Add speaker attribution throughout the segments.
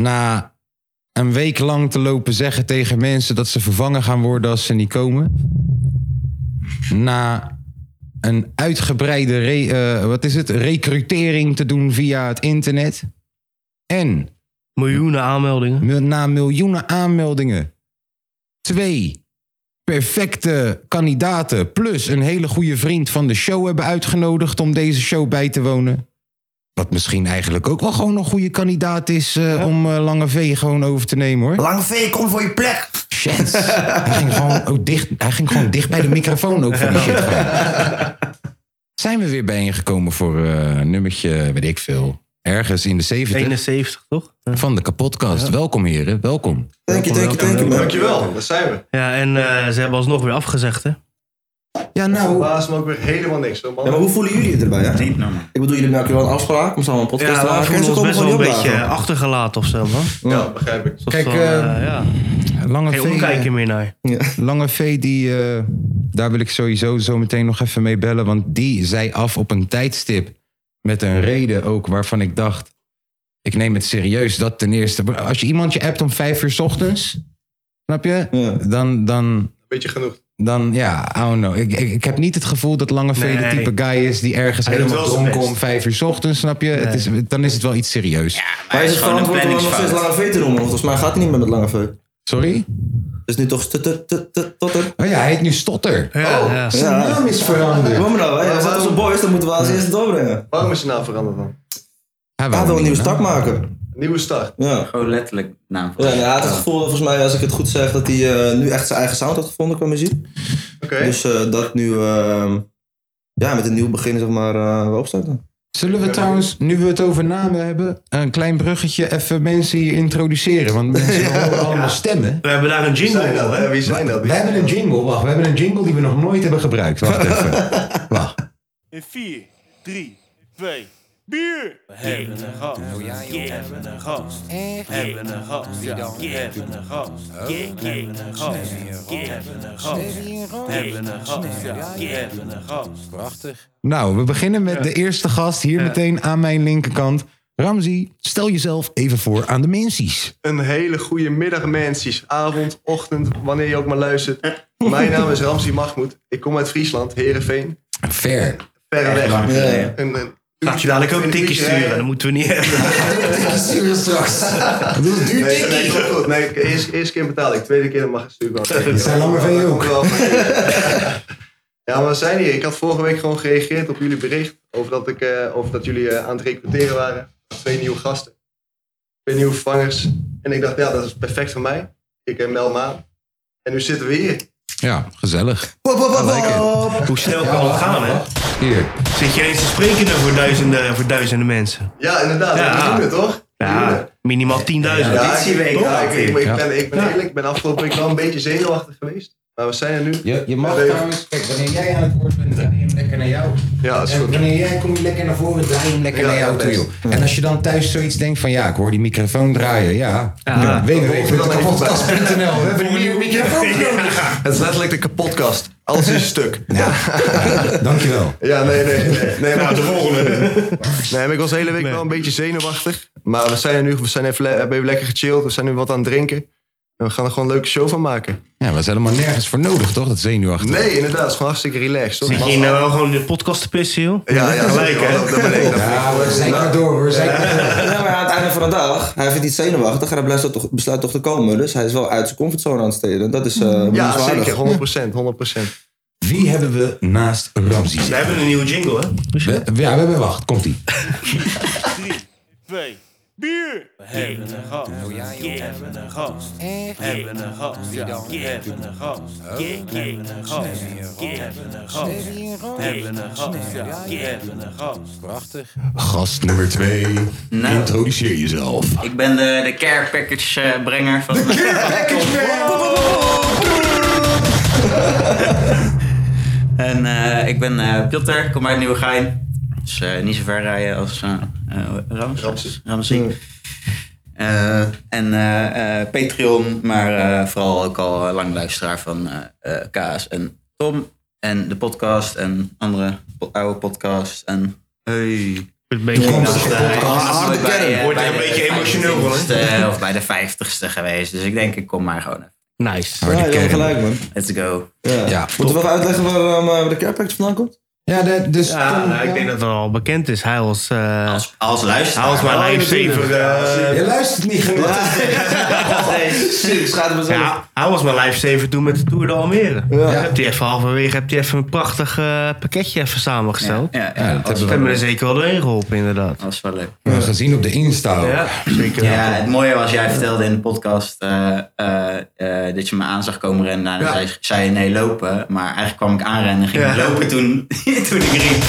Speaker 1: Na een week lang te lopen zeggen tegen mensen dat ze vervangen gaan worden als ze niet komen. Na een uitgebreide re- eh, wat is het? recrutering te doen via het internet. En
Speaker 2: Miljoenen aanmeldingen.
Speaker 1: Mil- na miljoenen aanmeldingen. Twee perfecte kandidaten plus een hele goede vriend van de show hebben uitgenodigd om deze show bij te wonen. Wat misschien eigenlijk ook wel gewoon een goede kandidaat is eh, om eh, Lange V gewoon over te nemen hoor.
Speaker 3: Lange V, kom voor je plek.
Speaker 1: Shit. Hij ging gewoon, ook dicht, hij ging gewoon dicht bij de microfoon ook voor die shit. gaan. Zijn we weer bijeengekomen voor eh nummertje, weet ik veel, ergens in de 70
Speaker 2: 71, toch?
Speaker 1: van de kapotkast. Welkom heren, welkom.
Speaker 3: Dank je, dank je, dank je, man.
Speaker 4: Dankjewel, dat zijn we.
Speaker 2: Ja, en eh, ze hebben alsnog weer afgezegd, hè?
Speaker 1: Ja nou,
Speaker 4: Verbaas me ook weer helemaal niks. Hoor, man.
Speaker 3: Ja, maar hoe voelen jullie het erbij? Hè?
Speaker 5: Niet normaal.
Speaker 3: Ik bedoel, jullie maken wel een afspraak om samen een podcast
Speaker 2: nou, Ja,
Speaker 3: te
Speaker 2: we
Speaker 3: maken.
Speaker 2: voelen ons best wel een
Speaker 3: gewoon
Speaker 2: beetje
Speaker 3: niet
Speaker 2: eh,
Speaker 3: opdagen.
Speaker 2: achtergelaten of zo, man.
Speaker 4: Ja, begrijp ik.
Speaker 2: Alsof
Speaker 1: Kijk,
Speaker 2: van,
Speaker 1: eh,
Speaker 2: eh, ja,
Speaker 1: Lange
Speaker 2: geen
Speaker 1: V,
Speaker 3: eh.
Speaker 2: omkijken meer naar.
Speaker 1: Lange V, die, eh, daar wil ik sowieso zo meteen nog even mee bellen. Want die zei af op een tijdstip. Met een reden ook waarvan ik dacht. Ik neem het serieus. Dat ten eerste. Als je iemand je appt om vijf uur 's ochtends. Snap je?
Speaker 3: Ja.
Speaker 1: Dan, dan,
Speaker 4: Beetje genoeg.
Speaker 1: dan, ja, I don't know. Ik, ik, ik heb niet het gevoel dat Lange V de
Speaker 2: Nee.
Speaker 1: type guy is die ergens
Speaker 4: doet
Speaker 1: helemaal
Speaker 4: wel zijn
Speaker 1: dronken
Speaker 4: best.
Speaker 1: om vijf uur 's ochtends. Snap je? Het is, dan is het wel iets serieus.
Speaker 3: Maar is het
Speaker 5: gewoon een
Speaker 3: verantwoord om dan nog steeds Lange
Speaker 5: planningsfout.
Speaker 3: V te noemen? Want volgens mij gaat hij niet meer met Lange V. Het
Speaker 1: Sorry?
Speaker 3: is nu toch stutter, tutter, tutter.
Speaker 1: Oh ja, hij heet nu Stotter.
Speaker 2: Ja,
Speaker 1: Oh,
Speaker 2: ja.
Speaker 3: Ja.
Speaker 1: Zijn naam is veranderd.
Speaker 3: Kom maar nou, hè. Als dat onze boys, dan moeten we als eerste doorbrengen.
Speaker 4: Waarom is je naam veranderd dan?
Speaker 1: Hij
Speaker 3: Hij
Speaker 1: wou
Speaker 3: wil een
Speaker 1: niet, hè?
Speaker 3: nieuwe start maken.
Speaker 4: Nieuwe start.
Speaker 3: Ja.
Speaker 5: Gewoon letterlijk naam
Speaker 3: Ja, nou, hij had het gevoel, volgens mij, als ik het goed zeg, dat hij eh, nu echt zijn eigen sound had gevonden qua muziek.
Speaker 4: Oké.
Speaker 3: Dus eh, dat nu, eh, ja, met een nieuw begin, zeg maar, eh we opstarten.
Speaker 1: Zullen we trouwens, nu we het over namen hebben, een klein bruggetje even mensen hier introduceren? Want mensen horen allemaal stemmen.
Speaker 2: We hebben daar een
Speaker 4: Wie zijn
Speaker 2: jingle
Speaker 4: dat?
Speaker 2: voor,
Speaker 4: hè?
Speaker 2: hè?
Speaker 4: Wie zijn dat?
Speaker 1: We hebben een jingle, wacht, we hebben een jingle die we nog nooit hebben gebruikt. Wacht even. Wacht.
Speaker 6: In 4, 3, 2, bier! We hebben een gast. We hebben een gast. We hebben een gast. We hebben een gast. We hebben een gast. We hebben een gast. We hebben een gast. We hebben een gast.
Speaker 1: Nou, we beginnen met de eerste gast hier meteen aan mijn linkerkant. Ramzi, stel jezelf even voor aan de mensies.
Speaker 4: Een hele goede middag, mensen. Avond, ochtend, wanneer je ook maar luistert. Mijn naam is Ramzi Mahmoud. Ik kom uit Friesland, Herenveen.
Speaker 1: Fair.
Speaker 4: Verre weg.
Speaker 3: Ja.
Speaker 4: Een, een
Speaker 2: Gaat je dadelijk ook een tikje sturen? Dat moeten we niet hebben.
Speaker 4: Nee, nee, nee, komt goed. Nee, eerst, eerst keer betaal ik. Tweede keer dan mag ik sturen.
Speaker 1: Dat zijn lange V ook.
Speaker 4: Ja, maar we zijn hier. Ik had vorige week gewoon gereageerd op jullie bericht. Over dat, ik, eh, over dat jullie eh, aan het recruteren waren. Twee nieuwe gasten. Twee nieuwe vervangers. En ik dacht, ja, dat is perfect voor mij. Ik eh, meld me aan. En nu zitten we hier.
Speaker 1: Ja, gezellig.
Speaker 3: Pop, pop, pop, pop.
Speaker 2: Hoe snel kan het gaan, hè?
Speaker 1: Hier.
Speaker 2: Zit je eens te spreken dan voor duizenden, voor duizenden mensen?
Speaker 4: Ja, inderdaad.
Speaker 2: Ja.
Speaker 4: We doen het, toch? We doen het.
Speaker 2: Ja, minimaal 10.000.
Speaker 4: Ja,
Speaker 5: Dit zie je
Speaker 4: ik-
Speaker 5: wel,
Speaker 4: ja, ik, ik, ik
Speaker 1: Ja.
Speaker 4: ben, ik ben eerlijk, ik ben afgelopen week wel een beetje zenuwachtig geweest. Maar we zijn er nu.
Speaker 1: Je, je mag
Speaker 4: Ja, nee.
Speaker 1: trouwens, kijk, wanneer jij aan het woord bent, draai je hem lekker naar jou.
Speaker 4: Ja, dat is
Speaker 1: En
Speaker 4: goed.
Speaker 1: wanneer jij kom je lekker naar voren, draai je hem lekker
Speaker 4: Ja,
Speaker 1: naar jou
Speaker 4: ja,
Speaker 1: toe,
Speaker 4: best.
Speaker 1: joh. En als je dan thuis zoiets denkt van, ja, ik hoor die microfoon draaien, ja. ja. www.kapotkast.nl, we hebben een nieuwe microfoon nodig.
Speaker 4: Het is letterlijk de kapotkast. Alles is stuk.
Speaker 1: Dankjewel.
Speaker 4: Ja, nee, nee. nee, nee maar,
Speaker 2: de volgende.
Speaker 4: nee, maar ik was de hele week wel een beetje zenuwachtig. Maar we zijn er nu, we zijn even, le- hebben even lekker gechilled. We zijn nu wat aan het drinken. En we gaan er gewoon een leuke show van maken.
Speaker 1: Ja, was helemaal nergens voor nodig, toch? Dat zenuwachtig.
Speaker 4: Nee, inderdaad. Het is gewoon hartstikke relaxed. Toch?
Speaker 2: Zit je hier nou wel gewoon in de podcast te pissen, joh?
Speaker 4: Ja, ja,
Speaker 2: Gelijk, hè?
Speaker 4: Dat, dat ben ik. Dat
Speaker 1: Ja, we zijn maar door, hoor. Zijn
Speaker 3: Ja, maar aan het einde van de dag, hij vindt iets zenuwachtig en hij besluit toch, besluit toch te komen. Dus hij is wel uit zijn comfortzone aan het steden. Dat is eh
Speaker 4: ja,
Speaker 3: benoemenswaardig.
Speaker 4: zeker. 100%. 100%.
Speaker 1: Wie hebben we naast Ramzi?
Speaker 2: We hebben een nieuwe jingle, hè?
Speaker 1: We- Ja, we hebben wacht, komt-ie.
Speaker 6: 3, 2, Bier! We hebben een gast. We hebben een gast. We hebben een gast. We hebben een gast. We hebben een gast. We hebben een gast. We hebben een gast. We hebben een gast.
Speaker 5: Prachtig.
Speaker 7: Gast nummer 2.
Speaker 8: Nou.
Speaker 7: Introduceer jezelf.
Speaker 8: Ik ben de, de care package eh, brenger van... en eh, ik ben eh Piotr, kom uit Nieuwegein. Dus eh, niet zo ver rijden als eh eh, Rams.
Speaker 4: Ramses.
Speaker 8: Ramsie.
Speaker 2: Mm.
Speaker 8: Eh, en eh, eh, Patreon, maar eh, vooral ook al eh, lang luisteraar van eh, eh, Kaas en Tom. En de podcast en andere po- oude podcast. En hey.
Speaker 2: Met een beetje
Speaker 3: Toekomstige
Speaker 2: Nou,
Speaker 3: podcast.
Speaker 2: ja,
Speaker 3: harde
Speaker 8: Bij,
Speaker 3: kern.
Speaker 8: eh,
Speaker 2: Wordt
Speaker 8: bij
Speaker 2: een
Speaker 8: de
Speaker 2: beetje emotioneel van, hè?
Speaker 8: 25ste Of bij de 50ste geweest. Dus ik denk, ik kom maar gewoon. even.
Speaker 2: Nice.
Speaker 3: Ja,
Speaker 1: Harde
Speaker 3: je hebt
Speaker 1: kern.
Speaker 3: gelijk, man.
Speaker 8: Let's go.
Speaker 3: Ja.
Speaker 1: Ja,
Speaker 3: Moeten we wel uitleggen waar, eh, waar de care package vandaan komt?
Speaker 1: Ja, de- dus
Speaker 2: Ja,
Speaker 1: Tom,
Speaker 2: nou, ik
Speaker 1: ja.
Speaker 2: denk dat het al bekend is. Hij was, eh
Speaker 8: Als, als luisteraar.
Speaker 2: hij was
Speaker 6: Oh,
Speaker 2: mijn lijfsaver. eh,
Speaker 1: Je luistert niet Oh, genoeg.
Speaker 3: Nee, shit, schade mezelf.
Speaker 2: ja, hij was mijn lifesaver toen met de Tour de Almere.
Speaker 3: Ja.
Speaker 2: Heb je even halverwege heb je even een prachtig eh, pakketje even samengesteld.
Speaker 8: Ja, ja,
Speaker 1: Ja, dat
Speaker 2: Dat
Speaker 1: hebben
Speaker 2: hebben
Speaker 1: we
Speaker 2: me er zeker wel doorheen geholpen, inderdaad.
Speaker 8: dat is wel leuk.
Speaker 1: wel gezien op de Insta. ook.
Speaker 2: Ja, zeker.
Speaker 8: Ja, het mooie was, jij vertelde in de podcast eh, eh, eh, dat je me aan zag komen rennen. En dan zei, zei je nee, lopen. Maar eigenlijk kwam ik aanrennen en ging
Speaker 2: Ja.
Speaker 8: ik lopen toen, toen ik riep.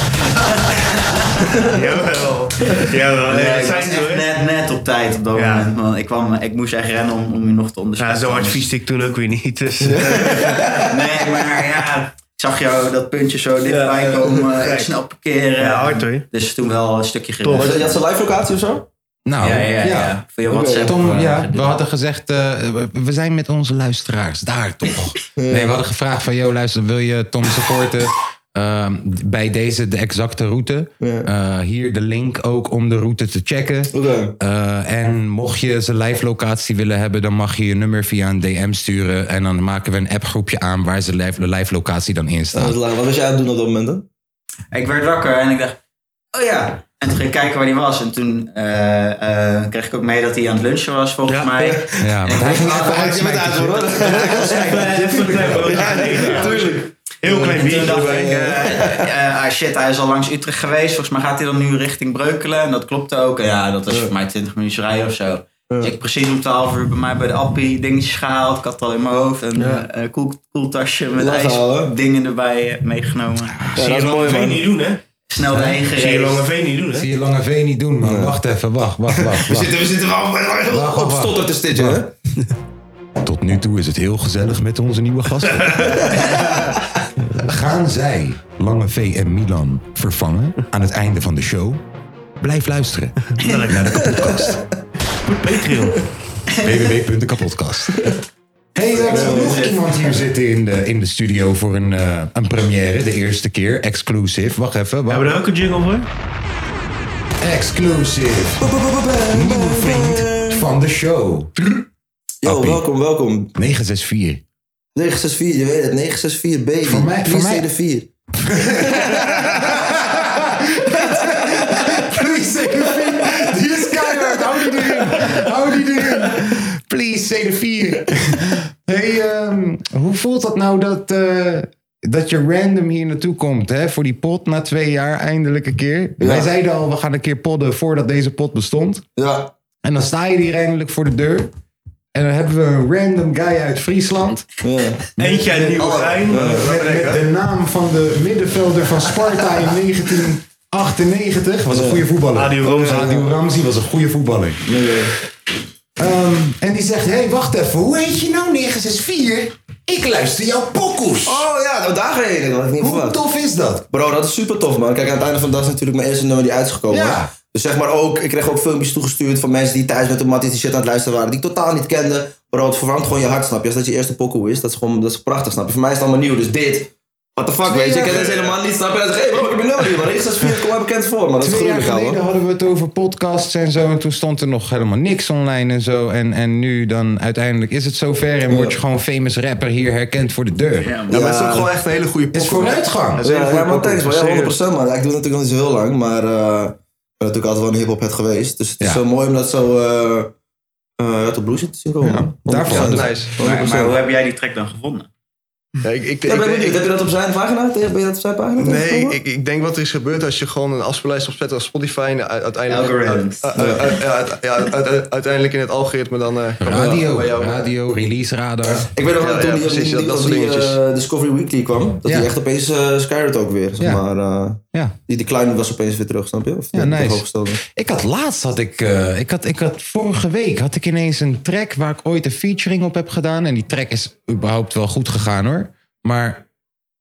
Speaker 2: Jawel. Jawel.
Speaker 8: Nee,
Speaker 2: Nee, dat
Speaker 8: ik
Speaker 2: zijn
Speaker 8: was
Speaker 2: ze,
Speaker 8: echt
Speaker 2: hè?
Speaker 8: net, net op tijd op dat
Speaker 2: Ja.
Speaker 8: moment. Want ik, kwam, ik moest echt rennen om, om je nog te
Speaker 2: Ja,
Speaker 8: onderscheiden.
Speaker 2: zo hard fietste ik toen ook weer niet. Dus,
Speaker 8: Nee, maar ja, ik zag jou dat puntje zo dichtbij komen. Ik snel parkeren.
Speaker 2: Ja, hard, hoor.
Speaker 8: Dus toen wel een stukje
Speaker 3: Was
Speaker 8: gereden.
Speaker 3: Je had zijn live locatie of zo?
Speaker 1: Nou,
Speaker 8: Ja, ja, ja. Voor je WhatsApp.
Speaker 1: Tom,
Speaker 8: eh,
Speaker 1: ja, we hadden gezegd, eh, we- we zijn met onze luisteraars, daar toch? Nee, we hadden gevraagd van, joh, luister, wil je Tom supporten? Ehm, bij deze de exacte route.
Speaker 3: Ja.
Speaker 1: Eh, hier de link ook om de route te checken.
Speaker 3: Oké.
Speaker 1: Eh, en mocht je zijn live locatie willen hebben, dan mag je je nummer via een DM sturen. En dan maken we een appgroepje aan waar zijn live, live locatie dan in
Speaker 3: Dat
Speaker 1: staat.
Speaker 3: was laag. Wat was jij aan het doen op dat moment dan?
Speaker 8: Ik werd wakker en ik dacht, oh ja. En toen ging ik kijken waar hij was. En toen eh, eh, kreeg ik ook mee dat hij aan het lunchen was, volgens
Speaker 2: Ja.
Speaker 8: mij.
Speaker 1: Ja, want hij ging
Speaker 8: "Oh,
Speaker 1: even
Speaker 3: Je bent
Speaker 1: uitsmijten.
Speaker 3: uit hoor.
Speaker 2: Ja, nee, ja. Heel klein
Speaker 8: Toen
Speaker 2: biertje
Speaker 8: dacht ik,
Speaker 2: erbij.
Speaker 8: eh, eh, ah shit, hij is al langs Utrecht geweest. Volgens mij gaat hij dan nu richting Breukelen. En dat klopte ook. En ja, dat is voor mij 20 minuten rijden of zo. Dus ik precies om 12 uur bij mij bij de appie dingetjes gehaald. Ik had het al in mijn hoofd. Een eh, eh, koel, koeltasje met
Speaker 3: Lachen,
Speaker 8: ijs,
Speaker 3: ouwe.
Speaker 8: dingen erbij eh, meegenomen.
Speaker 3: Ja,
Speaker 2: Zie
Speaker 3: dat
Speaker 2: je
Speaker 3: is mooi,
Speaker 2: Langeveen
Speaker 3: man.
Speaker 2: niet doen, hè?
Speaker 8: Snel daarheen
Speaker 2: Zie je
Speaker 8: gereden.
Speaker 2: Langeveen niet doen, hè?
Speaker 1: Zie je Lange V niet doen, man. Wacht even, wacht, wacht, wacht. wacht.
Speaker 2: We zitten wel
Speaker 1: Wacht, wacht, wacht.
Speaker 3: Stottert is dit, hè?
Speaker 1: Tot nu toe is het heel gezellig met onze nieuwe gasten. Gaan zij Lange V en Milan vervangen aan het einde van de show? Blijf luisteren naar de kapotkast.
Speaker 2: Patreon.
Speaker 1: www.kapotkast. hey, we hebben nog iemand hier zitten in de, in de studio voor een, eh, een première. De eerste keer. Exclusive. Wacht even.
Speaker 2: Hebben we
Speaker 1: Wacht.
Speaker 2: daar ook een jingle voor?
Speaker 1: Exclusive. Nieuwe vriend van de show.
Speaker 3: Yo,
Speaker 1: Appie.
Speaker 3: welkom, welkom.
Speaker 1: 964.
Speaker 3: 964, je weet het. 964 baby.
Speaker 1: Voor mij- voor
Speaker 3: Please
Speaker 1: mij-
Speaker 3: say the 4.
Speaker 1: Please say the vier. Die is keihard. Hou die erin. Hou die erin. Please say the vier. Hey, ehm, hoe voelt dat nou dat, eh, dat je random hier naartoe komt? Hè? Voor die pot na twee jaar eindelijk een keer. Wij zeiden al, we gaan een keer podden voordat deze pot bestond.
Speaker 3: Ja.
Speaker 1: En dan sta je hier eindelijk voor de deur. En dan hebben we een random guy uit Friesland.
Speaker 3: ja. Oh,
Speaker 2: Eentje uit Nieuwegein.
Speaker 1: Met, met de naam van de middenvelder van Sparta in 1998. Was een goede voetballer.
Speaker 2: Adil Ramzi.
Speaker 1: Adil Ramzi was een goede voetballer.
Speaker 3: Nee, nee.
Speaker 1: Ehm, en die zegt, hé, hey, wacht even, hoe heet je nou 964? Ik luister jouw pokoes.
Speaker 3: Oh ja, nou daar ga je heen. Dat had ik niet
Speaker 1: hoe
Speaker 3: verwacht.
Speaker 1: tof is dat?
Speaker 3: Bro, dat is super tof, man. Kijk, aan het einde van de dag is natuurlijk mijn eerste nummer die uit is gekomen.
Speaker 1: Ja.
Speaker 3: Dus zeg maar ook, ik kreeg ook filmpjes toegestuurd van mensen die thuis met de matties die shit aan het luisteren waren, die ik totaal niet kende. Bro, het verwarmt gewoon je hart, snap je? Als dat je eerste pokoe is, dat is gewoon dat is prachtig, snap je? Voor mij is het allemaal nieuw, dus dit. What the fuck, weet je? Ik ken deze helemaal niet, snap je? En dan zeg ik, hey, bro, ik ben nummer hier, man. Ik sta vier, kom maar bekend voor, man. Dat is
Speaker 1: Twee jaar
Speaker 3: gruwelijk, ouwe.
Speaker 1: geleden hadden we het over podcasts en zo. En toen stond er nog helemaal niks online en zo. En, en nu dan uiteindelijk is het zover. En word je gewoon famous rapper hier herkend voor de deur.
Speaker 4: Ja, maar het is ook gewoon echt een hele goede
Speaker 1: Het is vooruitgang.
Speaker 4: een hele
Speaker 3: Ja,
Speaker 4: goede
Speaker 3: ja, man,
Speaker 4: pokoe.
Speaker 3: thanks, man. Ja, 100% man. Ja, ik doe het natuurlijk nog niet zo heel lang, maar eh, ik ben natuurlijk altijd wel een hip-hop head geweest. Dus het is
Speaker 1: Ja.
Speaker 3: zo mooi om dat zo eh eh uit de blouse te zien komen.
Speaker 1: daarvoor. dus.
Speaker 3: Ja,
Speaker 4: Nice.
Speaker 8: Maar, maar hoe heb jij die track dan gevonden?
Speaker 4: Ja, ik, ik,
Speaker 3: Ja,
Speaker 4: ik-
Speaker 3: ben ik benieuwd.
Speaker 4: ik-
Speaker 3: Heb je dat op zijn pagina? Ben je dat op zijn pagina?
Speaker 4: Nee, ik, ik denk wat er is gebeurd als je gewoon een afspeellijst opzet als Spotify en u- uiteindelijk...
Speaker 8: Algorithms.
Speaker 4: u- u- u- ja, uit- ja, uit- uit- uiteindelijk in het algoritme dan... eh,
Speaker 1: Radio,
Speaker 4: bij jou-
Speaker 1: radio, release radar.
Speaker 3: Ik weet nog wel
Speaker 4: Ja,
Speaker 3: toen
Speaker 4: ja,
Speaker 3: die,
Speaker 4: precies,
Speaker 3: die-
Speaker 4: dat- dat
Speaker 3: als
Speaker 4: soort
Speaker 3: die,
Speaker 4: dingetjes.
Speaker 3: eh, Discovery Weekly kwam, dat
Speaker 1: Ja.
Speaker 3: die echt opeens eh skyrocketed ook weer. Zeg
Speaker 1: Ja.
Speaker 3: maar, eh,
Speaker 1: Ja.
Speaker 3: die decline was opeens weer terug, snap je? Of
Speaker 1: Ja,
Speaker 3: de- de
Speaker 1: nice.
Speaker 3: hooggestelde.
Speaker 1: Ik had laatst, had ik, eh, ik, had, ik had vorige week, had ik ineens een track waar ik ooit een featuring op heb gedaan. En die track is überhaupt wel goed gegaan hoor. Maar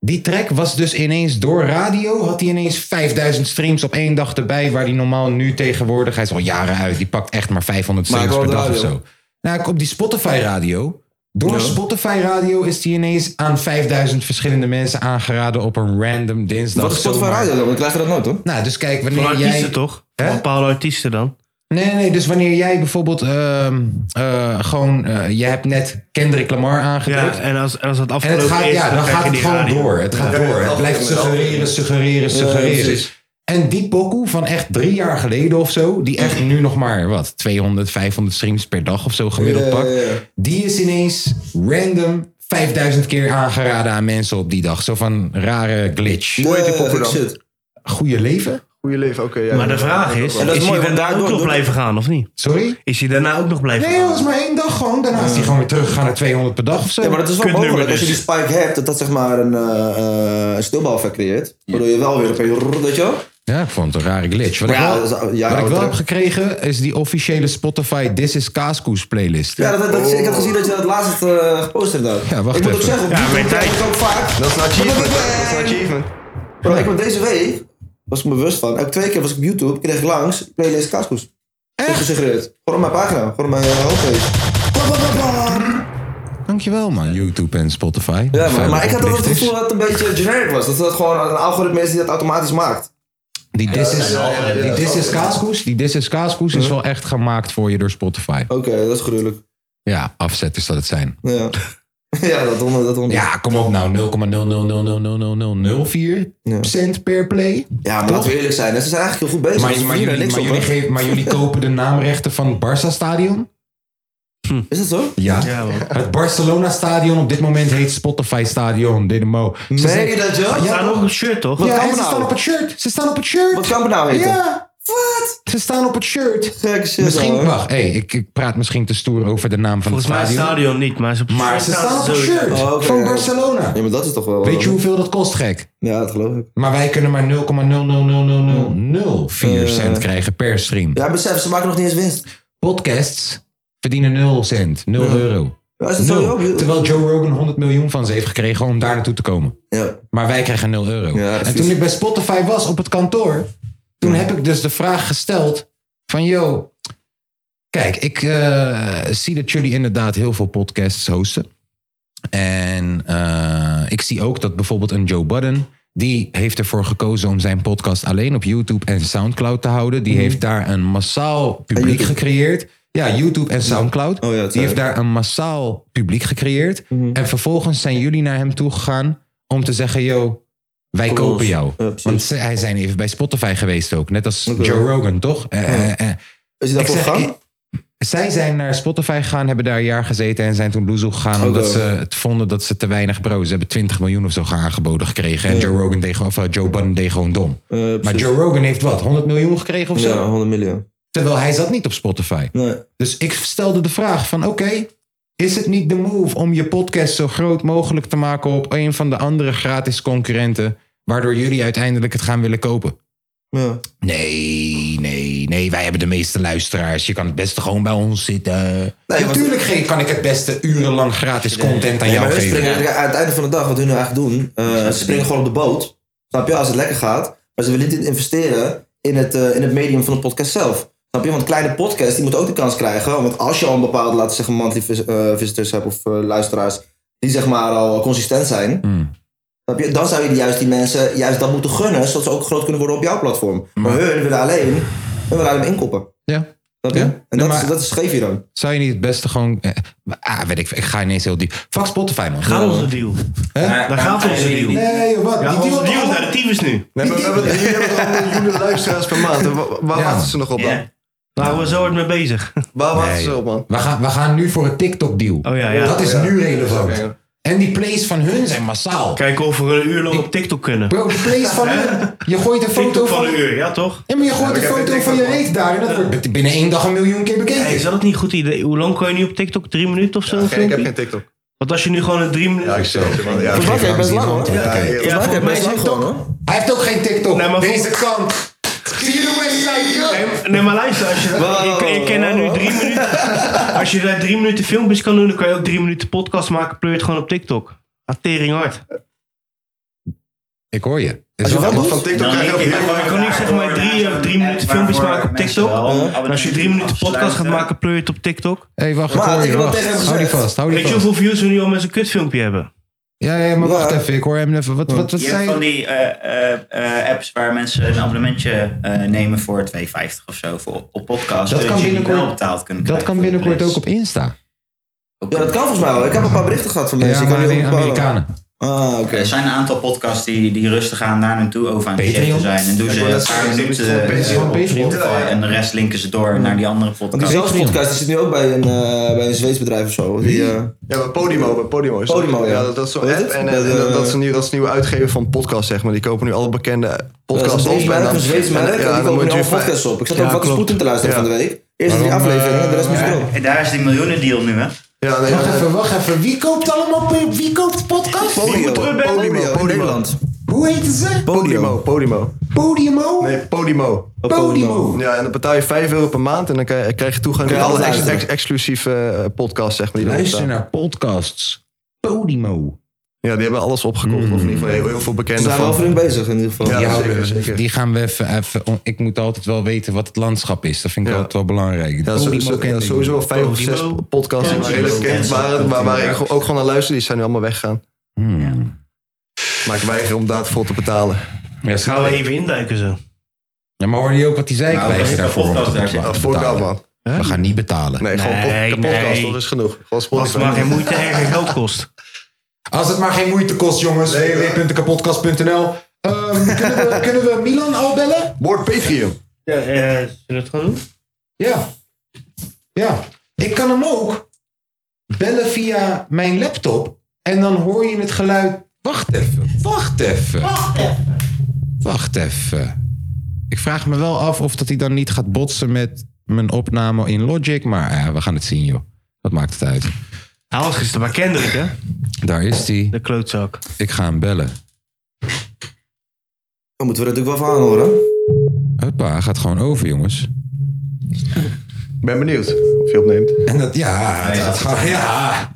Speaker 1: die track was dus ineens door radio, had hij ineens 5000 streams op één dag erbij. Waar die normaal nu tegenwoordig, hij is al jaren uit, die pakt echt maar 500
Speaker 3: Maar
Speaker 1: streams
Speaker 3: ik
Speaker 1: per
Speaker 3: hoor
Speaker 1: dag of
Speaker 3: radio.
Speaker 1: zo. Nou, ik- op die Spotify radio. Door Spotify radio is die ineens aan 5000 verschillende mensen aangeraden op een random dinsdag.
Speaker 3: Wat is Spotify
Speaker 1: zomaar.
Speaker 3: Radio dan? Want ik luister dat nooit, hoor.
Speaker 1: Nou, dus kijk, wanneer
Speaker 2: Van artiesten
Speaker 1: jij...
Speaker 2: toch?
Speaker 1: Hè?
Speaker 2: Van bepaalde artiesten dan?
Speaker 1: Nee, nee, dus wanneer jij bijvoorbeeld ehm, eh, gewoon, eh, je hebt net Kendrick Lamar aangedrukt.
Speaker 2: Ja, en als, als het
Speaker 1: en het
Speaker 2: afgelopen
Speaker 1: gaat,
Speaker 2: is,
Speaker 1: ja, dan
Speaker 2: krijg
Speaker 1: gaat
Speaker 2: je
Speaker 1: het
Speaker 2: die
Speaker 1: gewoon
Speaker 2: radio.
Speaker 1: door. Het gaat
Speaker 4: Ja,
Speaker 1: door.
Speaker 4: ja,
Speaker 1: Het blijft
Speaker 4: ja, ja.
Speaker 1: suggereren, suggereren, suggereren.
Speaker 4: precies.
Speaker 1: en die pokoe van echt drie jaar geleden of zo, die echt nu nog maar, wat, 200, 500 streams per dag of zo gemiddeld
Speaker 2: Eh.
Speaker 3: Ja, ja,
Speaker 1: pakt.
Speaker 3: ja.
Speaker 1: Die is ineens random 5000 keer aangeraden aan mensen op die dag. Zo van rare glitch.
Speaker 4: Hoe heet die
Speaker 3: Ja,
Speaker 4: poppen
Speaker 3: Eh, ik
Speaker 4: dan?
Speaker 3: zit.
Speaker 1: Goede Eh, leven?
Speaker 4: Goede leven, oké. ja,
Speaker 2: Maar de
Speaker 4: ja,
Speaker 2: vraag
Speaker 4: ja,
Speaker 2: is,
Speaker 4: ja,
Speaker 3: dat is
Speaker 2: is
Speaker 3: mooi,
Speaker 2: hij
Speaker 3: want
Speaker 2: daarna
Speaker 3: daardoor-
Speaker 2: ook nog blijven gaan of niet?
Speaker 1: Sorry?
Speaker 2: Is hij daarna ook nog blijven
Speaker 1: Nee, dat was
Speaker 2: gaan?
Speaker 1: maar één dag gewoon. Daarna is hij gewoon weer teruggegaan naar 200 per dag of zo.
Speaker 3: Ja, maar dat is wel
Speaker 2: Eh. Kutnummer
Speaker 3: mogelijk. Als je die
Speaker 2: dus.
Speaker 3: spike hebt, dat dat zeg maar een, eh, eh, een stilbaleffect creëert. Waardoor je wel weer opeens... rrr, Weet je wel?
Speaker 1: Ja, ik vond het een rare glitch. Wat
Speaker 3: Maar
Speaker 1: ik
Speaker 3: ja,
Speaker 1: wel,
Speaker 3: dat is al- ja, eh,
Speaker 1: wat ik
Speaker 3: oude
Speaker 1: wel
Speaker 3: track.
Speaker 1: heb gekregen is die officiële Spotify This is Kaaskoes playlist.
Speaker 3: Ja, dat, dat- ik had gezien dat je dat laatst eh, gepost hebt. daar.
Speaker 1: Ja, wacht
Speaker 3: ik moet ook
Speaker 1: even.
Speaker 3: zeggen, op
Speaker 2: Ja,
Speaker 3: die
Speaker 2: weet
Speaker 3: krijg
Speaker 2: hij.
Speaker 3: ik ook vaak.
Speaker 4: Dat is een achievement. Dat is een achievement.
Speaker 3: Bro, ik ben deze week, was ik me bewust van, ook twee keer was ik op YouTube, kreeg ik langs playlist Kaaskoes. Echt? Gesuggereerd. Gewoon op mijn pagina, gewoon op mijn eh, homepage. Bla, bla, bla, bla.
Speaker 1: Dankjewel man, YouTube en Spotify.
Speaker 3: Ja, maar,
Speaker 1: Fijne
Speaker 3: maar ik had altijd het
Speaker 1: oplichters.
Speaker 3: gevoel dat het een beetje generic was. Dat dat gewoon een algoritme is die dat automatisch maakt.
Speaker 1: Die This is,
Speaker 3: ja, ja.
Speaker 1: die This is Kaaskoes, die This is Kaaskoes is wel echt gemaakt voor je door Spotify.
Speaker 3: Oké, dat is gruwelijk.
Speaker 1: Ja, afzetters dat het zijn.
Speaker 3: Ja, ja dat onder, dat onder.
Speaker 1: Ja, kom op nou, 0,0000004 cent per play.
Speaker 3: Ja, maar laten we eerlijk zijn, hè, ze zijn eigenlijk heel goed bezig.
Speaker 1: Maar,
Speaker 3: Ze
Speaker 1: maar,
Speaker 3: verdienen
Speaker 1: jullie,
Speaker 3: er niks
Speaker 1: maar,
Speaker 3: op,
Speaker 1: jullie
Speaker 3: hè.
Speaker 1: geven- maar jullie kopen de naamrechten van het Barça Stadion?
Speaker 3: Is dat zo?
Speaker 2: Hm. Ja, man.
Speaker 1: Het Barcelona Stadion op dit moment heet Spotify Stadion, Dynamo. Ze
Speaker 3: Nee,
Speaker 1: zijn-
Speaker 3: dat joh?
Speaker 2: Er staat nog een shirt, toch?
Speaker 1: ja,
Speaker 3: kan
Speaker 1: en
Speaker 3: me
Speaker 1: ze
Speaker 3: nou?
Speaker 1: staan op het shirt. Ze staan op het shirt.
Speaker 3: Wat kan het nou heten?
Speaker 1: Ja,
Speaker 3: Wat?
Speaker 1: ze staan op het shirt.
Speaker 3: Gekke shit,
Speaker 1: Misschien,
Speaker 3: ouwe.
Speaker 1: wacht, hey, ik, ik praat misschien te stoer over de naam van
Speaker 2: Volgens mij
Speaker 1: het
Speaker 2: het
Speaker 1: stadion.
Speaker 2: stadion niet, maar ze,
Speaker 1: Maar ze staan op het
Speaker 2: sowieso.
Speaker 1: shirt
Speaker 3: Oh, oké.
Speaker 1: van Barcelona.
Speaker 3: Ja, maar dat is toch wel... eh,
Speaker 1: Weet je hoeveel dat kost, gek?
Speaker 3: Ja, dat geloof ik.
Speaker 1: Maar wij kunnen maar 0,0000004 cent krijgen per stream.
Speaker 3: Eh, Ja, besef, ze maken nog niet eens winst.
Speaker 1: Podcasts verdienen 0 cent, 0 euro.
Speaker 3: Ja, is dat zo,
Speaker 1: Nul.
Speaker 3: joh?
Speaker 1: Terwijl Joe Rogan 100 miljoen van ze heeft gekregen om daar naartoe te komen.
Speaker 3: Ja.
Speaker 1: Maar wij krijgen 0 euro.
Speaker 3: Ja, dat is
Speaker 1: en toen
Speaker 3: vies.
Speaker 1: ik bij Spotify was op het kantoor, toen heb ik dus de vraag gesteld van yo, kijk, ik eh, zie dat jullie inderdaad heel veel podcasts hosten. En eh, ik zie ook dat bijvoorbeeld een Joe Budden, die heeft ervoor gekozen om zijn podcast alleen op YouTube en Soundcloud te houden. Die heeft daar een massaal publiek
Speaker 3: Mhm. YouTube.
Speaker 1: gecreëerd. Ja, YouTube en Soundcloud.
Speaker 3: Oh ja, dat
Speaker 1: die
Speaker 3: zei
Speaker 1: heeft
Speaker 3: ik. Mhm.
Speaker 1: daar een massaal publiek gecreëerd. En vervolgens zijn jullie naar hem toegegaan om te zeggen: yo, wij kopen
Speaker 3: ons.
Speaker 1: jou.
Speaker 3: Ja, precies.
Speaker 1: Want ze- hij zijn even bij Spotify geweest ook. Net als
Speaker 3: Oké.
Speaker 1: Joe Rogan, toch? Eh, eh, eh.
Speaker 3: Is
Speaker 1: Ik
Speaker 3: hij daarvoor
Speaker 1: zeg,
Speaker 3: gegaan?
Speaker 1: ik-
Speaker 3: Eh,
Speaker 1: zij zijn naar Spotify gegaan, hebben daar een jaar gezeten en zijn toen loezel gegaan.
Speaker 3: Oh,
Speaker 1: Omdat ze het vonden dat ze te weinig brood. Ze hebben 20 miljoen of zo aangeboden gekregen. En Joe Rogan deed gewoon, of eh, Joe Budden deed gewoon dom.
Speaker 3: Eh,
Speaker 1: Maar
Speaker 3: precies.
Speaker 1: Joe Rogan heeft wat, 100 miljoen gekregen of zo?
Speaker 3: Ja, 100 miljoen.
Speaker 1: Terwijl hij zat niet op Spotify.
Speaker 3: Nee.
Speaker 1: Dus ik stelde de vraag van oké, is het niet de move om je podcast zo groot mogelijk te maken op een van de andere gratis concurrenten, waardoor jullie uiteindelijk het gaan willen kopen?
Speaker 3: Ja.
Speaker 1: Nee, nee, nee, wij hebben de meeste luisteraars. Je kan het beste gewoon bij ons zitten.
Speaker 3: want-
Speaker 1: Natuurlijk ge- kan ik het beste urenlang gratis content aan
Speaker 3: Nee,
Speaker 1: jou
Speaker 3: maar hun
Speaker 1: geven.
Speaker 3: springen aan het einde van de dag, wat hun nou eigenlijk doen, eh, ze springen gewoon op de boot. Snap je, als het lekker gaat. Maar ze willen niet investeren in het, eh, in het medium van de podcast zelf. Snap je? Want kleine podcasts die moeten ook de kans krijgen. Want als je al een bepaalde, laten we zeggen, monthly vis- eh, visitors hebt of eh, luisteraars die zeg maar al consistent zijn.
Speaker 1: Hmm.
Speaker 3: Snap je? Dan zou je die- juist die mensen juist dat moeten gunnen, zodat ze ook groot kunnen worden op jouw platform. Maar
Speaker 1: Hmm.
Speaker 3: hun willen alleen, hun willen alleen inkoppen.
Speaker 1: Ja.
Speaker 3: Snap je?
Speaker 1: Ja.
Speaker 3: En
Speaker 1: Nee,
Speaker 3: dat, is,
Speaker 1: maar-
Speaker 3: dat is scheef hier dan.
Speaker 1: Zou je niet het beste gewoon. eh, ah, weet ik, ik ga ineens heel diep. Fuck Spotify, man.
Speaker 2: Gaat onze deal. Daar gaat onze deal.
Speaker 1: Nee, joh, wat?
Speaker 2: Ja,
Speaker 1: Die
Speaker 2: onze
Speaker 1: deal-
Speaker 2: deal is naar de tyfus nu.
Speaker 4: Nee, maar we hebben, jullie hebben al miljoenen luisteraars per maand. Waar, waar
Speaker 1: Ja.
Speaker 4: wachten ze nog op dan?
Speaker 8: Ja.
Speaker 2: Daar waren we zo hard mee bezig.
Speaker 4: Waar wachten
Speaker 1: Nee.
Speaker 4: ze op, man?
Speaker 1: We gaan, we gaan nu voor een TikTok-deal.
Speaker 2: Oh ja, ja.
Speaker 1: Dat is nu relevant. En die plays van hun zijn massaal.
Speaker 2: Kijken of we een uur lang op TikTok kunnen.
Speaker 1: Bro, die plays van hun. Je gooit een foto
Speaker 2: TikTok
Speaker 1: van.
Speaker 2: van een uur, ja toch?
Speaker 1: Ja, maar je gooit
Speaker 4: ik
Speaker 1: een
Speaker 4: heb
Speaker 1: foto
Speaker 4: geen
Speaker 1: van je
Speaker 4: TikTok,
Speaker 1: reet daar. En dat wordt binnen één dag een miljoen keer
Speaker 2: Hey, is
Speaker 1: bekeken.
Speaker 2: dat ook niet een goed idee? Hoe lang kan je nu op TikTok? Drie minuten of zo? een
Speaker 4: Geen- ik heb
Speaker 2: filmpje?
Speaker 4: geen TikTok.
Speaker 2: Want als je nu gewoon een drie minuten...
Speaker 4: ik zeg het, man.
Speaker 3: Volgens
Speaker 4: Ja,
Speaker 3: mij
Speaker 4: geen-
Speaker 3: kan je best lang hoor. Volgens
Speaker 4: Ja, heel-
Speaker 2: Ja,
Speaker 3: mij kan je
Speaker 2: volgens
Speaker 3: best lang gewoon hoor.
Speaker 1: Hij heeft ook geen TikTok.
Speaker 2: Nee, maar voor-
Speaker 1: Deze kant. Zie je hoe hij zei, joh?
Speaker 2: Nee, Nee, maar luister, als je, je, je kan daar nu drie minuten. Als je daar drie minuten filmpjes kan doen, dan kan je ook drie minuten podcast maken. Pleur je het gewoon op TikTok. Atering hard.
Speaker 1: Ik hoor je.
Speaker 3: Als je wel
Speaker 4: Maar
Speaker 3: doet.
Speaker 4: van TikTok krijg je ook heel
Speaker 2: Ik kan niet zeg Nou, maar drie, eh, drie minuten filmpjes maken op TikTok. En als je drie minuten podcast gaat maken, pleur je het op TikTok.
Speaker 1: Hé, hey, wacht, ik
Speaker 3: Maar
Speaker 1: hoor
Speaker 3: ik
Speaker 1: je.
Speaker 3: heb wat
Speaker 1: Wacht.
Speaker 3: tegen hem
Speaker 1: Hou die
Speaker 3: gezegd.
Speaker 1: vast, hou die
Speaker 2: Weet je
Speaker 1: vast.
Speaker 2: hoeveel views we nu al met zo'n kutfilmpje hebben?
Speaker 1: Ja, ja, maar wacht
Speaker 3: Ja.
Speaker 1: even, ik hoor hem even. Wat, wat, wat
Speaker 8: Je hebt van
Speaker 1: zei je?
Speaker 8: die eh, eh, eh, apps waar mensen een abonnementje eh, nemen voor 2,50 of zo voor, op podcast.
Speaker 1: Dat
Speaker 8: zodat
Speaker 1: kan
Speaker 8: je die
Speaker 1: binnenkort-
Speaker 8: wel betaald kunnen
Speaker 1: Dat
Speaker 8: krijgen
Speaker 1: kan
Speaker 8: voor je
Speaker 1: binnenkort
Speaker 8: plays.
Speaker 1: ook op Insta.
Speaker 3: Ja, dat kan volgens mij wel. Ik heb een paar berichten gehad van mensen.
Speaker 1: Ja,
Speaker 3: Ik kan
Speaker 1: maar
Speaker 3: nu
Speaker 1: die
Speaker 3: ook bepalen.
Speaker 1: Amerikanen.
Speaker 3: Ah, oké.
Speaker 8: Er zijn een aantal podcasts die, die rustig aan daar naartoe over aan het
Speaker 1: Patreon?
Speaker 8: shiften zijn. En doen ze
Speaker 4: wou net
Speaker 8: een paar
Speaker 4: zeggen, die
Speaker 8: minuten
Speaker 4: moeten
Speaker 8: eh,
Speaker 1: Patreon,
Speaker 8: op
Speaker 1: Patreon.
Speaker 8: Spotify en de rest linken ze door naar die andere
Speaker 3: Want
Speaker 8: podcast.
Speaker 3: die zelfs podcast die zit nu ook bij een, eh, bij een Zweeds bedrijf of zo. Die, eh,
Speaker 4: Ja, maar Podimo, maar Podimo is dat.
Speaker 3: Podimo, ja.
Speaker 4: dat, dat is zo'n
Speaker 3: Weet
Speaker 4: app.
Speaker 3: het?
Speaker 4: En, eh,
Speaker 3: Dat, eh,
Speaker 4: dat, dat, is een nieuw, dat is een nieuwe uitgever van podcasts, zeg maar. Die kopen nu alle bekende podcasts
Speaker 3: dat is een
Speaker 4: op. en
Speaker 3: merk,
Speaker 4: dan-
Speaker 3: een Zweeds merk.
Speaker 4: en-
Speaker 3: en
Speaker 4: ja,
Speaker 3: die
Speaker 4: dan
Speaker 3: komen
Speaker 4: moet
Speaker 3: nu
Speaker 4: je
Speaker 3: al
Speaker 4: vijf-
Speaker 3: podcasts op. Ik zat
Speaker 4: Ja,
Speaker 3: ook wat is
Speaker 4: klopt.
Speaker 3: Poetin te luisteren
Speaker 4: Ja. eh,
Speaker 3: van de week. Eerst
Speaker 1: Waarom,
Speaker 3: drie
Speaker 1: eh,
Speaker 3: afleveringen en de rest moest ik erop.
Speaker 8: En daar is die miljoenendeal nu, hè?
Speaker 4: Ja, nee, eh,
Speaker 1: Wacht
Speaker 4: ja,
Speaker 1: even, wacht even. Wie koopt allemaal, wie koopt podcast?
Speaker 4: Podimo, Podimo,
Speaker 3: Podimo in
Speaker 4: Podimo.
Speaker 3: Nederland.
Speaker 1: Hoe heten ze?
Speaker 4: Podimo, Podimo.
Speaker 1: Podimo?
Speaker 4: Nee, Oh, Podimo.
Speaker 1: Podimo.
Speaker 4: Ja, en dan betaal je 5 euro per maand en dan krijg je- krijg je toegang
Speaker 3: Kun
Speaker 4: tot
Speaker 3: je
Speaker 4: alle
Speaker 3: alles
Speaker 4: ex,
Speaker 3: luisteren.
Speaker 4: ex- exclusieve eh, podcasts, zeg maar. Die erop
Speaker 1: Luister
Speaker 4: staan.
Speaker 1: naar podcasts. Podimo.
Speaker 4: Ja, die hebben alles opgekocht, of in ieder geval heel, heel veel
Speaker 3: Ze
Speaker 4: bekende
Speaker 3: zijn wel
Speaker 4: van.
Speaker 3: flink bezig in ieder geval.
Speaker 4: Ja.
Speaker 1: die, houden
Speaker 4: zeker,
Speaker 1: we-
Speaker 4: zeker.
Speaker 1: die gaan we even, even... on- Ik moet altijd wel weten wat het landschap is. Dat vind ik
Speaker 4: Ja.
Speaker 1: altijd wel belangrijk.
Speaker 4: Ja, zo,
Speaker 1: Podimo
Speaker 4: zo,
Speaker 1: kent
Speaker 4: ja,
Speaker 1: ik.
Speaker 4: sowieso wel vijf of
Speaker 2: Podimo.
Speaker 4: zes podcasts die
Speaker 8: Podimo.
Speaker 4: redelijk bekend waren, maar waar ik gewoon- ook gewoon naar luister, die zijn nu allemaal weggegaan.
Speaker 1: Hmm.
Speaker 4: Maar ik weiger om daarvoor te betalen.
Speaker 1: Ja, snap
Speaker 2: Gaan we
Speaker 1: ik.
Speaker 2: even induiken zo.
Speaker 1: Ja, maar hoorde je ook wat die zei? Ik
Speaker 8: Nou,
Speaker 1: weiger
Speaker 8: dat is
Speaker 1: daarvoor om
Speaker 8: een
Speaker 1: te
Speaker 8: podcast daar.
Speaker 1: betalen.
Speaker 4: Dat voor dat, man.
Speaker 1: We gaan niet betalen.
Speaker 4: Nee, gewoon
Speaker 2: Nee,
Speaker 4: pod- de podcast,
Speaker 2: nee.
Speaker 4: dat is genoeg. Gewoon
Speaker 2: Als het
Speaker 4: Spotify.
Speaker 2: maar geen moeite en geen geld kost.
Speaker 1: Als het maar geen moeite kost, jongens. www.kapodcast.nl Ehm, kunnen, we, kunnen we Milan al bellen?
Speaker 4: Word Patreon.
Speaker 2: Ja, zullen we het gewoon doen?
Speaker 1: Ja. Ja. Ik kan hem ook bellen via mijn laptop. En dan hoor je het geluid. Wacht even. Wacht even. Wacht even. Wacht even. Ik vraag me wel af of dat hij dan niet gaat botsen met mijn opname in Logic. Maar ja, we gaan het zien, joh. Wat maakt het uit?
Speaker 2: Hij was gisteren bij Kendrick, hè?
Speaker 1: Daar is hij.
Speaker 2: De klootzak.
Speaker 1: Ik ga hem bellen.
Speaker 3: Dan moeten we dat natuurlijk wel van aanhoren.
Speaker 1: Huppa, hij gaat gewoon over, jongens.
Speaker 4: Ik ben benieuwd of je opneemt.
Speaker 1: En dat, ja, het gaat gewoon, ja.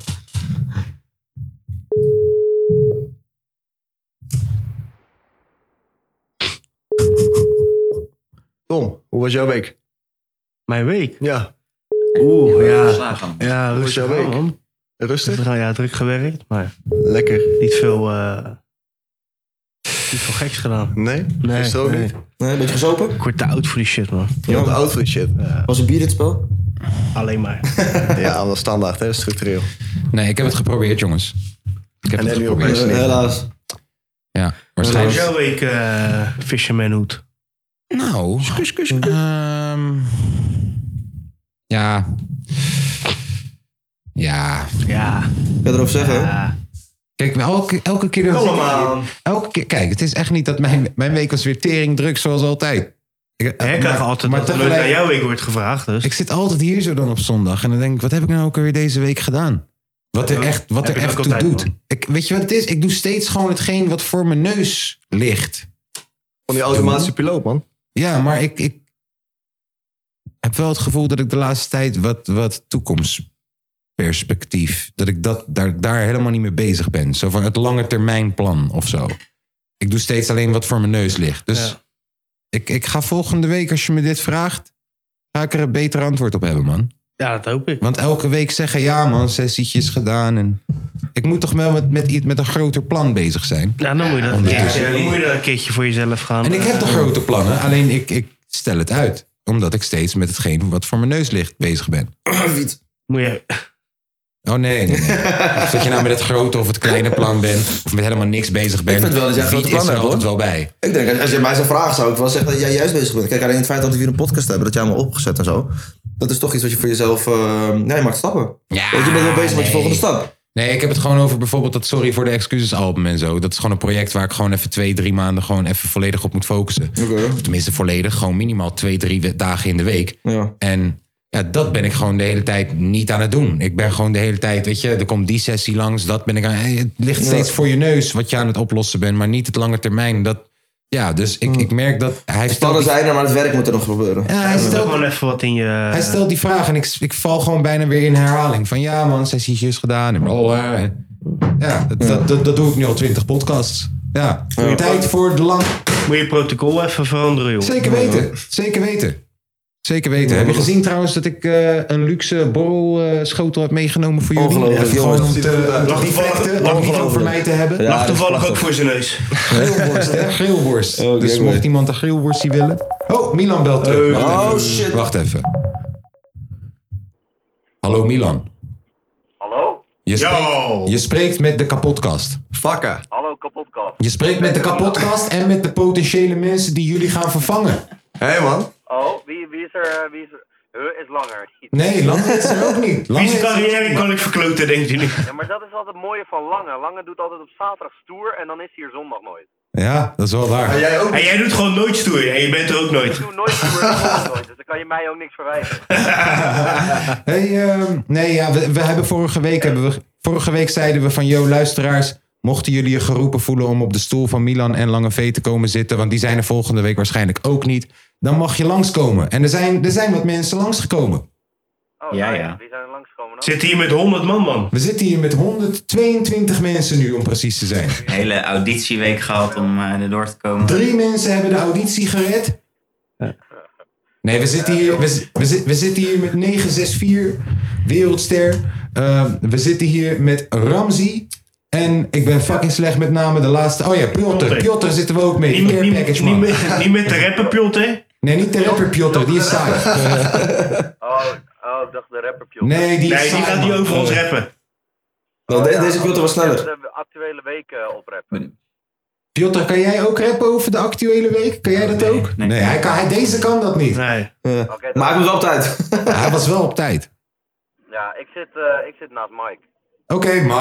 Speaker 4: Tom, hoe was jouw week?
Speaker 2: Mijn week.
Speaker 4: Ja,
Speaker 2: Oeh, ja.
Speaker 8: Slagen.
Speaker 2: Ja,
Speaker 4: was jouw
Speaker 2: rustig aan,
Speaker 4: week?
Speaker 2: man.
Speaker 4: rustig.
Speaker 2: Nou ja, druk gewerkt, maar
Speaker 4: Lekker.
Speaker 2: niet veel, eh, niet veel geks gedaan.
Speaker 4: Nee?
Speaker 2: Nee,
Speaker 4: Is het ook
Speaker 2: nee.
Speaker 4: niet?
Speaker 3: Nee, een beetje gezopen.
Speaker 2: Ik word te oud voor die shit, man.
Speaker 4: Je bent oud voor die shit.
Speaker 3: Was een bier dit spel?
Speaker 2: Alleen maar.
Speaker 4: Ja, dan standaard, hè? Structureel.
Speaker 1: Nee, ik heb het geprobeerd, jongens. Ik heb
Speaker 4: En
Speaker 1: het
Speaker 4: heb je ook
Speaker 1: geprobeerd.
Speaker 4: niet.
Speaker 3: Eh, Helaas.
Speaker 1: Ja,
Speaker 2: Hoe is
Speaker 1: waarschijnlijk.
Speaker 2: jouw week, eh Fisherman Hoed?
Speaker 1: Nou, ehm, ja. Ja.
Speaker 2: Ja.
Speaker 3: Kan je erover zeggen?
Speaker 2: ja.
Speaker 1: Kijk, nou, elke, elke keer... dat- Elke keer, kijk, het is echt niet dat mijn, mijn week was weer tering druk zoals altijd. Ik, eh,
Speaker 2: Hè, Ik krijg altijd
Speaker 1: maar
Speaker 2: dat er nooit
Speaker 1: tegelijk-
Speaker 2: naar jouw week wordt gevraagd, dus.
Speaker 1: Ik zit altijd hier zo dan op zondag. En dan denk ik, wat heb ik nou ook alweer deze week gedaan? Wat er
Speaker 2: Ja,
Speaker 1: echt, wat
Speaker 2: heb
Speaker 1: er
Speaker 2: ik
Speaker 1: echt
Speaker 2: ook
Speaker 1: toe
Speaker 2: altijd,
Speaker 1: doet.
Speaker 2: man.
Speaker 1: Ik, weet je wat het is? Ik doe steeds gewoon hetgeen wat voor mijn neus ligt.
Speaker 4: Van die automatische piloot, man.
Speaker 1: Ja, maar ik, ik heb wel het gevoel dat ik de laatste tijd wat, wat toekomstperspectief... dat ik dat, daar, daar helemaal niet mee bezig ben. Zo van het lange termijn plan of zo. Ik doe steeds alleen wat voor mijn neus ligt. Dus
Speaker 2: Ja.
Speaker 1: ik, ik ga volgende week, als je me dit vraagt... ga ik er een beter antwoord op hebben, man.
Speaker 2: Ja, dat hoop ik.
Speaker 1: Want elke week zeggen, ja man, sessietjes gedaan. En ik moet toch wel met, met, iets- met een groter plan bezig zijn.
Speaker 2: Ja, dan moet je dat,
Speaker 1: Ondertussen.
Speaker 2: ja, dan moet je dat een keertje voor jezelf gaan.
Speaker 1: En ik heb
Speaker 2: eh,
Speaker 1: toch grote plannen, alleen ik, ik stel het uit. Omdat ik steeds met hetgeen wat voor mijn neus ligt bezig ben.
Speaker 3: Wiet.
Speaker 2: Moet je...
Speaker 1: Oh nee, nee, nee. Of dat je nou met het grote of het kleine plan bent. Of met helemaal niks bezig bent.
Speaker 3: vind wel dat jij
Speaker 1: die
Speaker 3: grote
Speaker 1: is
Speaker 3: plannen
Speaker 1: er
Speaker 3: hebt,
Speaker 1: altijd wel bij.
Speaker 3: Ik denk, als- als je mij zou vragen, zou ik wel zeggen dat jij juist bezig bent. Kijk, alleen het feit dat we hier een podcast hebben, dat jij allemaal opgezet en zo. Dat is toch iets wat je voor jezelf... eh, ja, je maakt stappen.
Speaker 1: Ja,
Speaker 3: Want je bent wel bezig met je
Speaker 1: nee.
Speaker 3: volgende stap.
Speaker 1: Nee, ik heb het gewoon over bijvoorbeeld dat Sorry voor de Excuses album en zo. Dat is gewoon een project waar ik gewoon even twee, drie maanden gewoon even volledig op moet focussen. Of tenminste volledig, gewoon minimaal twee, drie we- dagen in de week.
Speaker 3: Ja.
Speaker 1: En ja, dat ben ik gewoon de hele tijd niet aan het doen. Ik ben gewoon de hele tijd, weet je, er komt die sessie langs, dat ben ik aan. hey, Het ligt steeds voor je neus wat je aan het oplossen bent, maar niet het lange termijn. Dat, ja, dus ik, ik merk dat hij stelt,
Speaker 3: Plannen
Speaker 1: die,
Speaker 3: zijn er, maar Hmm. het werk moet er nog gebeuren.
Speaker 1: ja, hij
Speaker 2: Doe
Speaker 1: stelt
Speaker 2: gewoon even wat in je... eh,
Speaker 1: hij stelt die vraag en ik, ik val gewoon bijna weer in herhaling. Van ja man, sessietjes gedaan. En blablabla. En ja, dat, dat, dat, dat doe ik nu al twintig podcasts. Ja, tijd voor de lang...
Speaker 2: Moet je protocol even veranderen, joh.
Speaker 1: Zeker weten, zeker weten. Zeker weten. Heb je gezien trouwens dat ik eh, een luxe borrelschotel heb meegenomen voor jullie?
Speaker 3: Ongelooflijk,
Speaker 1: Even
Speaker 3: jongens.
Speaker 1: Gewoon om te, om te
Speaker 2: Lag toevallig-
Speaker 1: deflecten,
Speaker 2: lag
Speaker 1: om niet over
Speaker 2: toevallig.
Speaker 1: mij te hebben.
Speaker 3: Ja,
Speaker 2: Lag
Speaker 3: dat is
Speaker 2: toevallig ook
Speaker 3: prachtig.
Speaker 2: voor zijn neus.
Speaker 1: Grillworst, hè? Grillworst.
Speaker 3: Oh,
Speaker 1: dus
Speaker 3: kijk maar.
Speaker 1: mocht iemand een grillworst die willen... Oh, Milan belt terug. Wacht
Speaker 3: Oh,
Speaker 1: even.
Speaker 3: shit.
Speaker 1: Wacht even. Hallo Milan.
Speaker 5: Hallo?
Speaker 1: Je spreekt, je spreekt met de kapotkast.
Speaker 3: Fakka.
Speaker 5: Hallo, kapotkast.
Speaker 1: Je spreekt met de kapotkast en met de potentiële mensen die jullie gaan vervangen.
Speaker 3: Hé hey, man.
Speaker 5: Oh, wie, wie is er... eh, Wie is er... Huh, is langer.
Speaker 1: Nee, Lange is er ook niet. Lange
Speaker 2: Wie zijn
Speaker 1: is-
Speaker 2: carrière kan ik verkloten, denkt u niet?
Speaker 5: Ja, maar dat is altijd het mooie van Lange. Lange doet altijd op zaterdag stoer en dan is hij er zondag nooit.
Speaker 1: Ja, dat is wel
Speaker 3: Ah,
Speaker 4: En
Speaker 1: waar.
Speaker 4: jij ook?
Speaker 2: En jij doet gewoon nooit stoer en je bent er ook nooit.
Speaker 5: Ik doe nooit stoer en zondag nooit, dus dan kan je mij ook niks verwijten.
Speaker 1: Hey, ehm, nee, ja, we, we hebben vorige week, hebben we, vorige week zeiden we van... Yo, luisteraars, mochten jullie je geroepen voelen om op de stoel van Milan en Lange V te komen zitten... want die zijn er volgende week waarschijnlijk ook niet... dan mag je langskomen. En er zijn, er zijn wat mensen langsgekomen.
Speaker 5: Oh,
Speaker 8: Ja,
Speaker 5: nou
Speaker 8: ja.
Speaker 5: Die zijn langsgekomen dan.
Speaker 2: Zit hier met 100 man, man.
Speaker 1: We zitten hier met 122 mensen nu, om precies te zijn.
Speaker 8: Een hele auditieweek gehad om eh, erdoor te komen.
Speaker 1: Drie mensen hebben de auditie gered. Nee, we zitten hier, we, zi- we, zi- we zitten hier met 964, wereldster. Ehm, we zitten hier met Ramzi. En ik ben fucking slecht met namen de laatste. Oh ja, Piotr. Piotr zitten we ook mee.
Speaker 2: Niet,
Speaker 1: Care
Speaker 2: niet, niet,
Speaker 1: package,
Speaker 2: niet
Speaker 1: man.
Speaker 2: met, niet met de rapper, Pjotte.
Speaker 1: Nee, niet de rapper Piotr, die is saai. Eh,
Speaker 5: Oh, oh, ik dacht de rapper Pjotter.
Speaker 1: Nee, die
Speaker 2: Nee, die
Speaker 1: is saai,
Speaker 2: gaat niet
Speaker 1: man. Oh,
Speaker 2: over ons rappen.
Speaker 3: Nou, de- deze
Speaker 5: komt
Speaker 3: computer was sneller.
Speaker 5: De actuele week eh, opreppen.
Speaker 1: Piotr, kan jij ook rappen over de actuele week? Kan jij dat ook?
Speaker 8: nee.
Speaker 1: Nee, hij kan, hij, deze kan dat niet.
Speaker 2: Nee.
Speaker 5: Oké, dan-
Speaker 3: Maak me wel op tijd.
Speaker 1: Hij was wel op tijd.
Speaker 5: Ja, ik zit, eh, ik zit naast Mike.
Speaker 1: Oké, Mike.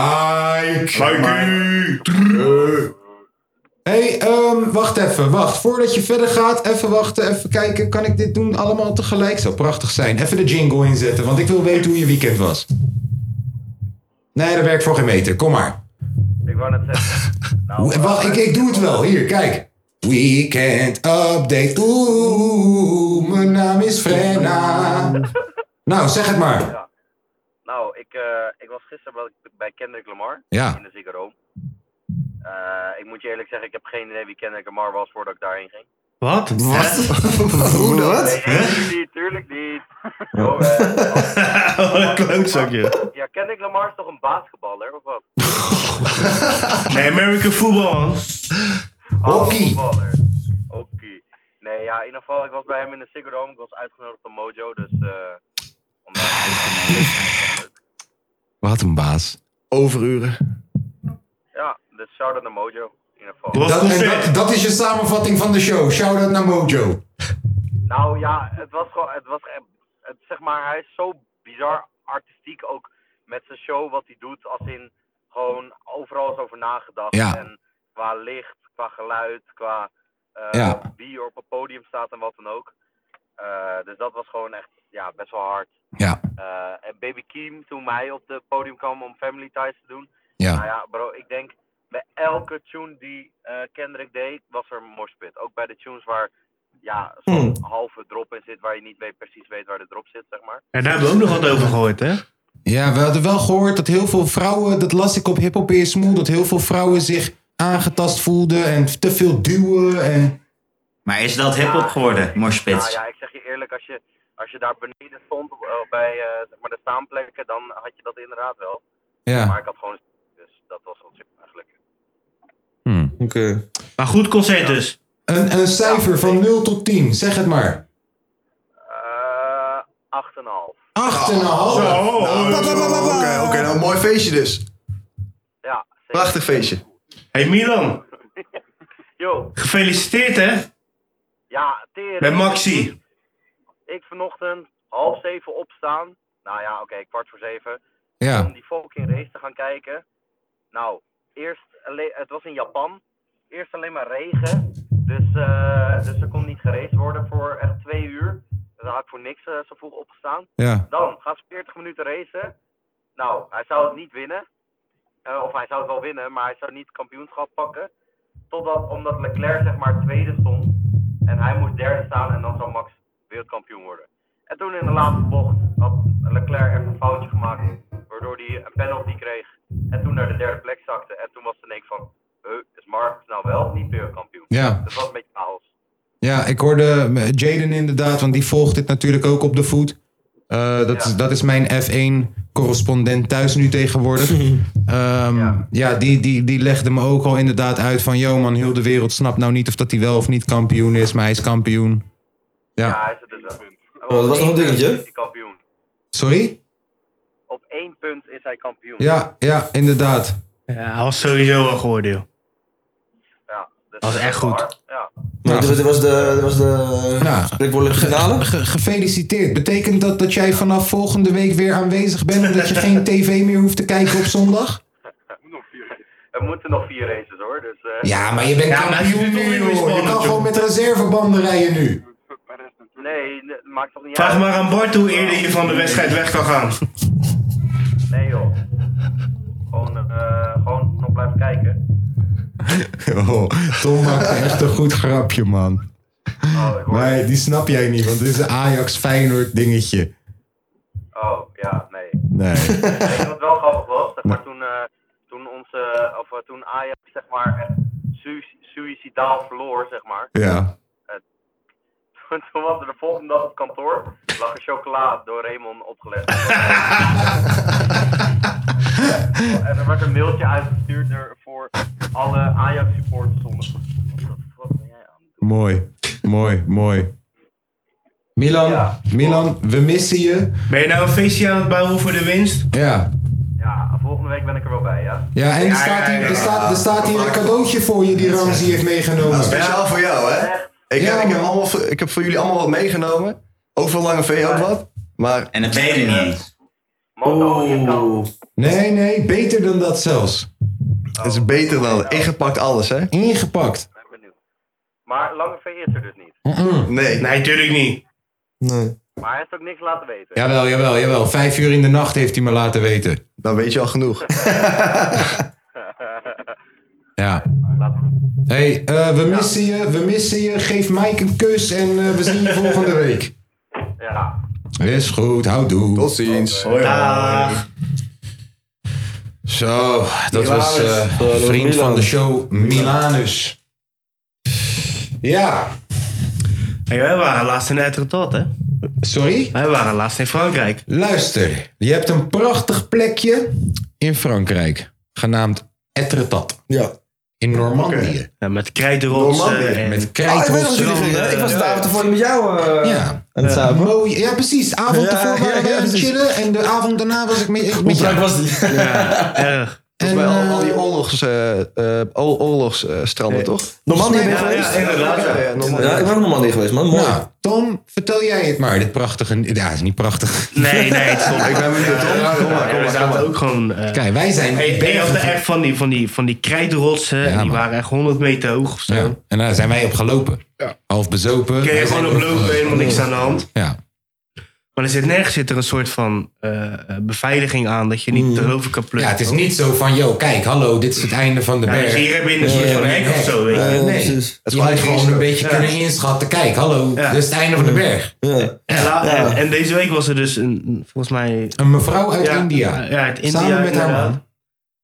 Speaker 1: Hé, hey, ehm, wacht even, wacht. Voordat je verder gaat, even wachten, even kijken. Kan ik dit doen allemaal tegelijk? Zou prachtig zijn. Even de jingle inzetten, want ik wil weten hoe je weekend was. Nee, dat werkt voor geen meter. Kom maar.
Speaker 5: Ik wou net zeggen.
Speaker 1: Hoe- Wacht, ik, ik doe het wel. Hier, kijk. Weekend update. Oeh, mijn naam is Frenna. Nou, zeg het maar.
Speaker 5: Nou, ik, eh, ik was gisteren wel bij Kendrick Lamar.
Speaker 1: Ja.
Speaker 5: in de Ziggo Dome. Eh, ik moet je eerlijk zeggen, ik heb geen idee wie Kendrick Lamar was voordat ik daarheen ging.
Speaker 2: Wat?
Speaker 3: Hoe dat?
Speaker 5: Nee, natuurlijk niet, tuurlijk niet. Oh, eh,
Speaker 2: Wat Oh, een klootzakje.
Speaker 5: ja, Kendrick Lamar is toch een basketballer, of wat?
Speaker 2: Nee, American Football, man.
Speaker 1: Hockey.
Speaker 5: Oh, voetballer. Hockey. Nee, ja, in ieder geval, ik was bij hem in de Ziggo Dome. Ik was uitgenodigd door Mojo, dus... eh om daar-
Speaker 1: Wat een baas.
Speaker 4: Overuren.
Speaker 5: ja, dus shout-out naar Mojo, in ieder geval.
Speaker 2: Wat
Speaker 1: Dat, en
Speaker 2: concert.
Speaker 1: dat, dat is je samenvatting van de show. Shout-out naar Mojo.
Speaker 5: Nou ja, het was gewoon, het was, echt- het, zeg maar, hij is zo bizar artistiek ook met zijn show wat hij doet, als in gewoon overal is over nagedacht.
Speaker 1: Ja.
Speaker 5: En qua licht, qua geluid, qua eh,
Speaker 1: Ja.
Speaker 5: wie er op het podium staat en wat dan ook. Eh, dus dat was gewoon echt, ja, best wel hard.
Speaker 1: Ja,
Speaker 5: Eh, en Baby Keem, toen hij op het podium kwam om Family Ties te doen. Nou
Speaker 1: ja.
Speaker 5: ja, bro, ik denk bij elke tune die eh, Kendrick deed, was er een morspit. Ook bij de tunes waar ja, zo'n halve drop in zit, waar je niet mee precies weet waar de drop zit, zeg maar.
Speaker 2: En daar hebben we ook nog wat over gehoord, hè?
Speaker 1: Ja, we hadden wel gehoord dat heel veel vrouwen, dat las ik op Hip Hop Is Moe, dat heel veel vrouwen zich aangetast voelden en te veel duwen. En...
Speaker 8: Maar is dat hip-hop geworden,
Speaker 5: Nou
Speaker 8: Morspits?
Speaker 5: ja, ik zeg je eerlijk, als je, als je daar beneden stond op- eh, bij eh, zeg maar de staanplekken, dan had je dat inderdaad wel. Maar
Speaker 1: Ja.
Speaker 5: ik had gewoon... Dus dat was wel super eigenlijk.
Speaker 3: Hmm. Oké.
Speaker 2: Maar goed concert dus.
Speaker 1: Een, een cijfer van 0 tot 10, zeg het maar.
Speaker 5: Eh 8,5.
Speaker 1: 8,5.
Speaker 4: Oké, oké, nou mooi feestje dus.
Speaker 5: Ja, zeker.
Speaker 4: Prachtig feestje.
Speaker 2: Hey Milan,
Speaker 5: Yo,
Speaker 2: gefeliciteerd hè?
Speaker 5: ja, tering.
Speaker 2: Met Maxi.
Speaker 5: Ik vanochtend half zeven opstaan. Nou ja, oké, kwart voor zeven.
Speaker 1: Ja.
Speaker 5: om die fucking race te gaan kijken. Nou, eerst alleen, het was in Japan. Eerst alleen maar regen. Dus, eh, dus er kon niet geraced worden voor echt twee uur. Daar had ik voor niks eh, zo vroeg opgestaan.
Speaker 1: Ja.
Speaker 5: Dan gaan ze 40 minuten racen. Nou, hij zou het niet winnen. Eh, of hij zou het wel winnen, maar hij zou niet het kampioenschap pakken. Totdat, omdat Leclerc zeg maar tweede stond. En hij moest derde staan en dan zou Max wereldkampioen worden. En toen in de laatste bocht had Leclerc echt een foutje gemaakt. Waardoor hij een penalty kreeg. En toen naar de derde plek zakte. En toen was het denk van, eh, is Mark nou wel of niet wereldkampioen?
Speaker 1: Ja.
Speaker 5: Dat was een beetje chaos.
Speaker 1: Ja, ik hoorde eh, Jaden inderdaad, want die volgt dit natuurlijk ook op de voet. Eh, dat, is, dat is mijn F1-correspondent thuis nu tegenwoordig. Ehm, ja, die, die, die legde me ook al inderdaad uit van... yo man, heel de wereld snapt nou niet of dat hij wel of niet kampioen is... maar hij is kampioen. Ja.
Speaker 5: Ja, hij is het dus wel. Hij
Speaker 3: Oh, dat was nog een
Speaker 5: één punt
Speaker 3: dingetje.
Speaker 5: is hij kampioen.
Speaker 1: Sorry?
Speaker 5: Op één punt is hij kampioen.
Speaker 1: Ja, ja, inderdaad.
Speaker 2: Ja, hij was sowieso al geoordeeld.
Speaker 5: Ja, dus
Speaker 2: Dat is echt goed.
Speaker 5: hard. Ja.
Speaker 3: Maar
Speaker 1: Ja.
Speaker 3: dit dit was de, dit was de
Speaker 1: Ja.
Speaker 3: spreekwoordelijke finale.
Speaker 1: Ge- gefeliciteerd. Betekent dat dat jij vanaf volgende week weer aanwezig bent... en dat je geen tv meer hoeft te kijken op zondag?
Speaker 5: Er moeten nog vier races hoor. Dus, eh,
Speaker 1: Ja, maar je bent
Speaker 2: Ja, maar het is
Speaker 1: kampioen
Speaker 2: natuurlijk
Speaker 1: nu,
Speaker 2: weer
Speaker 1: joh. Je
Speaker 2: spannend,
Speaker 1: kan
Speaker 2: joh.
Speaker 1: gewoon met reservebanden rijden nu.
Speaker 5: Nee, n- maakt toch niet
Speaker 2: Vraag
Speaker 5: uit.
Speaker 2: maar aan Bart hoe eerder je van de wedstrijd weg kan gaan.
Speaker 5: Nee joh. Gewoon, eh, gewoon nog blijven kijken.
Speaker 1: Oh, Tom maakt echt een goed grapje, man.
Speaker 5: Oh, ik hoor-
Speaker 1: Maar die snap jij niet, want dit is een Ajax-Feyenoord dingetje.
Speaker 5: oh ja, nee.
Speaker 1: Nee.
Speaker 5: Weet je wat wel grappig was? Zeg maar, toen, eh, toen, onze, of, eh, toen Ajax zeg maar, echt sui- suïcidaal verloor, zeg maar.
Speaker 1: Ja.
Speaker 5: Toen was er de volgende dag op kantoor, lag er chocola door Raymond opgelegd. en er werd een mailtje uitgestuurd er voor alle Ajax supporters onder. Wat de fuck ben jij aan het doen?
Speaker 1: Mooi. Mooi, mooi. Milan,
Speaker 5: Ja.
Speaker 1: Milan, we missen je.
Speaker 2: Ben je nou een feestje aan het bouwen voor de winst?
Speaker 1: Ja.
Speaker 5: Ja, volgende week ben ik er wel bij, ja.
Speaker 1: Ja, en er staat hier, er staat, er staat hier een cadeautje voor je die Ramzi heeft meegenomen.
Speaker 4: Speciaal voor jou, hè? Ik,
Speaker 1: Ja,
Speaker 4: ik, heb
Speaker 1: man.
Speaker 4: allemaal, voor- ik heb voor jullie allemaal wat meegenomen. Ook voor Lange V ook wat. Maar
Speaker 8: En dat ben je er niet eens.
Speaker 5: Moto, je kan.
Speaker 1: Nee, nee, beter dan dat zelfs.
Speaker 4: het is beter dan ingepakt alles, hè?
Speaker 1: Ingepakt.
Speaker 5: Ik ben benieuwd. Maar Lange V is er dus niet.
Speaker 4: Nee.
Speaker 2: Nee, tuurlijk niet.
Speaker 5: Maar hij heeft ook niks laten weten.
Speaker 1: Jawel, jawel, jawel. Vijf uur in de nacht heeft hij me laten weten.
Speaker 4: Dan weet je al genoeg.
Speaker 1: Ja.
Speaker 5: Laten we-
Speaker 1: hey, eh, we missen je, we missen je. Geef Mike een kus en eh, we zien je volgende week.
Speaker 5: Ja.
Speaker 1: Is goed, houdoe.
Speaker 4: Tot ziens.
Speaker 2: Dag.
Speaker 1: Zo, dat was
Speaker 3: Milanus.
Speaker 1: eh,
Speaker 3: Hallo,
Speaker 1: vriend
Speaker 3: Milan.
Speaker 1: van de show Milanus. Ja,
Speaker 2: Hey, wij waren laatst in Etretat, hè?
Speaker 1: sorry.
Speaker 2: Wij waren laatst in Frankrijk.
Speaker 1: Luister, je hebt een prachtig plekje in Frankrijk. Genaamd Etretat.
Speaker 3: Ja.
Speaker 1: In Normandië.
Speaker 2: Ja, met krijtenrotsen.
Speaker 4: Normandië.
Speaker 2: en-
Speaker 1: Met
Speaker 3: Ah, ik weet nog dat jullie
Speaker 1: krijtholstranden.
Speaker 3: gingen. Ik was de
Speaker 2: Ja.
Speaker 3: avond ervoor met jou eh,
Speaker 1: Ja.
Speaker 3: aan het zuipen.
Speaker 1: Mooi. Oh, Ja, precies. Avond
Speaker 3: Ja,
Speaker 1: ervoor
Speaker 3: ja,
Speaker 1: waren wij
Speaker 3: ja,
Speaker 1: aan het
Speaker 3: precies.
Speaker 1: chillen. En de avond daarna was ik met, ik-
Speaker 3: Hoe
Speaker 1: met jou.
Speaker 3: vaak was die?
Speaker 2: Ja, erg.
Speaker 1: En,
Speaker 4: Bij al, al die
Speaker 1: eh,
Speaker 4: oorlogs, eh, eh, o- oorlogsstranden,
Speaker 2: Nee.
Speaker 4: toch?
Speaker 3: Normaal niet
Speaker 1: Ja,
Speaker 3: meer
Speaker 2: Ja,
Speaker 3: geweest?
Speaker 2: ja, inderdaad.
Speaker 4: Ja,
Speaker 2: ja.
Speaker 4: ja, normaal.
Speaker 3: Ja, ik ben ook normaal niet geweest, man. Mooi.
Speaker 1: nou, Tom, vertel jij het maar. Dit prachtige... Ja, het is niet prachtig.
Speaker 2: Nee, nee, het stond.
Speaker 4: Ik ben benieuwd. Kom maar, kom
Speaker 2: Ja,
Speaker 4: maar, kom
Speaker 2: we
Speaker 4: maar, kom
Speaker 2: zaten
Speaker 4: maar.
Speaker 2: ook gewoon... eh,
Speaker 1: Kijk, wij zijn...
Speaker 2: Hey,
Speaker 1: bergen
Speaker 2: hey, of de echt van die, van die, van die krijtrotsen,
Speaker 1: Ja,
Speaker 2: die
Speaker 1: man.
Speaker 2: waren echt 100 meter hoog of zo.
Speaker 1: Ja. En daar zijn wij op gelopen. Half bezopen.
Speaker 2: Kun
Speaker 1: Wij
Speaker 2: je gewoon
Speaker 1: zijn
Speaker 2: op lopen, helemaal niks aan de hand.
Speaker 1: Ja.
Speaker 2: Maar er zit nergens zit er een soort van eh, beveiliging aan dat je niet erover kan
Speaker 1: Mm. ja,
Speaker 2: plukken.
Speaker 1: het is niet zo van, joh, Oh, kijk, hallo, dit is het einde van de
Speaker 2: Ja, dus
Speaker 1: berg.
Speaker 2: hier heb je een soort
Speaker 1: Eh,
Speaker 2: van hek of zo, weet je.
Speaker 1: eh,
Speaker 3: Ja,
Speaker 1: nee,
Speaker 3: precies.
Speaker 1: je had gewoon een beetje
Speaker 2: Ja.
Speaker 1: kunnen inschatten. Kijk, hallo,
Speaker 2: Ja. Mm-hmm.
Speaker 1: dit is het einde van de berg.
Speaker 3: Ja.
Speaker 2: En, la- en, en deze week was er dus een, een- volgens mij...
Speaker 1: Een mevrouw uit
Speaker 2: ja,
Speaker 1: India.
Speaker 2: Ja, uit India.
Speaker 1: Samen met haar
Speaker 2: inderdaad.
Speaker 1: man.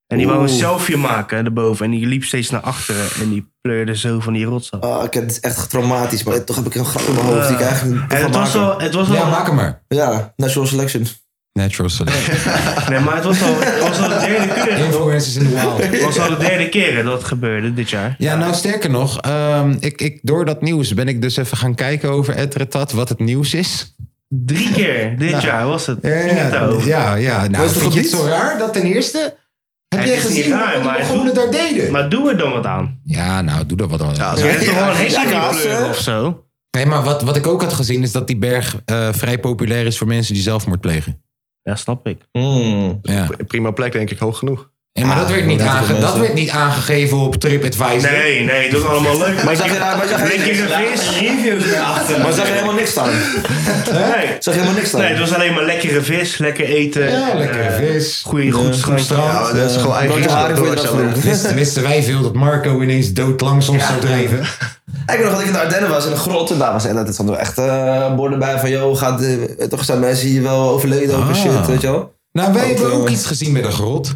Speaker 2: En die wou een
Speaker 3: Oeh.
Speaker 2: selfie maken erboven. En die liep steeds naar achteren. En die pleurde zo van die rots af.
Speaker 3: Ah, ik heb- het is echt traumatisch, maar Eh, toch heb ik een grap in mijn hoofd die ik eigenlijk niet
Speaker 2: Eh, en
Speaker 3: kan
Speaker 2: het was,
Speaker 3: maken.
Speaker 2: wel, het was wel...
Speaker 1: Ja, maak hem maar.
Speaker 3: Ja, natural selection.
Speaker 1: Natural selection.
Speaker 2: nee, maar het was al, het was al de derde keer.
Speaker 1: Influencers in the wild.
Speaker 2: Het was al de derde keer dat het gebeurde dit jaar.
Speaker 1: Ja, nou sterker nog, ehm, ik, ik, door dat nieuws ben ik dus even gaan kijken over Etretat, wat het nieuws is.
Speaker 2: Drie keer dit
Speaker 1: Nou,
Speaker 2: jaar was het.
Speaker 1: Ja,
Speaker 2: Ging het
Speaker 1: ja,
Speaker 2: daarover.
Speaker 1: ja. ja. Nou,
Speaker 3: het
Speaker 1: vind je het
Speaker 3: gebied?
Speaker 1: zo raar dat ten eerste... Heb
Speaker 2: Het
Speaker 1: jij
Speaker 2: is niet
Speaker 1: gezien
Speaker 2: raar,
Speaker 1: wat de
Speaker 2: maar het
Speaker 1: Mongolen
Speaker 2: doet-
Speaker 1: daar deden?
Speaker 2: Maar doe er dan wat aan.
Speaker 1: Ja, nou, doe dat wat dan.
Speaker 4: Ja,
Speaker 2: Je hebt toch gewoon een hekje
Speaker 3: ja,
Speaker 2: kunnen
Speaker 3: kaas,
Speaker 2: pleuren
Speaker 3: hè?
Speaker 2: of zo?
Speaker 1: Nee, maar wat, wat ik ook had gezien is dat die berg eh, vrij populair is voor mensen die zelfmoord plegen.
Speaker 2: Ja, snap ik.
Speaker 1: Hmm. Ja.
Speaker 4: Prima plek, denk ik, hoog genoeg.
Speaker 1: Ja, maar dat, werd niet
Speaker 3: dat
Speaker 1: aange-
Speaker 3: mensen-
Speaker 1: dat werd niet aangegeven op TripAdvisor.
Speaker 2: Nee, nee, dat is allemaal leuk. Maar
Speaker 3: zag je daar- maar zag je-
Speaker 2: Denk je er vis?
Speaker 8: Reviews meer achter.
Speaker 3: Maar zag je helemaal niks staan?
Speaker 2: Nee.
Speaker 3: Zag je helemaal niks staan?
Speaker 2: Nee, het was alleen maar lekkere vis, lekker eten.
Speaker 1: Ja, lekker
Speaker 2: Eh,
Speaker 1: vis.
Speaker 2: Goeie, goed
Speaker 1: Goed
Speaker 2: strand.
Speaker 1: strand.
Speaker 4: Ja,
Speaker 2: eh,
Speaker 4: dat is gewoon eigen
Speaker 3: Broodje haring voor je
Speaker 4: risico,
Speaker 3: eraf
Speaker 4: dat is
Speaker 3: genomen.
Speaker 1: Wisten, wisten wij veel dat Marco ineens dood langs ons zou drijven?
Speaker 3: Ik weet nog dat ik in de Ardennen was, in een grot. En daar was en dat stonden we echt eh, borden bij van... joh, gaat, eh, toch zijn mensen hier wel overleden over
Speaker 1: Ah.
Speaker 3: shit, weet je wel?
Speaker 1: Nou, wij hebben
Speaker 3: eh,
Speaker 1: ook iets gezien met een grot.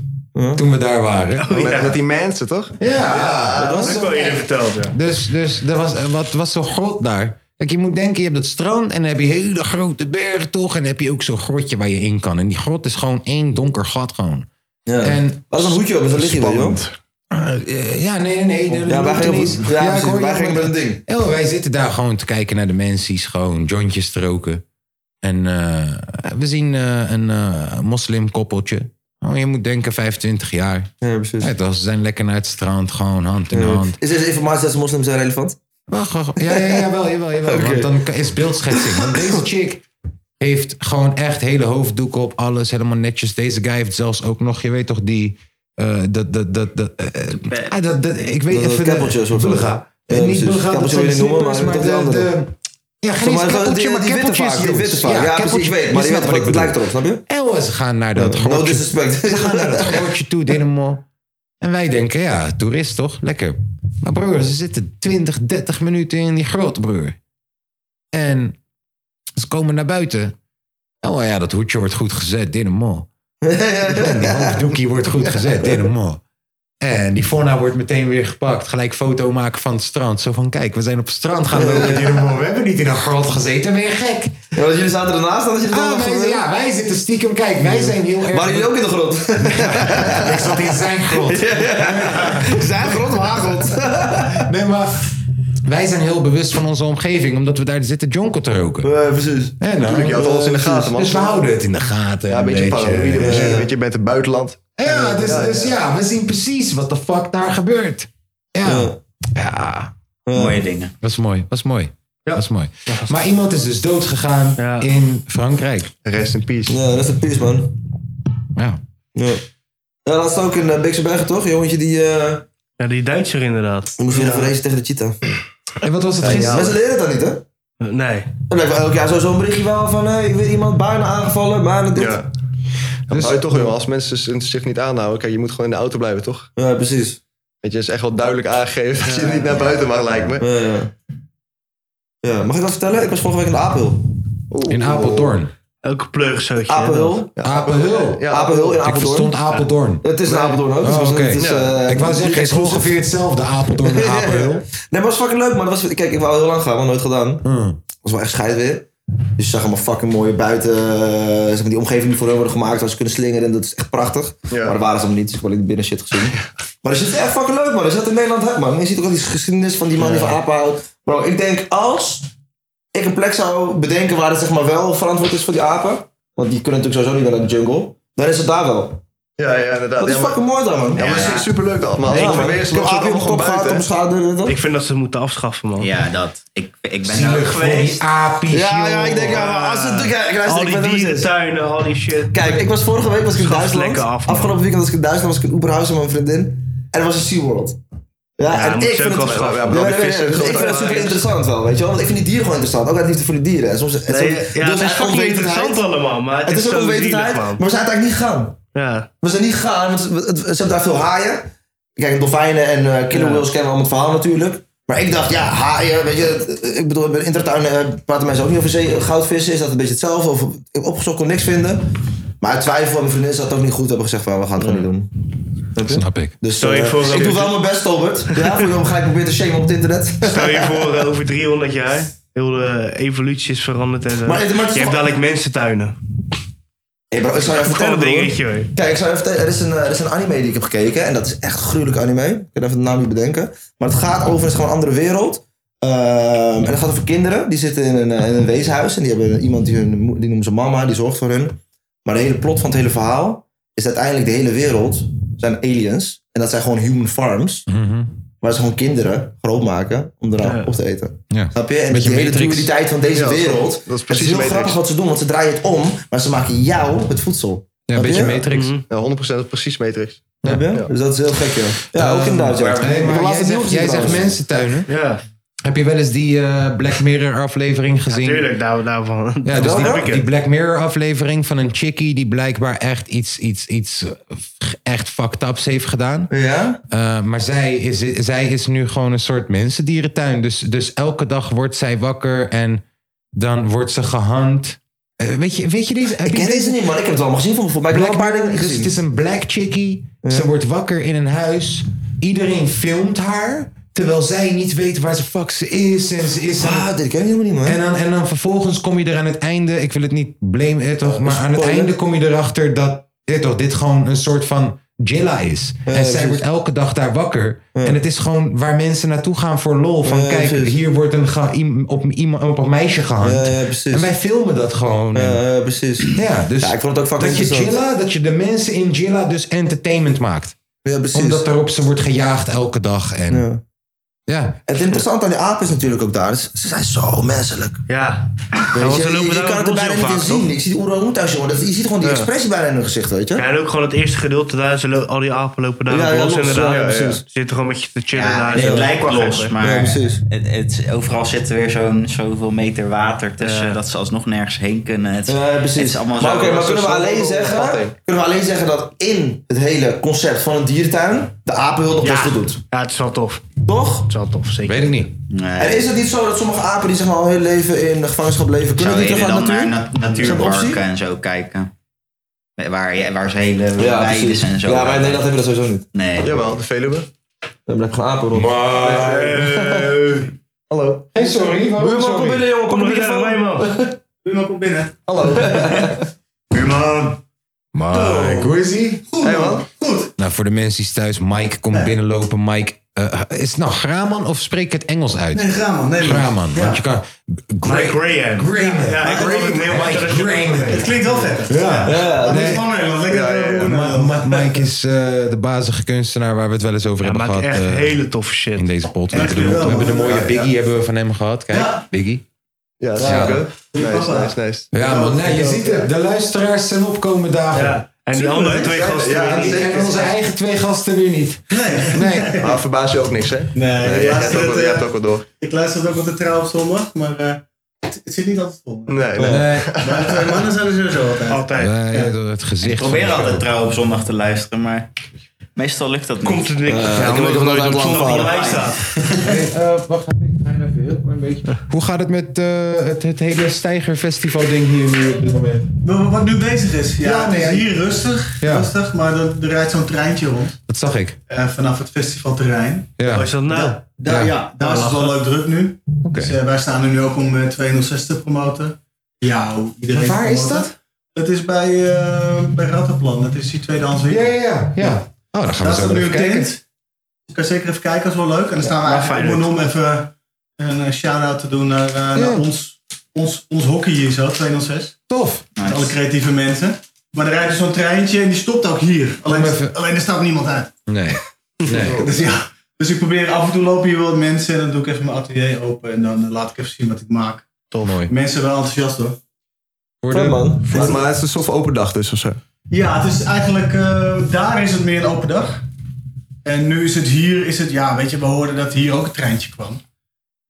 Speaker 1: Toen we daar waren.
Speaker 4: Oh, Met, met die mensen, toch?
Speaker 1: Ja, dat
Speaker 2: Dat
Speaker 1: was
Speaker 2: heb ik
Speaker 1: zo.
Speaker 2: wel eerder verteld, ja.
Speaker 1: Dus, dus er was, eh, wat was zo'n grot daar? Kijk, je moet denken, je hebt dat strand en dan heb je hele grote bergen toch. En dan heb je ook zo'n grotje waar je in kan. En die grot is gewoon één donker gat gewoon.
Speaker 3: Ja.
Speaker 1: En
Speaker 3: was een hoedje op, dus dan lig je wel, joh.
Speaker 1: eh, ja, nee, nee, nee.
Speaker 3: Ja, wij gingen op een- ja, precies,
Speaker 1: hoor je
Speaker 3: wij
Speaker 1: ook met-
Speaker 3: gingen met een ding.
Speaker 1: Ja, Oh, wij zitten daar gewoon te kijken naar de mensen, gewoon jointjes stroken. En eh, we zien eh, een eh moslimkoppeltje. Oh, je moet denken 25 jaar.
Speaker 3: Ja, precies.
Speaker 1: Ja, toch, ze zijn lekker naar het strand, gewoon hand in hand.
Speaker 3: Is deze informatie dat ze moslims zijn relevant?
Speaker 1: Wacht, wacht. Ja, ja, ja, wel, jawel, jawel.
Speaker 3: Oké.
Speaker 1: Want dan is beeldschetsing. Want deze chick heeft gewoon echt hele hoofddoek op, alles helemaal netjes. Deze guy heeft zelfs ook nog, je weet toch, die... eh, dat, dat, dat, dat, eh, ah, dat, dat- ik weet
Speaker 3: Dat- dat
Speaker 1: even...
Speaker 3: keppeltje, soort van.
Speaker 1: Bulga.
Speaker 3: Ja,
Speaker 1: Eh,
Speaker 3: precies.
Speaker 1: niet Bulga, dat
Speaker 3: Keppeltje
Speaker 1: zijn
Speaker 3: wil je niet noemen,
Speaker 1: slippers,
Speaker 3: maar
Speaker 1: maar
Speaker 3: toch
Speaker 1: de...
Speaker 3: die
Speaker 1: de ja, geen eens
Speaker 3: Zo, maar
Speaker 1: keppeltje,
Speaker 3: die-
Speaker 1: maar
Speaker 3: die witte
Speaker 1: keppeltjes.
Speaker 3: vaak, die
Speaker 1: jongens.
Speaker 3: witte vaak. Ja, precies, ik
Speaker 1: keppeltje.
Speaker 3: weet. Maar die
Speaker 1: Je
Speaker 3: weet
Speaker 1: snapt
Speaker 3: wat het lijkt erop, snap je?
Speaker 1: En ze gaan naar dat
Speaker 3: No
Speaker 1: grotje.
Speaker 3: disrespect.
Speaker 1: Ze gaan naar dat grotje toe, Dinamo. En wij denken, ja, toerist toch? Lekker. Maar broer, ze zitten 20, 30 minuten in die grot, broer. En ze komen naar buiten. Oh ja, dat hoedje wordt goed gezet, Dinamo. En die hoofddoekie wordt goed gezet, Dinamo. En die fauna wordt meteen weer gepakt. Gelijk foto maken van het strand. Zo van, kijk, we zijn op het strand gaan lopen, Dinamo. We hebben niet in een grot gezeten, ben je gek?
Speaker 3: Ja, want jullie zaten ernaast, dan had je het wel
Speaker 1: Ah, wij,
Speaker 3: nog-
Speaker 1: ja, wij zitten stiekem, kijk, wij zijn heel erg...
Speaker 3: Waren jullie ook in de grot?
Speaker 1: Ik zat in zijn grot.
Speaker 3: Zijn grot, maar haar grot.
Speaker 1: Nee, maar wij zijn heel bewust van onze omgeving, omdat we daar zitten jonkel te roken.
Speaker 3: Ja, precies.
Speaker 1: En
Speaker 4: Tuurlijk, je houdt alles in de gaten, man.
Speaker 1: Dus we houden het in de gaten.
Speaker 4: Ja, een beetje paranoïde.
Speaker 1: Ja,
Speaker 4: mensen, Weet je, je bent in het buitenland.
Speaker 1: ja, dus, dus ja, we zien precies wat de fuck daar gebeurt. Ja. Ja,
Speaker 8: Mooie dingen.
Speaker 1: was mooi, was mooi. was mooi. Maar iemand is dus dood gegaan
Speaker 2: Ja.
Speaker 1: in Frankrijk.
Speaker 4: Rest in peace.
Speaker 3: Ja, dat is een peace, man.
Speaker 1: Ja.
Speaker 3: Ja. Ja, laatst ook in uh, Beekse Bergen, toch? Jongetje die, eh
Speaker 2: Ja, die Duitser inderdaad.
Speaker 3: die moest weer gaan racen tegen de cheetah.
Speaker 1: En wat was het gisteren?
Speaker 3: Mensen leren dat niet, hè?
Speaker 2: Eh, Nee.
Speaker 3: Dan blijkt wel elk jaar zo- zo'n berichtje wel van... hé, ik weet iemand bijna aangevallen, bijna dit. Ja,
Speaker 4: Ja. Dus, hou je toch, jongen, als mensen z- zich niet aanhouden, kijk, je moet gewoon in de auto blijven, toch?
Speaker 3: precies.
Speaker 4: Weet je, is echt wel duidelijk aangegeven dat je niet naar buiten mag, lijkt me.
Speaker 3: Ja, ja. Ja, mag ik dat vertellen? Ik was vorige week in de Apelhul.
Speaker 1: In Apeldoorn.
Speaker 2: Ook een pleugzootje.
Speaker 3: Apelhul?
Speaker 1: Apelhul.
Speaker 4: Ja,
Speaker 3: Apelhul in
Speaker 1: Ik
Speaker 3: Apeldoorn.
Speaker 1: verstond Apeldoorn.
Speaker 3: Het is in Apeldoorn ook. dus
Speaker 1: Oh,
Speaker 3: het
Speaker 1: oké.
Speaker 3: is, eh,
Speaker 1: Ik wou zeggen, het is ongeveer hetzelfde, Apeldoorn en Apelhul.
Speaker 3: Nee, maar het was fucking leuk, man. Dat was, kijk, ik wou heel lang gaan, maar nooit gedaan.
Speaker 1: Hmm.
Speaker 3: Het was wel echt scheid weer. Dus je zag allemaal fucking mooie buiten. eh, zeg maar, die omgeving die voor hun worden gemaakt, waar ze kunnen slingeren. En dat is echt prachtig.
Speaker 4: Ja.
Speaker 3: Maar dat waren ze allemaal niet, dus ik heb alleen de binnen shit gezien. Maar dat is echt fucking leuk, man. Dat zat in Nederland uit, man. Je ziet ook al die geschiedenis van die man die van apen houdt. Bro, ik denk als ik een plek zou bedenken waar het zeg maar wel verantwoord is voor die apen. Want die kunnen natuurlijk sowieso niet naar de jungle. Dan is het daar wel.
Speaker 4: Ja, ja, inderdaad.
Speaker 3: Dat is
Speaker 4: Ja, maar,
Speaker 3: fucking mooi dan, man.
Speaker 4: ja, maar het is superleuk allemaal.
Speaker 3: Ja,
Speaker 4: Ik
Speaker 3: man.
Speaker 4: probeer ze
Speaker 3: Ik heb
Speaker 4: nog
Speaker 3: apen op
Speaker 4: zoveel
Speaker 3: mijn
Speaker 4: gewoon
Speaker 3: kop gehad, op mijn
Speaker 4: buiten.
Speaker 3: schouder. weet je wel.
Speaker 2: Ik vind dat ze moeten afschaffen, man.
Speaker 8: Ja, dat. Ik, ik ben daar ook
Speaker 1: Zielig voor
Speaker 8: geweest.
Speaker 1: die apies,
Speaker 3: Ja, ja,
Speaker 1: joh.
Speaker 3: ik denk, ja, als het... Ja, ik luister,
Speaker 2: Al
Speaker 3: ik
Speaker 2: die
Speaker 3: ben er niet eens.
Speaker 2: dierentuinen, al die shit.
Speaker 3: Kijk, ik was vorige week was ik in
Speaker 2: Schaf het
Speaker 3: Duitsland.
Speaker 2: lekker af, man.
Speaker 3: Afgelopen weekend was ik in Duitsland, was ik in Oeberhuis met mijn vriendin. En er was een SeaWorld. Ja,
Speaker 2: Ja,
Speaker 3: en
Speaker 2: moet
Speaker 3: ik
Speaker 2: je ook
Speaker 3: vind
Speaker 2: wel
Speaker 3: het...
Speaker 2: schaffen.
Speaker 3: Ja,
Speaker 4: Ja, maar
Speaker 3: nee,
Speaker 4: die
Speaker 3: nee, nee,
Speaker 4: vissen,
Speaker 3: nee, dus
Speaker 4: grote
Speaker 3: Ik vind dat super
Speaker 4: haaien.
Speaker 3: interessant wel, weet je wel. Want ik vind die dieren gewoon interessant. Ook uit liefde voor die dieren. En soms... en
Speaker 2: Nee,
Speaker 3: soms-
Speaker 2: ja,
Speaker 3: door
Speaker 2: het is
Speaker 3: zijn
Speaker 2: fucking
Speaker 3: onwetendheid-
Speaker 2: interessant allemaal, maar het,
Speaker 3: Het is ook
Speaker 2: zo
Speaker 3: onwetendheid,
Speaker 2: zielig, man.
Speaker 3: maar we zijn eigenlijk niet gegaan.
Speaker 2: Ja.
Speaker 3: We zijn niet gegaan, want het- het- ze hebben daar veel haaien. Kijk, dolfijnen en eh killer whales kennen we allemaal het verhaal natuurlijk. Maar ik dacht, ja, haaien, weet je, het- ik bedoel, bij Intertuin eh, praten mensen ook niet over zee, goudvissen. Is dat een beetje hetzelfde? Of ik opgezocht kon niks vinden. Maar uit twijfel, mijn vriendin zou het ook niet goed hebben gezegd van, we gaan het gewoon niet doen.
Speaker 1: Snap ik.
Speaker 3: Dus
Speaker 2: Stel je
Speaker 3: eh,
Speaker 2: voor dat
Speaker 3: ik doe
Speaker 2: je-
Speaker 3: wel mijn best, Albert. Ja, voor jou ga ik proberen te shamen op het internet.
Speaker 2: Stel je voor, eh, over 300 jaar, heel de evolutie is veranderd en zo.
Speaker 3: Maar het- maar het-
Speaker 2: je hebt dadelijk mensentuinen.
Speaker 3: Hey bro, ik zou je even
Speaker 2: Gewoon
Speaker 3: vertellen,
Speaker 2: een
Speaker 3: broer.
Speaker 2: dingetje, hoor.
Speaker 3: Kijk, ik zou je vertellen, er is, een, eh, er is een anime die ik heb gekeken. En dat is echt een gruwelijk anime. Ik kan even de naam niet bedenken. Maar het gaat over, het is gewoon een andere wereld. Ehm, en het gaat over kinderen. Die zitten in een, eh, in een weeshuis. En die hebben iemand, die, hun, mo- die noemen ze mama, die zorgt voor hun. Maar de hele plot van het hele
Speaker 1: Mhm.
Speaker 3: verhaal is uiteindelijk de hele wereld zijn aliens. En dat zijn gewoon human farms. Maar ze gewoon kinderen groot maken om eraan op te eten.
Speaker 1: Ja.
Speaker 3: Snap je? En
Speaker 1: Beetje
Speaker 3: die hele
Speaker 1: Matrix.
Speaker 3: dualiteit van deze
Speaker 4: Ja, dat is-
Speaker 3: wereld.
Speaker 4: dat is precies
Speaker 3: het is heel
Speaker 4: Matrix.
Speaker 3: grappig wat ze doen, want ze draaien het om, maar ze maken jou het voedsel.
Speaker 1: Ja, een
Speaker 3: Snap
Speaker 1: beetje
Speaker 3: je?
Speaker 1: Matrix.
Speaker 2: Mhm.
Speaker 4: Ja, 100% dat is precies Matrix.
Speaker 3: Snap je? Dus dat is heel gek, joh. Ja, ook inderdaad, ja. Ehm, Ik
Speaker 1: Nee,
Speaker 3: heb
Speaker 1: maar
Speaker 3: laatst
Speaker 1: jij
Speaker 3: het nieuws
Speaker 1: zegt,
Speaker 3: gezien
Speaker 1: jij zegt
Speaker 3: trouwens.
Speaker 1: mensentuinen.
Speaker 2: Ja,
Speaker 1: Heb je wel eens die eh, Black Mirror aflevering gezien?
Speaker 2: tuurlijk, daar, daarvan.
Speaker 1: Ja, dus
Speaker 3: Nou, Welke?
Speaker 1: die, die Black Mirror aflevering van een chickie die blijkbaar echt iets, iets, iets eh, echt fucked ups heeft gedaan.
Speaker 3: Ja?
Speaker 1: Eh, maar zij is, zij is nu gewoon een soort mensendierentuin. Dus, dus elke dag wordt zij wakker en dan wordt ze gehand. Eh, weet, je, weet je deze? heb
Speaker 3: Ik
Speaker 1: je
Speaker 3: ken deze niet, man. Ik heb het wel allemaal gezien van bijvoorbeeld. Maar ik
Speaker 1: Black
Speaker 3: heb wel een paar
Speaker 1: Mirror,
Speaker 3: dingen
Speaker 1: dus het
Speaker 3: gezien.
Speaker 1: is een black chickie. Ze wordt wakker in een huis. Iedereen filmt haar. Terwijl zij niet weet waar ze fuck ze is. En ze is aan het
Speaker 3: Ah, dit ken ik helemaal niet, man.
Speaker 1: en dan, en dan vervolgens kom je er aan het einde, ik wil het niet blame eh, toch, maar aan het
Speaker 3: spoiler.
Speaker 1: einde kom je erachter dat eh, toch, dit gewoon een soort van Jilla is. en zij
Speaker 3: precies.
Speaker 1: wordt elke dag daar wakker. En het is gewoon waar mensen naartoe gaan voor lol. Van
Speaker 3: Ja,
Speaker 1: kijk,
Speaker 3: precies.
Speaker 1: hier wordt een ge- iem- op, een iemand, op een meisje gehand.
Speaker 3: Ja, ja, precies.
Speaker 1: en wij filmen dat gewoon. En-
Speaker 3: Ja, ja, precies.
Speaker 1: ja, dus
Speaker 3: Ja, ik vond het ook vaak
Speaker 1: dat je
Speaker 3: interessant.
Speaker 1: Jilla, dat je de mensen in Jilla dus entertainment maakt.
Speaker 3: Ja, precies.
Speaker 1: Omdat daarop ze wordt gejaagd elke dag. En, ja.
Speaker 3: Ja. Het interessante aan die apen is natuurlijk ook daar. Ze zijn zo menselijk.
Speaker 2: Ja.
Speaker 3: Weet
Speaker 2: want
Speaker 3: je,
Speaker 2: ze
Speaker 3: je,
Speaker 2: lopen
Speaker 3: je
Speaker 2: daar
Speaker 3: kan
Speaker 2: ook
Speaker 3: het er
Speaker 2: los
Speaker 3: bijna
Speaker 2: heel
Speaker 3: niet in
Speaker 2: vaak, toch?
Speaker 3: zien. Ik zie die orang-oetangs, jongen. Dat, je ziet gewoon die expressie bijna in hun gezicht, weet je.
Speaker 2: Ja, en ook gewoon het eerste gedeelte daar, ze lo- al die apen lopen daar
Speaker 3: Ja, ja,
Speaker 2: los
Speaker 3: los,
Speaker 2: inderdaad.
Speaker 3: ja, ja, precies.
Speaker 2: Ze zitten gewoon met je te chillen
Speaker 8: Ja,
Speaker 2: daar.
Speaker 8: het
Speaker 2: Zo.
Speaker 8: lijkt wel los,
Speaker 2: gek,
Speaker 8: maar
Speaker 3: Ja, precies.
Speaker 8: het, het, overal zit er weer zo'n zoveel meter water tussen dat ze alsnog nergens heen kunnen. Het, is-
Speaker 3: Ja, precies.
Speaker 8: het is allemaal
Speaker 3: maar
Speaker 8: zo.
Speaker 3: oké, maar kunnen we,
Speaker 4: zo-
Speaker 3: alleen
Speaker 4: zo-
Speaker 3: zeggen,
Speaker 4: vat in.
Speaker 3: kunnen we alleen zeggen dat in het hele concept van een dierentuin de apen heel nog best goed doet?
Speaker 2: Ja, het is wel tof.
Speaker 3: Toch?
Speaker 2: Het is wel tof, zeker.
Speaker 1: Weet ik niet.
Speaker 8: Nee.
Speaker 3: En is het niet zo dat sommige apen die zeg maar al hun leven in de gevangenschap leven, kunnen
Speaker 8: Zou
Speaker 3: die
Speaker 8: je
Speaker 3: toch
Speaker 8: dan
Speaker 3: aan
Speaker 8: naar
Speaker 3: natuur?
Speaker 8: na-
Speaker 3: Is dat een optie?
Speaker 8: natuurparken en zo kijken? Waar, ja, waar ze hele weiden
Speaker 3: precies.
Speaker 8: en zo.
Speaker 3: Ja, maar in Nederland hebben we dat sowieso niet.
Speaker 8: Nee.
Speaker 4: Jawel, de Veluwe.
Speaker 3: Dan blijft gewoon apen rond. Maar... Hallo.
Speaker 1: Hey, sorry, waarom
Speaker 3: Buurman, kom binnen jongen, kom
Speaker 2: Kom
Speaker 3: naar
Speaker 2: maar
Speaker 3: de
Speaker 2: naar
Speaker 3: microfoon.
Speaker 2: mij, man.
Speaker 3: Hallo.
Speaker 1: Mike, hoe is ie?
Speaker 3: Hey man.
Speaker 1: Nou, voor de mensen die thuis, Mike komt binnenlopen. Mike, eh, is het nou Graman of spreek ik het Engels uit? Nee, Graman. Nee, Graman, want je kan... Grey-
Speaker 2: Mike Graham.
Speaker 1: Graham.
Speaker 2: Ja,
Speaker 3: Ah,
Speaker 2: ik hoor het eh, heel
Speaker 1: Mike
Speaker 2: erg.
Speaker 1: Graham.
Speaker 9: Klinkt wel vet.
Speaker 1: Ja.
Speaker 3: Ja,
Speaker 1: Nee,
Speaker 4: Ja, ja, ja.
Speaker 1: Ma- Ma- Mike is eh, de bazige kunstenaar waar we het wel eens over
Speaker 2: Hij
Speaker 1: hebben
Speaker 2: maakt
Speaker 1: gehad.
Speaker 2: echt
Speaker 1: eh,
Speaker 2: hele toffe
Speaker 1: in
Speaker 2: shit.
Speaker 1: deze podcast. We hebben de- we hebben de mooie Biggie hebben we van hem gehad. Kijk, Biggie.
Speaker 4: Ja, dat is
Speaker 1: Ja.
Speaker 4: ook, hè? Nice, nice, nice.
Speaker 1: Ja, man. Nee, je ziet het. De luisteraars zijn opkomen dagen.
Speaker 2: Ja. En die andere twee gasten.
Speaker 4: Ja,
Speaker 2: Ja,
Speaker 1: En die-
Speaker 4: zeker.
Speaker 1: en onze eigen twee gasten weer niet. Nee. Nee.
Speaker 4: Maar verbaas je ook niks, hè?
Speaker 9: Nee,
Speaker 4: Nee, jij
Speaker 9: ik,
Speaker 4: hebt
Speaker 9: luister
Speaker 4: ook
Speaker 9: het,
Speaker 4: wel- jij hebt
Speaker 9: eh,
Speaker 4: ook wel door.
Speaker 9: ik luister het ook op de trouw op zondag, maar eh, het, het zit niet altijd vol.
Speaker 4: Nee, nee.
Speaker 1: Nee.
Speaker 9: Maar twee mannen zijn er sowieso altijd.
Speaker 2: altijd.
Speaker 1: Nee, door het
Speaker 8: Ik
Speaker 1: gezicht.
Speaker 8: probeer
Speaker 1: van-
Speaker 8: altijd trouw op zondag te luisteren, maar meestal lukt dat niet.
Speaker 2: Komt er niks.
Speaker 3: ik
Speaker 2: Ja,
Speaker 3: weet
Speaker 2: omdat
Speaker 3: of
Speaker 2: het
Speaker 3: dat
Speaker 2: nooit op
Speaker 3: uitlaat
Speaker 2: zondag in de
Speaker 3: vallen.
Speaker 2: lijst staat.
Speaker 1: Hoe gaat het met eh, het, het hele Steigerfestival ding hier nu op dit moment?
Speaker 9: Wat wat nu bezig is, ja,
Speaker 1: Ja, nee,
Speaker 9: het is
Speaker 1: ja.
Speaker 9: hier rustig,
Speaker 1: Ja.
Speaker 9: rustig, maar er, er rijdt zo'n treintje rond
Speaker 1: Dat zag ik.
Speaker 9: eh, vanaf het festivalterrein.
Speaker 2: Wat
Speaker 1: Ja.
Speaker 2: is dat nou?
Speaker 9: Daar,
Speaker 1: Ja.
Speaker 9: ja. daar is het wel leuk druk nu.
Speaker 1: Oké.
Speaker 9: Dus eh, wij staan er nu ook om eh, 206 te promoten. Ja, hoe iedereen
Speaker 1: Waar is
Speaker 9: promoten.
Speaker 1: dat?
Speaker 9: Dat is bij, eh bij Rattenplan, dat is die tweedehands winkel.
Speaker 1: Ja, ja, ja. ja. Oh, dan gaan we
Speaker 9: Daar
Speaker 1: zo
Speaker 9: staat
Speaker 1: wel
Speaker 9: nu
Speaker 1: even
Speaker 9: een
Speaker 1: kijken.
Speaker 9: tent. Je kan zeker even kijken, dat is wel leuk. En dan staan we eigenlijk om en om even een eh, shout-out te doen naar, eh, naar ons, ons, ons hockey hier zo, 206.
Speaker 1: Tof.
Speaker 9: Met alle creatieve mensen. Maar er rijdt dus zo'n treintje en die stopt ook hier. Alleen,
Speaker 1: even-
Speaker 9: alleen er stapt niemand uit.
Speaker 1: Nee. Nee.
Speaker 9: Dus ja, dus ik probeer af en toe lopen hier wel wat mensen. En dan doe ik even mijn atelier open en dan eh, laat ik even zien wat ik maak.
Speaker 1: Tof. Mooi.
Speaker 9: Mensen wel enthousiast hoor.
Speaker 1: Voor
Speaker 3: Vet,
Speaker 1: de,
Speaker 3: man.
Speaker 4: Maar, maar het is een soort open dag dus of zo.
Speaker 9: Ja, het is eigenlijk, eh, daar is het meer een open dag. En nu is het hier, is het, ja, weet je, we hoorden dat hier ook een treintje kwam.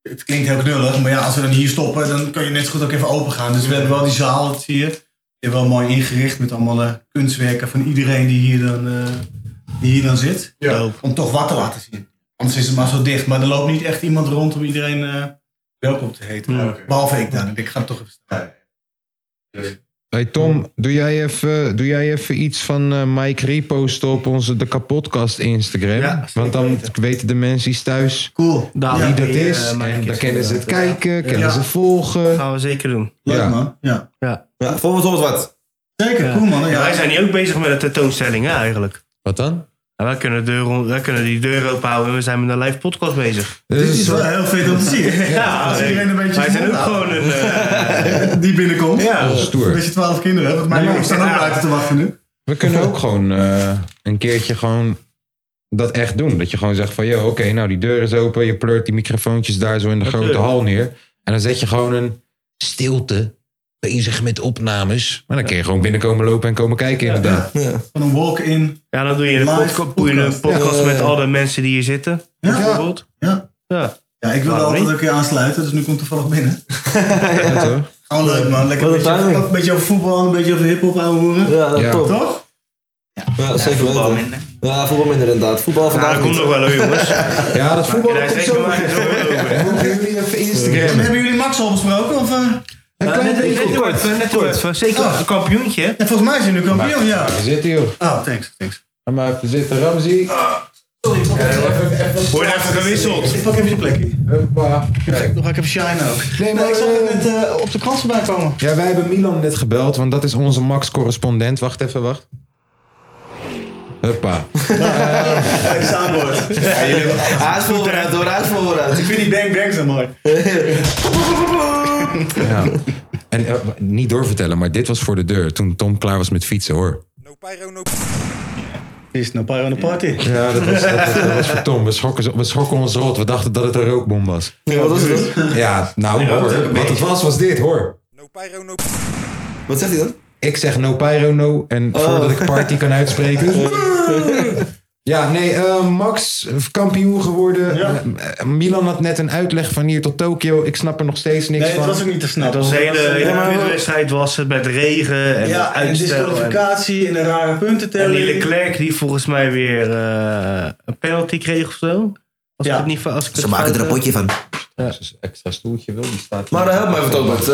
Speaker 9: Het klinkt heel knullig, maar ja, als we dan hier stoppen, dan kun je net zo goed ook even open gaan. Dus we hebben wel die zaal het hier. Hier wel mooi ingericht met allemaal eh, kunstwerken van iedereen die hier dan, eh, die hier dan zit. Om toch wat te laten zien. Anders is het maar zo dicht. Maar er loopt niet echt iemand rond om iedereen eh, welkom te heten. Behalve ik dan. Ik ga hem toch even staan.
Speaker 1: hey Tom, doe jij, even, doe jij even iets van eh, Mike reposten op onze De Kapotcast Instagram?
Speaker 2: Ja,
Speaker 1: Want dan weten de mensen thuis
Speaker 9: Cool.
Speaker 2: Daar,
Speaker 9: Ja,
Speaker 1: wie dat
Speaker 2: die, eh,
Speaker 1: is.
Speaker 2: Mike
Speaker 1: en dan
Speaker 2: is
Speaker 1: kennen ze het
Speaker 2: inderdaad.
Speaker 1: kijken, kennen
Speaker 9: Ja.
Speaker 1: ze volgen.
Speaker 2: Gaan we zeker doen.
Speaker 9: Leuk
Speaker 1: Ja.
Speaker 9: man. Ja.
Speaker 3: Ja, volgens ons wat.
Speaker 9: Zeker, cool man. Ja.
Speaker 2: Wij zijn hier ook bezig met de tentoonstelling, hè, eigenlijk.
Speaker 1: Wat dan?
Speaker 2: Ja, wij, kunnen de deur, on- wij kunnen die deur open houden en we zijn met een live podcast bezig.
Speaker 1: Dit
Speaker 9: Het is wel heel vet om te zien.
Speaker 2: Eh, Ja,
Speaker 9: als
Speaker 2: nee.
Speaker 9: iedereen een beetje
Speaker 2: Wij
Speaker 9: zijn
Speaker 2: zijn ook gewoon een... eh,
Speaker 9: die binnenkomt.
Speaker 2: ja,
Speaker 9: Een
Speaker 1: stoer.
Speaker 9: beetje twaalf kinderen, hè, want mijn
Speaker 1: Nee,
Speaker 9: jongens
Speaker 2: maar-
Speaker 9: staan ook buiten te wachten nu.
Speaker 1: We kunnen ook gewoon eh, een keertje gewoon dat echt doen. Dat je gewoon zegt van, joh, oké, nou die deur is open. Je pleurt die microfoontjes daar zo in de grote hal neer. En dan zet je gewoon een stilte bezig met opnames. Maar dan kun je gewoon binnenkomen lopen en komen kijken inderdaad.
Speaker 9: Van een walk-in.
Speaker 2: Ja, dan doe je de
Speaker 9: Live
Speaker 2: podca- doe je een
Speaker 9: podcast.
Speaker 2: podcast
Speaker 9: Ja.
Speaker 2: met al de mensen die hier zitten.
Speaker 9: Ja.
Speaker 2: Bijvoorbeeld.
Speaker 9: Ja.
Speaker 2: Ja.
Speaker 9: Ja, ik wilde
Speaker 2: Waarom
Speaker 9: altijd
Speaker 2: niet?
Speaker 9: een keer aansluiten, dus nu komt toevallig binnen. Gewoon leuk man, lekker
Speaker 3: Wat
Speaker 9: een
Speaker 3: een
Speaker 9: beetje,
Speaker 3: timing.
Speaker 9: een beetje over voetbal, een beetje over hiphop aan horen.
Speaker 3: Ja, dat
Speaker 1: Ja.
Speaker 3: top.
Speaker 9: Toch?
Speaker 3: Ja, zeker weten. Ja, voetbal minder inderdaad. Voetbal
Speaker 2: Nou,
Speaker 3: vandaag
Speaker 2: dat
Speaker 3: niet.
Speaker 2: komt nog wel hoor, jongens.
Speaker 1: Ja, dat voetbal
Speaker 2: Daar is
Speaker 1: komt
Speaker 2: rekening
Speaker 1: zo.
Speaker 2: mee, daar is ook wel over.
Speaker 9: En hebben jullie Max al besproken? Of, eh?
Speaker 1: Een klein
Speaker 2: Net
Speaker 1: beetje.
Speaker 2: kort, net kort. Zeker
Speaker 9: Oh.
Speaker 2: een kampioentje. hè?
Speaker 9: En volgens mij zijn jullie kampioen, ja.
Speaker 1: Even zitten, joh.
Speaker 9: Oh, thanks, thanks. Ah,
Speaker 1: Ga maar even zitten. Ramzi.
Speaker 2: Wordt even gewisseld.
Speaker 9: Ik pak even je plekje.
Speaker 1: Hoppa.
Speaker 9: Nog ga ik even shine ook.
Speaker 1: Nee, maar,
Speaker 9: ik zag het net eh, op de krant voorbij komen.
Speaker 1: Ja, wij hebben Milan net gebeld, want dat is onze Max-correspondent. Wacht even, wacht. Hoppa.
Speaker 9: Ik samenwoord.
Speaker 3: Hij is voorbereid hoor, hij is voorbereid.
Speaker 9: Ik vind die bang bang zo mooi.
Speaker 1: Ja. En eh, niet doorvertellen, maar dit was voor de deur toen Tom klaar was met fietsen, hoor.
Speaker 9: Is nou Pyro aan de party.
Speaker 1: Ja, dat was, dat, was- dat was voor Tom. We schrokken, zo- we schrokken ons rot. We dachten dat het een rookbom was.
Speaker 3: Ja, wat is dat?
Speaker 1: Ja, nou, hoor. Wat het was, was dit, hoor.
Speaker 3: Wat zegt hij dan? Oh.
Speaker 1: Ik zeg no pyro no. En voordat ik party kan uitspreken. Ja, nee, eh, Max kampioen geworden. Eh, Milan had net een uitleg van hier tot Tokio. Ik snap er nog steeds niks
Speaker 9: Nee,
Speaker 1: van.
Speaker 9: het was ook niet te snel.
Speaker 2: Het was een hele hele kutwedstrijd was het met regen en
Speaker 9: Ja, en
Speaker 2: uitstel. En,
Speaker 9: disqualificatie en een rare
Speaker 2: en die
Speaker 9: puntentelling.
Speaker 2: Leclerc die volgens mij weer eh, een penalty kreeg of zo. Als
Speaker 9: Ja.
Speaker 2: ik het niet als ik
Speaker 3: Ze
Speaker 2: het
Speaker 3: maken
Speaker 2: fout
Speaker 3: er een
Speaker 2: heb.
Speaker 3: potje van.
Speaker 1: Als je een extra stoeltje wil, die staat
Speaker 3: Maar
Speaker 1: daar
Speaker 3: dan help mij even ook wat.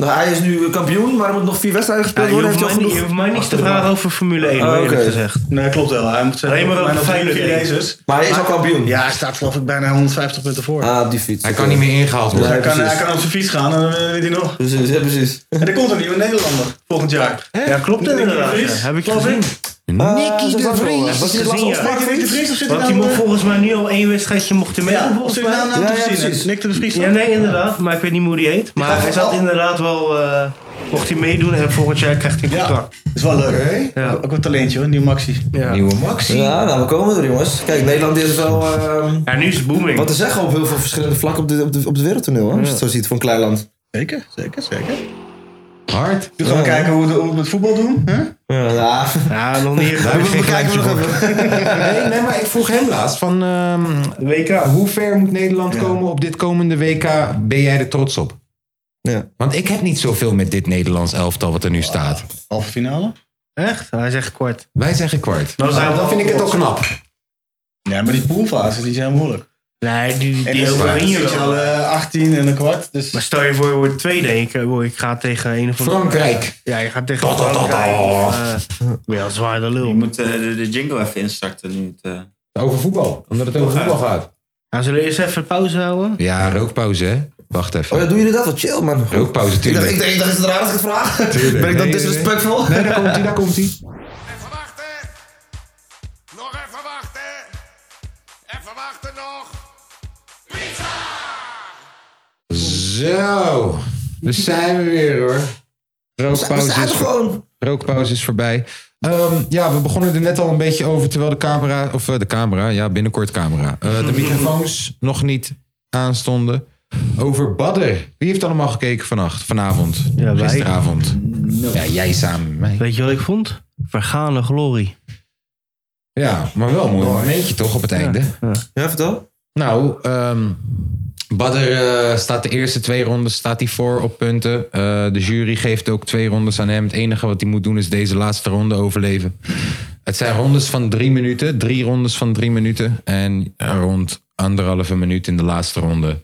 Speaker 3: Eh, hij is nu kampioen, maar er moeten nog vier wedstrijden
Speaker 2: Ja,
Speaker 3: gespeeld
Speaker 2: je,
Speaker 3: worden.
Speaker 2: hoeft
Speaker 3: Heeft
Speaker 2: mij
Speaker 3: hij al
Speaker 2: niet, je
Speaker 3: genoeg?
Speaker 2: hoeft mij niks te vragen over Formule 1,
Speaker 3: Ah,
Speaker 2: hoor,
Speaker 3: oké.
Speaker 2: eerlijk gezegd.
Speaker 9: Nee, klopt wel. Hij moet zeggen,
Speaker 2: Alleen maar
Speaker 9: volgens
Speaker 2: ook
Speaker 9: mij nog
Speaker 2: fijne
Speaker 9: drie
Speaker 2: dingen.
Speaker 9: Chineses.
Speaker 3: Maar hij is al kampioen.
Speaker 9: Ja, hij staat geloof ik bijna 150 punten voor.
Speaker 3: Ah, op die fiets.
Speaker 1: Hij kan niet meer ingehaald worden.
Speaker 3: Ja,
Speaker 9: hij, kan,
Speaker 3: precies.
Speaker 9: hij kan op zijn fiets gaan en dan eh, weet hij nog.
Speaker 3: Precies, ja, precies.
Speaker 9: En er komt een nieuwe Nederlander volgend jaar.
Speaker 2: Ja, klopt
Speaker 9: Nicky de
Speaker 2: inderdaad.
Speaker 9: Vries,
Speaker 2: Ja, heb ik
Speaker 9: geloof
Speaker 2: gezien.
Speaker 3: Nicky de Vries. Ah, Was hij de laatste
Speaker 2: Gezien, ja.
Speaker 3: opspraak
Speaker 9: Nick de
Speaker 3: fiets?
Speaker 9: Vries of zit hij
Speaker 2: Want
Speaker 9: nou...
Speaker 2: die moet
Speaker 9: eh,
Speaker 2: volgens mij nu al één wedstrijdje mocht hij mee.
Speaker 9: ja, of
Speaker 2: volgens
Speaker 9: zit hij nou
Speaker 2: mij.
Speaker 9: naam
Speaker 3: Ja,
Speaker 9: te
Speaker 3: ja,
Speaker 9: verzinnen?
Speaker 3: precies. oh.
Speaker 9: Nick de Vries.
Speaker 2: Ja, nee, inderdaad. Maar ik weet niet hoe die heet. Maar hij zat inderdaad wel... eh, mocht hij meedoen en volgend jaar krijgt hij een
Speaker 9: Ja,
Speaker 2: contract.
Speaker 9: is wel leuk. hè?
Speaker 2: Ja.
Speaker 9: Ook een talentje hoor, nieuw Maxi.
Speaker 2: Ja.
Speaker 1: Nieuwe Maxi.
Speaker 3: Ja, nou, we komen er jongens. Kijk, Nederland is wel ehm,
Speaker 2: Ja, nu is het booming.
Speaker 3: wat te zeggen op heel veel verschillende vlakken op, de, op, de, op het wereldtoneel. Hè? Als je het zo ziet, voor een klein land.
Speaker 9: Zeker, zeker, zeker.
Speaker 1: Hard.
Speaker 9: Nu gaan we
Speaker 3: Ja.
Speaker 9: kijken hoe we, hoe we het voetbal doen. hè?
Speaker 3: Ja, ja.
Speaker 2: Ja, nog niet. echt.
Speaker 3: we bekijken nog even.
Speaker 1: Nee, nee, maar ik vroeg hem laatst van... ehm,
Speaker 2: WK.
Speaker 1: hoe ver moet Nederland komen op dit komende WK? Ben jij er trots op?
Speaker 3: Ja.
Speaker 1: Want ik heb niet zoveel met dit Nederlands elftal wat er nu staat.
Speaker 9: Halve finale.
Speaker 2: Echt? Hij zegt kwart. Nou,
Speaker 1: Wij zeggen kwart.
Speaker 2: Dan zijn we
Speaker 1: dan
Speaker 2: al
Speaker 1: Nou, vind ik het al knap.
Speaker 9: Ja, maar die poolfases die zijn moeilijk.
Speaker 2: Nee, die,
Speaker 9: En
Speaker 2: die
Speaker 9: dan
Speaker 2: overwin je
Speaker 9: zit je al
Speaker 2: wel.
Speaker 9: eh, 18 en een kwart. Dus
Speaker 2: Maar stel je voor, je wordt tweede en ik, eh, ik ga tegen een of andere...
Speaker 1: Frankrijk.
Speaker 2: Ja, je gaat tegen
Speaker 1: Ta, ta, ta, ta.
Speaker 2: Frankrijk. of, eh, ben je al zwaar de
Speaker 8: Je
Speaker 2: lul.
Speaker 8: moet eh, de, de jingle even instarten nu. Het, eh,
Speaker 1: Over voetbal. Omdat het over voetbal gaat.
Speaker 2: Nou, zullen we eerst even pauze houden?
Speaker 1: Ja, rookpauze hè? Wacht even.
Speaker 3: Oh ja, doen jullie dat? Wat chill, man.
Speaker 1: Rookpauze,
Speaker 3: Ik dacht,
Speaker 1: tuurlijk.
Speaker 3: ik dacht, ik dacht, is het raar dat ik het vraag?
Speaker 1: Tuurlijk.
Speaker 3: Ben ik dan
Speaker 1: Nee, nee,
Speaker 3: disrespectful?
Speaker 1: Nee, daar komt hij, daar komt hij.
Speaker 6: Even wachten. Nog even wachten. Even wachten nog.
Speaker 1: Zo, daar zijn we weer hoor.
Speaker 3: We
Speaker 1: Rookpauze
Speaker 3: zijn
Speaker 1: is,
Speaker 3: er gewoon.
Speaker 1: rookpauze is voorbij. Ehm, ja, we begonnen er net al een beetje over terwijl de camera, of eh, de camera, ja binnenkort camera, eh, de microfoons nog niet aanstonden. Over Badder. Wie heeft allemaal gekeken vannacht, vanavond,
Speaker 2: Ja, wij. Mm,
Speaker 1: gisteravond? Ja, jij samen met mij.
Speaker 2: Weet je wat ik vond? Vergane glorie.
Speaker 1: Ja, maar wel een mooi momentje toch op het einde.
Speaker 3: Ja, vertel.
Speaker 1: Nou, ehm Badder eh, staat de eerste twee rondes staat hij voor op punten. Eh, de jury geeft ook twee rondes aan hem. Het enige wat hij moet doen is deze laatste ronde overleven. Het zijn rondes van drie minuten. Drie rondes van drie minuten. En rond anderhalve minuut in de laatste ronde.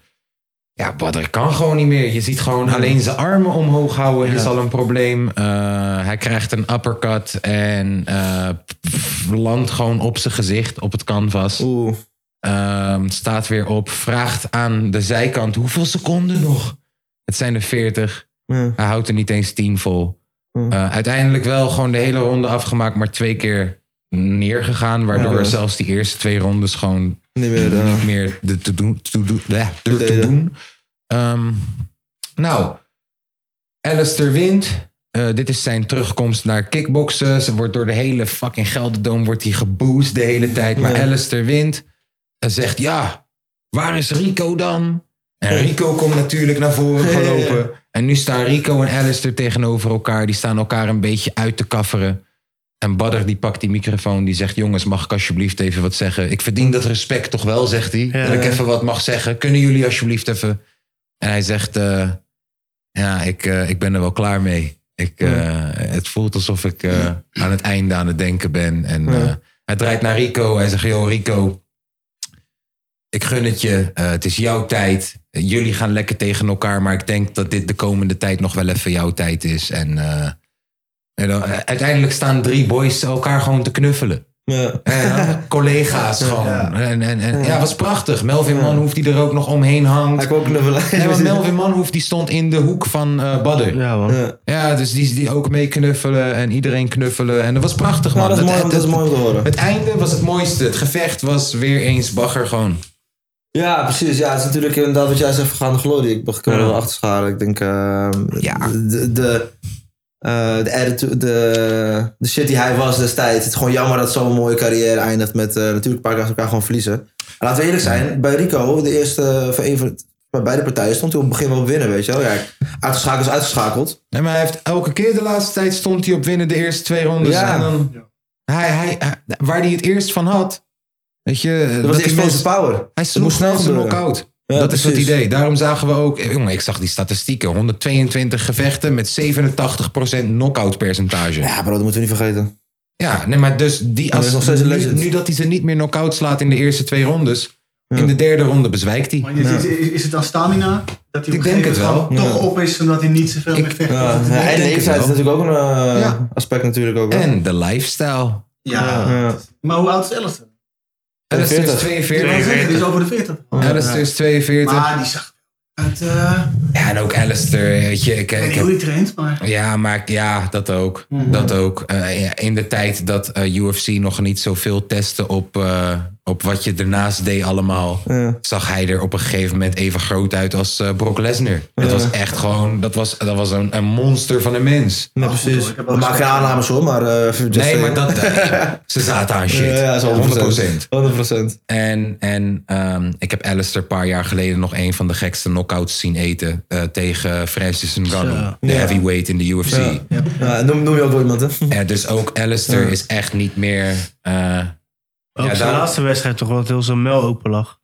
Speaker 1: Ja, Badder kan gewoon niet meer. Je ziet gewoon alleen zijn armen omhoog houden is al een probleem. Eh, hij krijgt een uppercut en eh, pff, landt gewoon op zijn gezicht op het canvas.
Speaker 3: Oeh.
Speaker 1: Ehm, staat weer op, vraagt aan de zijkant hoeveel seconden nog. Het zijn er 40.
Speaker 3: Ja.
Speaker 1: Hij houdt er niet eens 10 vol.
Speaker 3: Hm.
Speaker 1: Eh, uiteindelijk wel gewoon de hele ronde afgemaakt, maar twee keer neergegaan. Waardoor
Speaker 3: Ja.
Speaker 1: zelfs die eerste twee rondes gewoon
Speaker 3: Niet meer. eh,
Speaker 1: niet meer de te doen. Te doen, bleh, door te
Speaker 3: Deden.
Speaker 1: doen. Ehm, nou, Alistair wint. Eh, dit is zijn terugkomst naar kickboksen. Ze wordt door de hele fucking Gelderdoom wordt hij geboost de hele tijd. Maar
Speaker 10: Ja.
Speaker 1: Alistair wint. En zegt, ja, waar is Rico dan? En Rico komt natuurlijk naar voren gelopen. En nu staan Rico en Alistair tegenover elkaar. Die staan elkaar een beetje uit te kafferen. En Badder die pakt die microfoon. Die zegt, jongens, mag ik alsjeblieft even wat zeggen? Ik verdien dat respect toch wel, zegt hij. Dat ik even wat mag zeggen. Kunnen jullie alsjeblieft even... En hij zegt, eh, ja, ik, eh, ik ben er wel klaar mee. Ik, eh, Het voelt alsof ik eh, aan het einde aan het denken ben. En eh, hij draait naar Rico. Hij zegt, joh Rico, ik gun het je. Eh, het is jouw tijd. Jullie gaan lekker tegen elkaar. Maar ik denk dat dit de komende tijd nog wel even jouw tijd is. En, eh, en dan, eh, uiteindelijk staan drie boys elkaar gewoon te knuffelen. Eh, collega's gewoon. En, en, en, ja, was prachtig. Melvin Manhoef die er ook nog omheen hangt. Hij
Speaker 3: ook knuffelen.
Speaker 1: Nee, maar Melvin Manhoef die stond in de hoek van eh Badder. Ja,
Speaker 3: Ja.
Speaker 1: dus die, die ook mee knuffelen en iedereen knuffelen. En dat was prachtig, man.
Speaker 3: Ja, dat is mooi om- dat is mooi om te horen.
Speaker 1: Het einde was het mooiste. Het gevecht was weer eens bagger gewoon.
Speaker 3: Ja, precies. Ja, het is natuurlijk inderdaad wat jij zegt, vergaande glorie. Ik mag- kan er wel achter scharen. Ik denk, ehm, de, de, eh, de, attitude- de, de shit die hij was destijds. Het is gewoon jammer dat zo'n mooie carrière eindigt met eh, natuurlijk een paar keer achter elkaar gewoon verliezen. En laten we eerlijk zijn, bij Rico, de eerste van een van bij beide partijen stond hij op het begin wel winnen, weet je wel. Ja, uitgeschakeld is uitgeschakeld.
Speaker 1: Nee, maar hij heeft elke keer de laatste tijd stond hij op winnen de eerste twee rondes.
Speaker 3: Ja.
Speaker 1: En dan, hij, hij, hij- waar hij het eerst van had. Weet je, eh,
Speaker 3: Dat was de
Speaker 1: die
Speaker 3: explosive
Speaker 1: mensen-
Speaker 3: power.
Speaker 1: Hij sloeg
Speaker 3: moest snel
Speaker 1: snel zijn
Speaker 3: gebeuren.
Speaker 1: knock-out.
Speaker 3: Ja,
Speaker 1: dat is
Speaker 3: precies.
Speaker 1: het idee. Daarom zagen we ook, eh, jongen, ik zag die statistieken. 122 gevechten met 87% knock-out percentage.
Speaker 3: Ja, bro, dat moeten we niet vergeten.
Speaker 1: Ja, nee, maar dus die
Speaker 3: Maar dat is nog
Speaker 1: als,
Speaker 3: steeds een
Speaker 1: nu,
Speaker 3: legend.
Speaker 1: nu dat hij ze niet meer knock-out slaat in de eerste twee rondes. In de derde ronde bezwijkt hij.
Speaker 9: Is, is, is- is het dan stamina? Dat hij op
Speaker 1: Ik
Speaker 9: een
Speaker 1: denk
Speaker 9: gegeven
Speaker 1: het
Speaker 9: moment
Speaker 1: wel.
Speaker 9: Toch
Speaker 1: Ja.
Speaker 9: op is omdat hij niet zoveel meer vecht.
Speaker 3: Ja,
Speaker 9: Dat het-
Speaker 3: ja,
Speaker 9: ik
Speaker 3: en
Speaker 9: denk
Speaker 3: de
Speaker 9: het
Speaker 3: leeftijd is
Speaker 9: wel.
Speaker 3: natuurlijk ook een eh,
Speaker 1: Ja.
Speaker 3: aspect natuurlijk ook. hè.
Speaker 1: En de lifestyle.
Speaker 9: Ja. Maar hoe oud is Ellison?
Speaker 1: Alistair is
Speaker 9: 42. Ik wou zeggen,
Speaker 1: 42.
Speaker 9: Die is over de 40.
Speaker 3: Oh,
Speaker 1: Alistair is 42.
Speaker 9: Maar die zag uit... eh,
Speaker 1: Ja, en ook Alistair, weet je. Ik,
Speaker 9: ik weet
Speaker 1: ik
Speaker 9: niet hoe hij traint, maar...
Speaker 1: Ja, maar ik- ja, dat ook. Dat ook. Eh, ja, in de tijd dat eh, UFC nog niet zoveel testte op, eh, op wat je ernaast deed allemaal, zag hij er op een gegeven moment even groot uit als eh, Brock Lesnar. Dat was echt gewoon, dat was, dat was een, een monster van een mens.
Speaker 3: Ja, precies. We maken geen aannames hoor, maar... eh, just
Speaker 1: Dus- Nee, maar
Speaker 3: saying.
Speaker 1: dat, eh, ze zaten aan shit.
Speaker 3: Ja, ja, zo
Speaker 1: 100%.
Speaker 3: 100%. 100%.
Speaker 1: En, en ehm, ik heb Alistair een paar jaar geleden nog een van de gekste knockouts zien eten eh, tegen Francis Ngannou,
Speaker 3: Zo.
Speaker 1: de
Speaker 3: Ja.
Speaker 1: heavyweight in de UFC.
Speaker 3: Ja. Ja, noem, noem je ook wel iemand, hè?
Speaker 1: Eh, dus ook Alistair
Speaker 3: Ja.
Speaker 1: is echt niet meer. eh,
Speaker 2: Ook
Speaker 1: ja,
Speaker 2: zijn
Speaker 1: daar-
Speaker 2: laatste wedstrijd toch wel heel zijn mel open lag.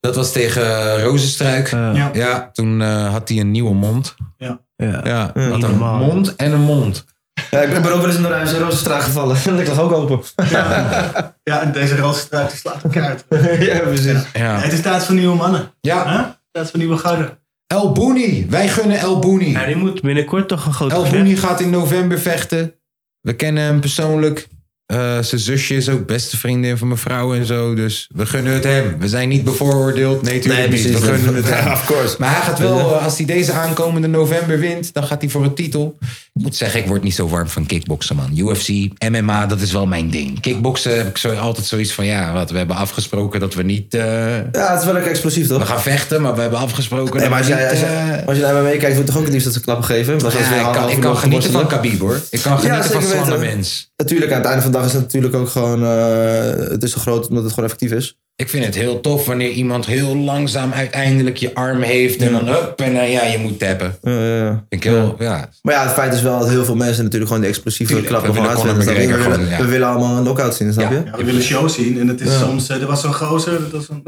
Speaker 1: dat was tegen eh, Rozenstruik.
Speaker 2: Ja.
Speaker 1: ja. toen eh, had hij een nieuwe mond.
Speaker 9: Ja.
Speaker 2: Ja.
Speaker 1: Ja, had
Speaker 2: Niet
Speaker 1: een
Speaker 2: normaal.
Speaker 1: mond en een mond.
Speaker 3: Ja, ik ben ook wel eens naar huis in Rozenstraat gevallen. ik lag ook open.
Speaker 9: Ja, en deze Rozenstraat die slaat elkaar uit.
Speaker 3: ja, precies.
Speaker 9: Ja,
Speaker 1: Ja.
Speaker 9: Het is tijd voor nieuwe mannen.
Speaker 1: Ja.
Speaker 9: Hè? Tijd voor nieuwe gouden.
Speaker 1: El Bouni, wij gunnen El Bouni.
Speaker 2: Ja, die moet binnenkort toch een grote
Speaker 1: El
Speaker 2: gevecht.
Speaker 1: Bouni gaat in november vechten. We kennen hem persoonlijk. Eh, zijn zusje is ook beste vriendin van mijn vrouw en zo. Dus we gunnen het hem. We zijn niet bevooroordeeld. Nee, natuurlijk niet. We gunnen het hem.
Speaker 3: Ja, of course.
Speaker 1: Maar hij gaat wel, eh, als hij deze aankomende november wint, dan gaat hij voor een titel. Ik moet zeggen, ik word niet zo warm van kickboksen, man. UFC, MMA, dat is wel mijn ding. Kickboksen heb ik zo, altijd zoiets van, ja, wat, we hebben afgesproken dat we niet... eh,
Speaker 3: Ja, het is wel lekker explosief, toch?
Speaker 1: we gaan vechten, maar we hebben afgesproken
Speaker 3: Nee,
Speaker 1: dat
Speaker 3: maar als
Speaker 1: we
Speaker 3: jij, als,
Speaker 1: niet...
Speaker 3: jij-
Speaker 1: eh,
Speaker 3: als je naar me kijkt, wordt toch ook het liefst dat ze klappen geven? Want als
Speaker 1: ja,
Speaker 3: we
Speaker 1: ik kan,
Speaker 3: allemaal
Speaker 1: ik kan genieten van
Speaker 3: worstelen.
Speaker 1: Khabib, hoor. Ik kan genieten van
Speaker 3: zeker weten.
Speaker 1: slange mens.
Speaker 3: Natuurlijk, aan het einde van de dag is het natuurlijk ook gewoon... eh, het is zo groot omdat het gewoon effectief is.
Speaker 1: Ik vind het heel tof wanneer iemand heel langzaam uiteindelijk je arm heeft... en dan hup, en dan, ja, je moet tappen.
Speaker 3: Ja, ja, ja.
Speaker 1: Ik heel, ja,
Speaker 3: Maar ja, het feit is wel dat heel veel mensen natuurlijk gewoon de explosieve
Speaker 1: Tuurlijk,
Speaker 3: klappen
Speaker 1: we
Speaker 3: van
Speaker 1: willen
Speaker 3: hard
Speaker 1: Conor
Speaker 3: willen. We,
Speaker 1: McGregor
Speaker 3: willen-
Speaker 1: gewoon, ja.
Speaker 3: we willen allemaal een knockout zien, snap je?
Speaker 9: Ja, we willen show zien. En het is
Speaker 3: Ja.
Speaker 9: soms... eh, Er was zo'n gozer, dat was een,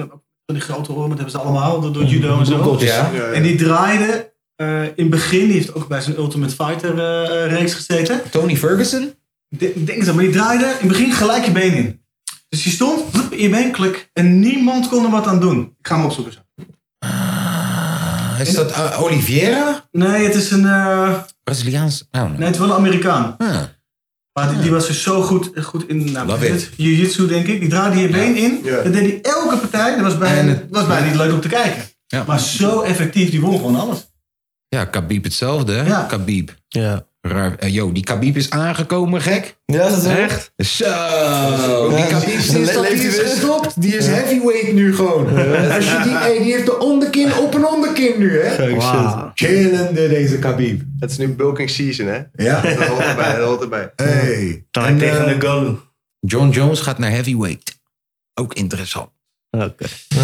Speaker 9: van die grote oren, dat hebben ze allemaal door,
Speaker 3: Mm,
Speaker 9: door judo en zo.
Speaker 3: Bloemkooltjes.
Speaker 1: Ja.
Speaker 9: En die draaide eh, in het begin, die heeft ook bij zijn Ultimate Fighter eh, eh, reeks gezeten.
Speaker 1: Tony Ferguson?
Speaker 9: Ik denk- Ik denk het wel, maar die draaide in het begin gelijk je been in. Dus die stond hup, in je been, klik, en niemand kon er wat aan doen. Ik ga hem opzoeken zo.
Speaker 1: Is dat eh, Oliveira?
Speaker 9: Nee, het is een, eh,
Speaker 1: Braziliaans? Oh, nee.
Speaker 9: nee, het is wel een Amerikaan.
Speaker 1: Ah.
Speaker 9: Maar die, die was dus zo goed, goed in nou,
Speaker 1: Love
Speaker 9: dit-
Speaker 1: it.
Speaker 9: jiu-jitsu, denk ik. Die draaide je been in.
Speaker 4: Ja.
Speaker 9: Dat deed hij elke partij. Dat was
Speaker 1: En
Speaker 9: bijna,
Speaker 1: het-
Speaker 9: was bijna niet leuk om te kijken.
Speaker 1: Ja.
Speaker 9: Maar zo effectief, die won gewoon alles.
Speaker 1: Ja, Khabib hetzelfde, hè?
Speaker 9: Ja.
Speaker 1: Khabib.
Speaker 2: Ja.
Speaker 1: Raar. Eh, Yo, die Khabib is aangekomen, gek.
Speaker 3: Ja, dat is
Speaker 1: echt. Zo. die
Speaker 3: Ja,
Speaker 1: Khabib
Speaker 3: le-
Speaker 1: sinds dat
Speaker 3: leeft
Speaker 1: die is
Speaker 3: hij weer?
Speaker 1: gestopt. Die is heavyweight nu gewoon. Als je die, hey, die heeft de onderkin op een onderkin nu, hè. Wow. Chillende deze Khabib.
Speaker 4: Het is nu bulking season, hè?
Speaker 1: Ja.
Speaker 4: Dat hoort erbij, dat hoort erbij.
Speaker 1: Hey.
Speaker 4: Dan tegen
Speaker 1: de Golu. John Jones gaat naar heavyweight. Ook interessant. Oké.
Speaker 3: Oh,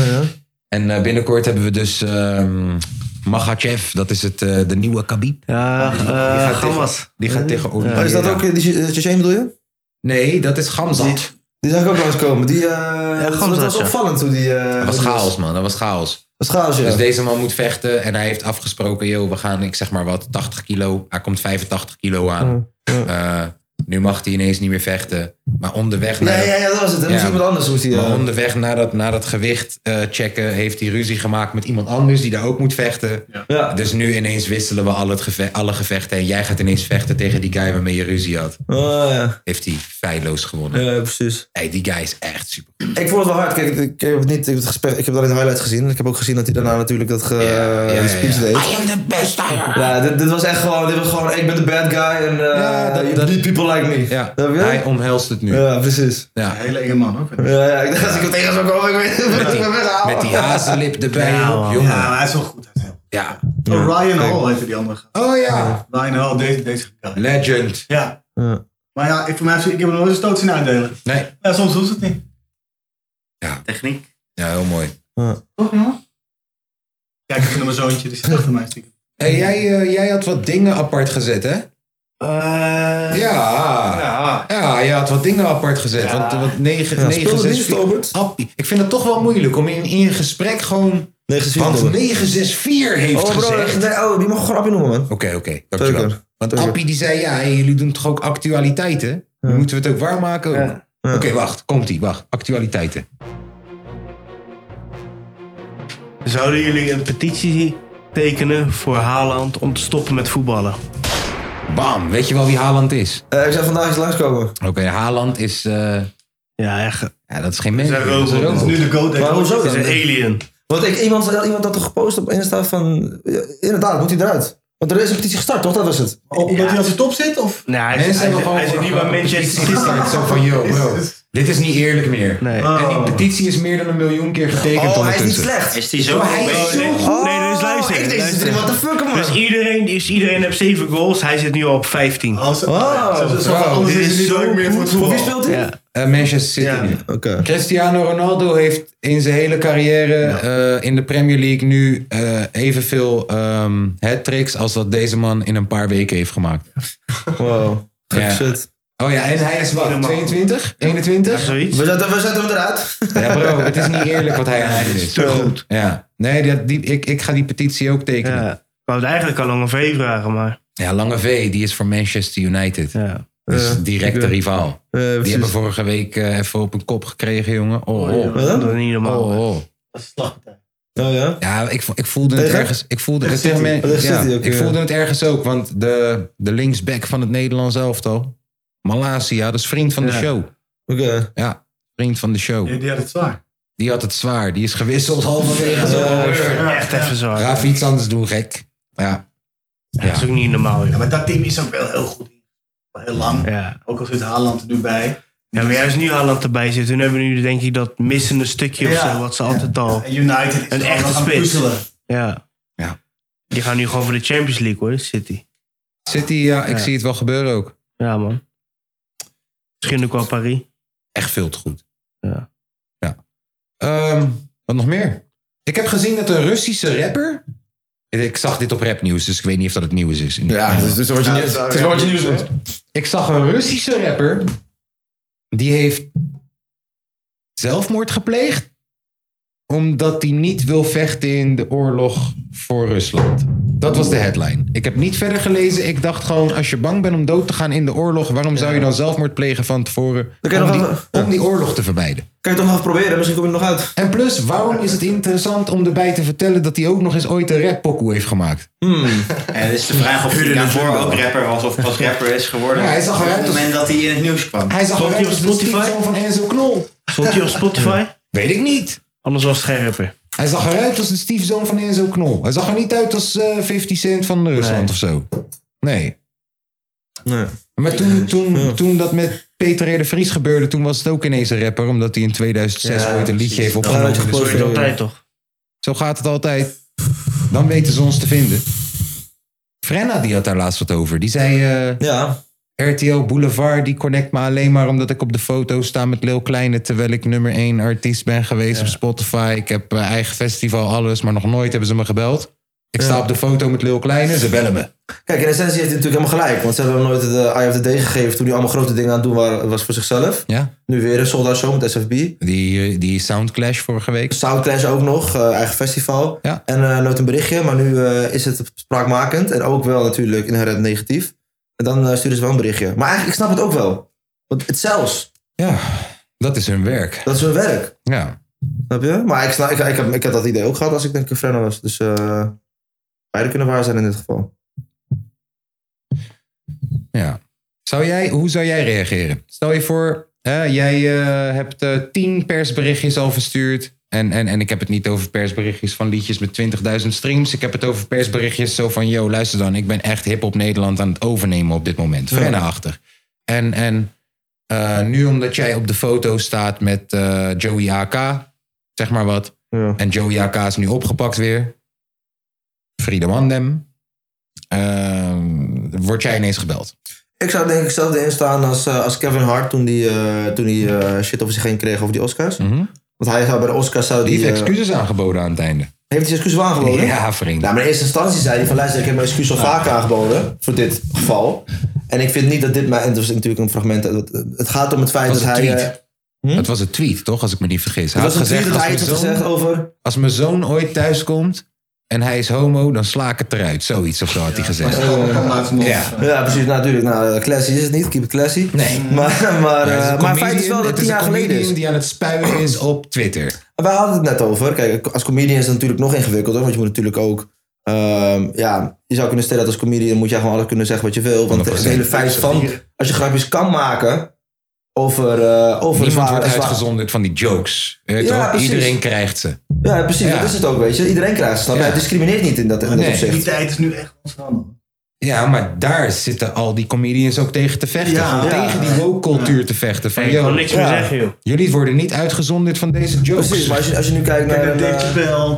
Speaker 1: En eh, binnenkort hebben we dus ehm Magachev. Dat is het, eh, de nieuwe Khabib. Ja, eh, die, gaat tegen, die gaat tegen Oliveira.
Speaker 3: Oh, is dat ook eh, die eh, Shane bedoel je?
Speaker 1: Nee, dat is Gamzat.
Speaker 3: Die, die zag ik ook langs komen. Die, eh, dat was-
Speaker 1: Gamzat,
Speaker 3: dat was
Speaker 1: ja.
Speaker 3: opvallend hoe die... eh,
Speaker 1: Dat was
Speaker 3: hoe die
Speaker 1: chaos, man. Dat was chaos.
Speaker 3: Dat was chaos, ja.
Speaker 1: Dus deze man moet vechten. En hij heeft afgesproken, yo, we gaan, ik zeg maar wat, 80 kilo. Hij komt 85 kilo aan.
Speaker 3: Mm,
Speaker 1: Eh, nu mag hij ineens niet meer vechten. Maar onderweg naar...
Speaker 3: Nee, ja, ja, dat was het. Misschien iemand anders moest hij,
Speaker 1: Maar
Speaker 3: eh,
Speaker 1: onderweg naar dat, naar dat gewicht eh, checken... heeft hij ruzie gemaakt met iemand anders die daar ook moet vechten. Dus nu ineens wisselen we al het geve- alle gevechten. En jij gaat ineens vechten tegen die guy waarmee je ruzie had. Heeft hij feilloos gewonnen.
Speaker 3: Oh, Ja, precies.
Speaker 1: Hey, die guy is echt super.
Speaker 3: Ik vond het wel hard. Kijk, ik heb het niet ik heb het gesprek, ik heb alleen de highlights gezien. Ik heb ook gezien dat hij daarna natuurlijk dat ge, die speech deed.
Speaker 1: de beste.
Speaker 3: Ja, dit, dit was echt gewoon, dit was gewoon, ik ben de bad guy en eh you need people like me.
Speaker 1: Ja,
Speaker 3: Snap je?
Speaker 1: hij omhelst het nu.
Speaker 3: Ja, precies.
Speaker 1: Ja.
Speaker 9: Hele enge man ook.
Speaker 3: Ja, ja, ik dacht als ik hem tegen zou komen, ik weet
Speaker 1: Met die, met die hazenlip erbij.
Speaker 9: Ja,
Speaker 1: joh.
Speaker 9: man.
Speaker 1: jongen.
Speaker 9: Ja, maar hij is wel goed.
Speaker 1: Ja.
Speaker 9: Oh, Ryan Hall heette die andere.
Speaker 1: Oh ja.
Speaker 9: Ryan Hall, deze, deze guy.
Speaker 1: Legend.
Speaker 9: Ja. Maar ja, ik, voor mij, ik heb hem nooit een stoot zien uitdelen.
Speaker 1: Nee.
Speaker 9: Ja, soms hoeft het niet.
Speaker 8: Techniek.
Speaker 1: Ja, heel mooi.
Speaker 9: Toch, jongen? Ja, ik vind mijn zoontje, dus die zit achter mij stiekem.
Speaker 1: Hey, jij, eh, jij had wat dingen apart gezet, hè?
Speaker 9: Eh,
Speaker 1: ja. ja. je had wat dingen apart gezet. Want eh, wat 9,
Speaker 3: Ja,
Speaker 1: 9
Speaker 3: speel het
Speaker 1: 6,
Speaker 3: niet,
Speaker 1: 4 Appie. Ik vind het toch wel moeilijk om in, in een gesprek gewoon... want 964 heeft
Speaker 3: oh, bro,
Speaker 1: gezegd...
Speaker 3: Nee, oh, die mag gewoon grapje noemen, man. Oké,
Speaker 1: oké. dankjewel. Want Appie die zei, ja, hey, jullie doen toch ook actualiteiten? Nu moeten we het ook waarmaken? Oké, wacht. Komt-ie, wacht. Actualiteiten.
Speaker 2: Zouden jullie een petitie tekenen voor Haaland om te stoppen met voetballen?
Speaker 1: Bam, weet je wel wie Haaland is?
Speaker 3: Eh, ik zou vandaag eens langskomen.
Speaker 1: Oké, Haaland is... eh,
Speaker 2: Ja, echt.
Speaker 1: Ja, dat is geen mens. meer, dat is een robot.
Speaker 3: Maar hoezo dan?
Speaker 2: alien.
Speaker 3: Want ik, iemand, iemand had toch gepost op Insta van, ja, inderdaad, moet hij eruit. Want er is een petitie gestart, toch? Dat was het.
Speaker 9: Oh, Omdat hij als de top zit? Of?
Speaker 2: Nee, hij
Speaker 1: Mensen hebben gewoon gewoon petitie gestart, Zo van, yo, bro, dit is niet eerlijk meer. En die petitie is meer dan een miljoen keer getekend
Speaker 3: Oh, hij is niet
Speaker 1: ondertussen.
Speaker 3: slecht.
Speaker 8: Is die zo
Speaker 1: Maar hij is zo goed.
Speaker 2: Nee, dus luister.
Speaker 3: ik denk,
Speaker 2: luister.
Speaker 3: what the fuck, man?
Speaker 2: Dus iedereen, dus iedereen heeft 7 goals, hij zit nu al op 15.
Speaker 1: Oh, Wow,
Speaker 2: dit is zo goed.
Speaker 3: Wie speelt hij?
Speaker 1: Eh, Manchester City nu.
Speaker 3: Oké.
Speaker 1: Cristiano Ronaldo heeft in zijn hele carrière eh, in de Premier League nu eh, evenveel ehm hat-tricks als dat deze man in een paar weken heeft gemaakt.
Speaker 3: Wow. Gek
Speaker 1: Ja.
Speaker 3: shit.
Speaker 1: Oh ja, en hij is wat, 22? 21?
Speaker 2: Zoiets.
Speaker 3: We zetten, we zetten hem eruit.
Speaker 1: Ja bro, het is niet eerlijk wat hij aan het doen is.
Speaker 2: Te goed.
Speaker 1: Ja. Nee, dat- die, ik, ik ga die petitie ook tekenen.
Speaker 2: Ja. Ik wou het eigenlijk al lang een V vragen, maar...
Speaker 1: Ja, Lange V, die is voor Manchester United.
Speaker 2: Ja. Eh,
Speaker 1: Dus
Speaker 3: Ja.
Speaker 1: directe
Speaker 3: Ja.
Speaker 1: rivaal. Die
Speaker 3: precies.
Speaker 1: hebben vorige week eh, even op een kop gekregen, jongen. Oh, oh.
Speaker 3: Huh?
Speaker 2: Dat is niet normaal.
Speaker 1: Oh, oh.
Speaker 3: Oh ja?
Speaker 1: Ja, ik, vo- ik voelde het
Speaker 3: Tegen?
Speaker 1: ergens. Ik voelde, het,
Speaker 3: Tegen
Speaker 1: tegen
Speaker 3: City.
Speaker 1: mij-
Speaker 3: Tegen
Speaker 1: ja,
Speaker 3: City ook,
Speaker 1: ik
Speaker 3: ja.
Speaker 1: voelde het ergens ook, want de, de linksback van het Nederlands elftal, Malasia, dat is vriend van de
Speaker 2: Ja.
Speaker 1: show.
Speaker 3: Oké.
Speaker 1: Ja, vriend van de show.
Speaker 9: Ja, die had het zwaar.
Speaker 1: Die had het zwaar. Die is gewisseld halverwege. zo.
Speaker 2: Echt even zo.
Speaker 1: Ga even iets anders doen, gek. Ja,
Speaker 2: Dat is ook niet normaal,
Speaker 9: Ja,
Speaker 2: joh.
Speaker 9: maar dat team is ook wel heel goed. Wel Heel lang.
Speaker 2: Ja.
Speaker 9: Ook al zit Haaland er nu bij.
Speaker 2: ja, maar juist nu Haaland erbij zit, toen hebben we nu denk ik dat missende stukje of
Speaker 9: Ja.
Speaker 2: zo, wat ze altijd al...
Speaker 9: En United is
Speaker 2: Een
Speaker 9: gewoon
Speaker 2: echte
Speaker 9: nog aan het
Speaker 2: spits.
Speaker 9: puzzelen.
Speaker 2: Ja.
Speaker 1: Ja.
Speaker 2: Die gaan nu gewoon voor de Champions League, hoor, City.
Speaker 1: City, ja, ik
Speaker 2: Ja.
Speaker 1: zie het wel gebeuren ook.
Speaker 2: Ja, man. Misschien ook wel Paris.
Speaker 1: Echt veel te goed.
Speaker 2: Ja.
Speaker 1: ja. Ehm, wat nog meer? Ik heb gezien dat een Russische rapper... Ik zag dit op rapnieuws, dus ik weet niet of dat het nieuws is.
Speaker 3: dus wat
Speaker 4: Ja, dat zou-
Speaker 3: je nieuws doet.
Speaker 1: Ik zag een Russische rapper. Die heeft zelfmoord gepleegd. Omdat hij niet wil vechten in de oorlog voor Rusland. Dat was de headline. Ik heb niet verder gelezen. Ik dacht gewoon, als je bang bent om dood te gaan in de oorlog... waarom zou je dan zelfmoord plegen van tevoren
Speaker 3: kan je
Speaker 1: om,
Speaker 3: nog
Speaker 1: die,
Speaker 3: wel-
Speaker 1: om die oorlog te vermijden?
Speaker 3: Kan je toch nog even proberen, misschien kom je er nog uit.
Speaker 1: En plus, waarom is het interessant om erbij te vertellen... dat hij ook nog eens ooit een rappokoe heeft gemaakt?
Speaker 8: En het is de vraag of hij daarvoor ook rapper was of pas rapper is geworden.
Speaker 1: Ja, hij zag
Speaker 8: op
Speaker 1: eruit
Speaker 8: het
Speaker 1: als-
Speaker 8: moment dat hij in het nieuws kwam.
Speaker 1: Hij zag
Speaker 2: Stond hij
Speaker 1: eruit
Speaker 2: op
Speaker 1: als de
Speaker 2: Spotify?
Speaker 1: stiefzoon van Enzo Knol.
Speaker 2: Stond hij op Spotify?
Speaker 1: Weet ik niet.
Speaker 2: Anders was het geen rapper.
Speaker 1: Hij zag eruit als de stiefzoon van Enzo Knol. Hij zag er niet uit als eh 50 Cent van Rusland
Speaker 2: Nee.
Speaker 1: of zo. Nee. Maar toen, toen, toen dat met Peter R. de Vries gebeurde, toen was het ook ineens een rapper. Omdat hij in 2006
Speaker 3: Ja,
Speaker 1: ooit een
Speaker 3: precies.
Speaker 1: liedje heeft
Speaker 3: Ja,
Speaker 1: opgenomen.
Speaker 3: dat is
Speaker 1: Dus
Speaker 3: gepost
Speaker 1: zo-
Speaker 3: altijd,
Speaker 2: toch?
Speaker 1: Zo gaat het altijd. Dan weten ze ons te vinden. Frenna die had daar laatst wat over. Die zei... eh, RTL Boulevard, die connect me alleen maar omdat ik op de foto sta met Lil Kleine... terwijl ik nummer 1 artiest ben geweest op Spotify. Ik heb eh, eigen festival, alles, maar nog nooit hebben ze me gebeld. Ik sta op de foto met Lil Kleine, ze bellen me.
Speaker 3: Kijk, in essentie heeft hij natuurlijk helemaal gelijk. Want ze hebben hem nooit de Eye of the Day gegeven toen hij allemaal grote dingen aan het doen waren- was voor zichzelf.
Speaker 1: Ja.
Speaker 3: Nu weer een sold-out show met SFB.
Speaker 1: Die, eh, die Soundclash vorige week.
Speaker 3: Soundclash ook nog, eh, eigen festival. En eh, nooit een berichtje, maar nu eh, is het spraakmakend. En ook wel natuurlijk inherent negatief. En dan eh, sturen ze wel een berichtje. Maar eigenlijk, ik snap het ook wel. Want het zelfs.
Speaker 1: Ja, dat is hun werk.
Speaker 3: Dat is hun werk.
Speaker 1: Ja.
Speaker 3: Snap je? Maar ik, snap, ik, ik, heb, ik heb dat idee ook gehad als ik denk ik een Frenna was. Dus eh, beide kunnen waar zijn in dit geval.
Speaker 1: Ja. Zou jij, hoe zou jij reageren? Stel je voor, hè, jij eh, hebt eh, tien persberichtjes al verstuurd. En, en, en ik heb het niet over persberichtjes van liedjes met 20.000 streams. Ik heb het over persberichtjes zo van... yo, luister dan, ik ben echt hip-hop Nederland aan het overnemen op dit moment.
Speaker 3: Ja.
Speaker 1: Verder achter. En, en eh, nu omdat jij op de foto staat met eh, Joey AK, zeg maar wat. En Joey AK is nu opgepakt weer. Frida Wandem. Ehm, word jij ineens gebeld?
Speaker 3: Ik zou denk ik zelf erin staan als, eh, als Kevin Hart toen die, eh, toen die eh, shit over zich heen kreeg over die Oscars. Want hij zou bij de Oscars zou
Speaker 1: Mhm. Die
Speaker 3: die...
Speaker 1: heeft
Speaker 3: eh,
Speaker 1: excuses aangeboden aan het einde.
Speaker 3: Heeft hij excuses aangeboden?
Speaker 1: Ja, vriend. Nou.
Speaker 3: Nou, maar in eerste instantie zei hij van luister, ik heb mijn excuus al vaker aangeboden voor dit geval. En ik vind niet dat dit mij... En dat is natuurlijk een fragment. Het, het gaat om het feit
Speaker 1: Het was
Speaker 3: dat
Speaker 1: een
Speaker 3: hij... eh,
Speaker 1: tweet. Het was een tweet, toch? Als ik me niet vergis.
Speaker 3: Het was een
Speaker 1: had
Speaker 3: tweet dat
Speaker 1: als
Speaker 3: hij iets
Speaker 1: mijn
Speaker 3: had
Speaker 1: zoon-
Speaker 3: gezegd over-
Speaker 1: Als mijn zoon ooit thuiskomt en hij is homo, dan sla ik het eruit. Zoiets of zo had hij gezegd.
Speaker 3: Oh, ja. eh, ja, precies. Nou, natuurlijk. Nou, eh, classy is het niet. Keep it classy. Nee. Maar, maar, eh, maar het feit is wel dat tien jaar geleden is.
Speaker 1: die aan het spuien is op Twitter.
Speaker 3: We hadden het net over. Kijk, als comedian is het natuurlijk nog ingewikkelder. Want je moet natuurlijk ook... ehm, ja, je zou kunnen stellen dat als comedian moet jij gewoon alles kunnen zeggen wat je wil. Want het
Speaker 1: 100%.
Speaker 3: hele feit van... Als je grapjes kan maken over... eh over
Speaker 1: Niemand
Speaker 3: zwaar-
Speaker 1: wordt
Speaker 3: zwaar-
Speaker 1: uitgezonderd van die jokes. Eh,
Speaker 3: Ja,
Speaker 1: toch?
Speaker 3: precies.
Speaker 1: Iedereen krijgt ze.
Speaker 3: Ja, precies. Dat is het ook, weet je. Iedereen krijgt het, snap je?
Speaker 1: Ja.
Speaker 3: Hij discrimineert niet in dat, in dat
Speaker 1: Nee.
Speaker 3: opzicht.
Speaker 1: Die
Speaker 3: tijd is nu echt...
Speaker 1: Ja, maar daar zitten al die comedians ook tegen te vechten.
Speaker 3: Ja.
Speaker 1: Gewoon
Speaker 3: Ja.
Speaker 1: tegen die woke cultuur te vechten. Van,
Speaker 3: Nee, ik
Speaker 1: yo,
Speaker 3: kan niks meer
Speaker 1: ja.
Speaker 3: zeggen, joh.
Speaker 1: Jullie worden niet uitgezonderd van deze jokes.
Speaker 3: Precies, maar als je, als je nu kijkt naar... een, eh,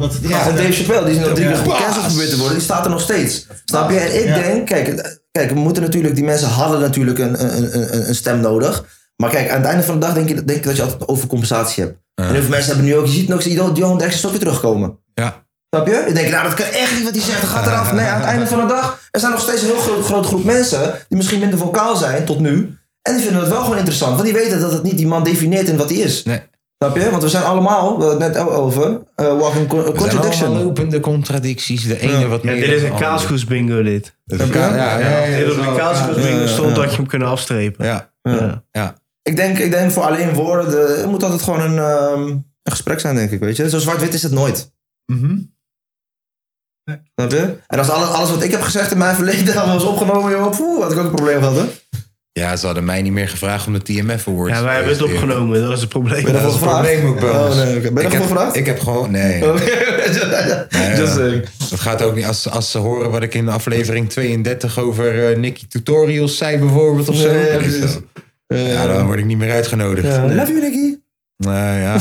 Speaker 1: dat-
Speaker 3: ja, een Dave Chappelle, die is nog drie keer
Speaker 1: Ja.
Speaker 3: gecanceld gebeurd te worden. Die staat er nog steeds. Snap je? En ik
Speaker 1: Ja.
Speaker 3: denk, kijk, eh, kijk, we moeten natuurlijk... Die mensen hadden natuurlijk een, een, een- een, een stem nodig. Maar kijk, aan het einde van de dag denk, je, denk ik dat je altijd een overcompensatie hebt. En heel veel mensen hebben nu ook... Je ziet nog eens Johan Derksen stokje terugkomen.
Speaker 1: Ja.
Speaker 3: Snap je? Ik denk, nou, dat kan echt niet wat hij zegt. Dat gaat eraf. Nee, aan het einde van de dag... Er zijn nog steeds een heel grote, grote groep mensen... die misschien minder vocaal zijn, tot nu. En die vinden het wel gewoon interessant. Want die weten dat het niet die man defineert in wat hij is. Snap je? Want we zijn allemaal, we hadden het net over, eh walking co-
Speaker 1: Er zijn
Speaker 3: contradiction.
Speaker 1: allemaal lopende contradicties. De ene wat meer
Speaker 2: dit
Speaker 1: dan
Speaker 2: is
Speaker 1: de
Speaker 2: een
Speaker 1: andere.
Speaker 2: kaaskoes bingo dit.
Speaker 1: Dat is een ka- ja, ja,
Speaker 2: Dit
Speaker 1: ja, dat
Speaker 2: op
Speaker 1: is
Speaker 2: de
Speaker 1: wel-
Speaker 2: kaaskoes
Speaker 1: ja, ja,
Speaker 2: bingo stond
Speaker 1: ja.
Speaker 2: dat je hem kunnen afstrepen.
Speaker 1: Ja.
Speaker 2: Ja.
Speaker 3: Ik denk, ik denk voor alleen woorden, de- het moet altijd gewoon een, ehm, een gesprek zijn, denk ik, weet je. Zo zwart-wit is het nooit.
Speaker 2: Mhm.
Speaker 3: Snap je? En als alles, alles wat ik heb gezegd in mijn verleden allemaal was opgenomen, joh, poeh, had ik ook een probleem gehad, hè.
Speaker 1: Ja, ze hadden mij niet meer gevraagd om de TMF Award.
Speaker 2: Ja, wij hebben het opgenomen, dat is het probleem.
Speaker 1: Dat is het probleem ook bij ons.
Speaker 3: Oh, Ben je
Speaker 1: Ik
Speaker 3: ervoor
Speaker 1: heb-
Speaker 3: gevraagd?
Speaker 1: Ik heb gewoon... Nee. Nee,
Speaker 3: Just
Speaker 1: ja. Dat gaat ook niet. Als, als ze horen wat ik in aflevering 32 over eh, Nicky Tutorials zei bijvoorbeeld of zo.
Speaker 3: Nee,
Speaker 1: dan
Speaker 3: precies.
Speaker 1: is dat- ja, dan word ik niet meer uitgenodigd.
Speaker 3: Ja,
Speaker 1: Nee.
Speaker 3: Love you, Nicky.
Speaker 1: Nou ja.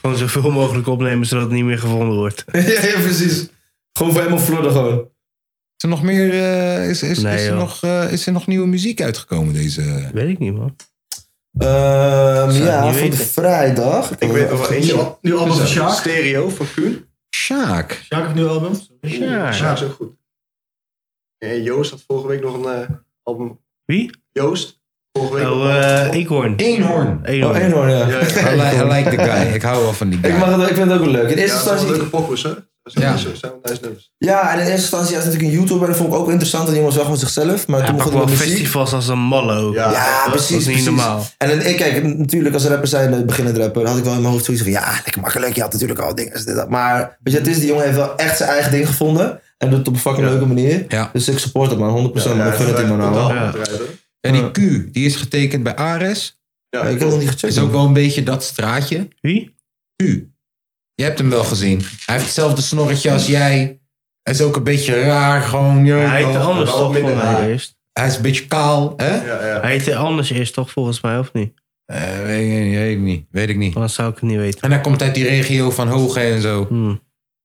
Speaker 2: Gewoon zoveel mogelijk opnemen zodat het niet meer gevonden wordt.
Speaker 3: ja, ja, precies. Gewoon voor helemaal flodder gewoon.
Speaker 1: Is er nog meer... eh, is, is,
Speaker 2: Nee,
Speaker 1: is, er
Speaker 2: joh.
Speaker 1: nog, eh, is er nog nieuwe muziek uitgekomen deze...
Speaker 2: Weet ik niet, man.
Speaker 3: Ehm,
Speaker 1: Zou ik
Speaker 3: ja,
Speaker 1: niet
Speaker 3: voor de
Speaker 1: weten.
Speaker 3: vrijdag.
Speaker 1: Ik weet nog wel eentje.
Speaker 3: Ja.
Speaker 1: Nu album van Sjaak.
Speaker 4: Stereo van Kuhn.
Speaker 1: Sjaak.
Speaker 9: Sjaak heeft nu album.
Speaker 4: Ja, Sjaak is ook goed. En Joost had vorige week nog een eh, album.
Speaker 2: Wie?
Speaker 4: Joost. Vorige week.
Speaker 2: Oh, eh Eekhoorn.
Speaker 1: Eenhoorn.
Speaker 2: Eenhoorn.
Speaker 3: Oh, Eenhoorn, ja.
Speaker 1: I like, I like the guy. Ik hou wel van die guy.
Speaker 3: Ik, mag het, ik vind het ook wel leuk. In eerste
Speaker 4: ja, het
Speaker 3: instantie...
Speaker 4: zijn wel leuke pokkels, hè? Dat zijn
Speaker 1: Ja.
Speaker 4: wel- zijn wel nice nummers.
Speaker 3: Ja, en in eerste instantie was natuurlijk een YouTuber. Dat vond ik ook interessant. En die was wel gewoon zichzelf. Maar
Speaker 2: Hij
Speaker 3: toen
Speaker 2: pakt
Speaker 3: begon
Speaker 2: wel
Speaker 3: de muziek.
Speaker 2: festivals als een mallo.
Speaker 3: Ja, precies.
Speaker 2: Dat is niet
Speaker 3: precies.
Speaker 2: normaal.
Speaker 3: En dan- ik kijk, natuurlijk als rapper zijn, eh, beginnend rapper, had ik wel in mijn hoofd zoiets van, ja, lekker makkelijk. Je had natuurlijk al dingen. dit, dat. Maar weet je, het is, die jongen heeft wel echt zijn eigen ding gevonden. En doet het op een fucking leuke manier. Dus ik support het man, 100%. maar ik gun het iemand nou. wel.
Speaker 1: En die Q, die is getekend bij Ares.
Speaker 4: Ja,
Speaker 3: ik heb nog niet gecheckt.
Speaker 1: Is ook wel een beetje dat straatje.
Speaker 2: Wie?
Speaker 1: Q. Je hebt hem wel gezien. Hij heeft hetzelfde snorretje als jij. Hij is ook een beetje raar, gewoon. Ja,
Speaker 2: Hij heet anders toch
Speaker 1: wel
Speaker 2: voor mij eerst.
Speaker 1: Hij is een beetje kaal, hè? Eh,
Speaker 2: Hij heette anders eerst toch, volgens mij, of niet?
Speaker 1: weet, ik, niet. Weet ik niet.
Speaker 2: Dat zou ik niet weten. Hmm.
Speaker 1: En hij komt uit die regio van Hoge en zo.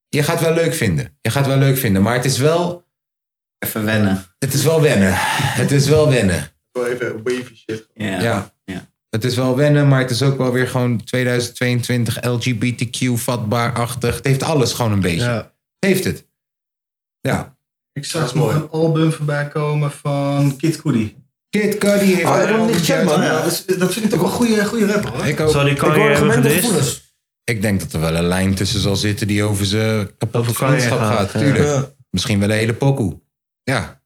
Speaker 1: Je gaat het wel leuk vinden. Je gaat het wel leuk vinden. Maar het is wel...
Speaker 8: Even wennen.
Speaker 1: Het is wel wennen. Het is wel wennen.
Speaker 4: Gewoon even wavy shit.
Speaker 1: Ja. Het is wel wennen, maar het is ook wel weer gewoon 2022 LGBTQ vatbaar-achtig. Het heeft alles gewoon een beetje. Het heeft het. Ja.
Speaker 9: Ik zag nog een album voorbij komen van Kid Cudi.
Speaker 1: Kid Cudi eh, heeft
Speaker 9: oh,
Speaker 1: een
Speaker 9: ik heb hem niet
Speaker 1: album
Speaker 9: gecheckt, man.
Speaker 1: uit,
Speaker 9: Ja,
Speaker 1: ja.
Speaker 9: dat is- Dat vind ik toch wel een goede, goede rapper, hoor.
Speaker 1: Ik ook. Ik denk dat er wel een lijn tussen zal zitten die over zijn kapotte
Speaker 9: Kanye
Speaker 1: vriendschap
Speaker 9: gaat,
Speaker 1: gaat.
Speaker 9: ja.
Speaker 1: Tuurlijk.
Speaker 9: Ja.
Speaker 1: Misschien wel een hele pokoe. Ja.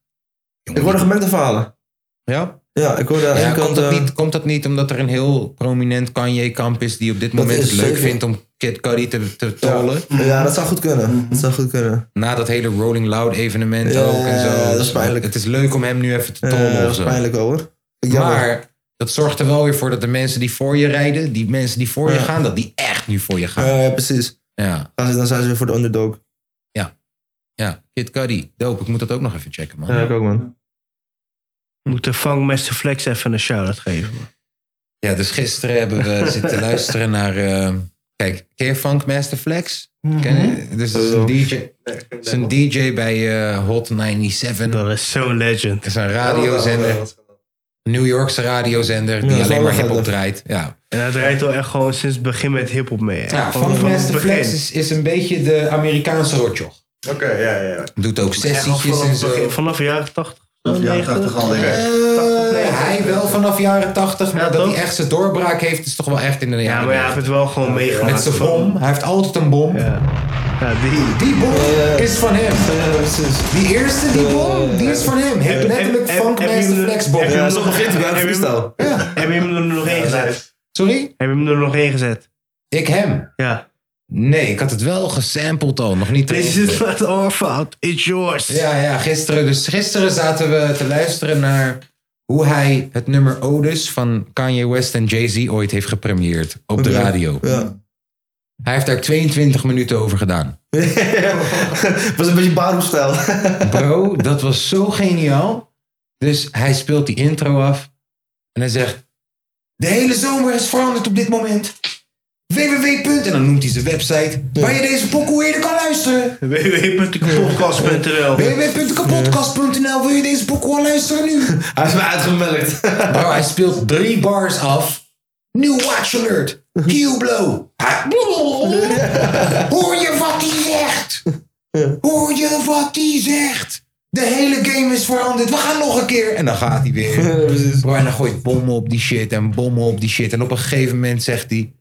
Speaker 3: Ik hoorde gemengde verhalen.
Speaker 1: Ja?
Speaker 3: Ja, ik hoorde aan de
Speaker 1: Ja,
Speaker 3: ene
Speaker 1: komt,
Speaker 3: kant...
Speaker 1: dat
Speaker 3: eh,
Speaker 1: niet, komt dat niet omdat er een heel prominent Kanye-kamp is die op dit
Speaker 3: Dat
Speaker 1: moment
Speaker 3: is
Speaker 1: het leuk
Speaker 3: zeker.
Speaker 1: vindt om Kid Cudi te, te tollen?
Speaker 3: Ja, dat zou goed kunnen. Dat zou goed kunnen.
Speaker 1: Na dat hele Rolling Loud evenement
Speaker 3: Ja,
Speaker 1: ook en zo.
Speaker 3: dat is pijnlijk.
Speaker 1: Het is leuk om hem nu even te tollen
Speaker 3: Eh,
Speaker 1: of
Speaker 3: dat
Speaker 1: zo.
Speaker 3: is pijnlijk wel, hoor. Jammer.
Speaker 1: Maar dat zorgt er wel weer voor dat de mensen die voor je rijden, die mensen die voor je
Speaker 3: Ja.
Speaker 1: gaan, dat die echt nu voor je gaan.
Speaker 3: Ja, ja, precies.
Speaker 1: Ja.
Speaker 3: Dan zijn ze- dan zijn ze weer voor de underdog.
Speaker 1: Ja, Kid Cudi. Dope, ik moet dat ook nog even checken, man.
Speaker 3: Ja, ik ook, man.
Speaker 2: Moet de Funkmaster Flex even een shout-out geven. man.
Speaker 1: Ja, dus gisteren hebben we zitten luisteren naar... eh, kijk, ken je Funk Master Flex?
Speaker 2: Mhm.
Speaker 1: Ken je? Dus dat is een
Speaker 3: Oh.
Speaker 1: DJ, dat is een DJ bij eh, Hot 97.
Speaker 2: Dat is zo'n legend.
Speaker 1: Het is een radiozender. New Yorkse radiozender die
Speaker 2: dat is
Speaker 1: alleen maar
Speaker 2: wel
Speaker 1: hip-hop
Speaker 2: leuk.
Speaker 1: draait. Ja,
Speaker 2: En hij draait wel echt gewoon sinds het begin met hip-hop mee. hè.
Speaker 1: ja
Speaker 2: Gewoon eh, van het
Speaker 1: Funkmaster
Speaker 2: begin.
Speaker 1: Flex is, is een beetje de Amerikaanse rotjoch.
Speaker 4: Oké, ja, ja, ja.
Speaker 1: Doet ook sessietjes en zo.
Speaker 2: Vanaf de jaren 80.
Speaker 9: Vanaf jaren 80 al, denk ik.
Speaker 1: Eh, hij wel vanaf jaren 80, maar dat hij echt zijn doorbraak heeft, is toch wel echt in de jaren
Speaker 2: Ja, maar hij heeft het wel gewoon meegemaakt.
Speaker 1: Met zijn bom. Hij heeft altijd een bom.
Speaker 2: Ja. Ja, die.
Speaker 1: Die bom is van hem. Die eerste, die bom, die is van hem. Hij heeft letterlijk Funk Master Flex bom.
Speaker 2: Ja, zo
Speaker 3: begint hij bij een
Speaker 2: freestyle. Heb je hem er nog één gezet?
Speaker 1: Sorry?
Speaker 2: Heb je hem er nog één gezet?
Speaker 1: Ik hem?
Speaker 2: Ja.
Speaker 1: Nee, ik had het wel gesampled al, nog niet
Speaker 2: This
Speaker 1: erin.
Speaker 2: is not our fault, it's yours.
Speaker 1: Ja, ja, gisteren. Dus gisteren zaten we te luisteren naar hoe hij het nummer Otis van Kanye West en Jay-Z ooit heeft gepremieerd op de
Speaker 3: Oké,
Speaker 1: radio.
Speaker 3: Ja.
Speaker 1: Hij heeft daar 22 minuten over gedaan.
Speaker 3: Het was een beetje Baroestijl.
Speaker 1: Bro, dat was zo geniaal. Dus hij speelt die intro af en hij zegt: De hele zomer is veranderd op dit moment. www. En dan noemt hij zijn website waar je deze pokoe eerder kan luisteren.
Speaker 2: www.podcast.nl
Speaker 1: www.kapodcast.nl Wil je deze pokoe al luisteren nu?
Speaker 3: Hij is me uitgemelkt.
Speaker 1: Bro, hij speelt drie bars af. New watch alert. Q-blow. Hij- Hoor je wat hij zegt? Hoor je wat hij zegt? De hele game is veranderd. We gaan nog een keer. En dan gaat hij weer. Bro, en dan gooit bommen op die shit en bommen op die shit. En op een gegeven moment zegt hij...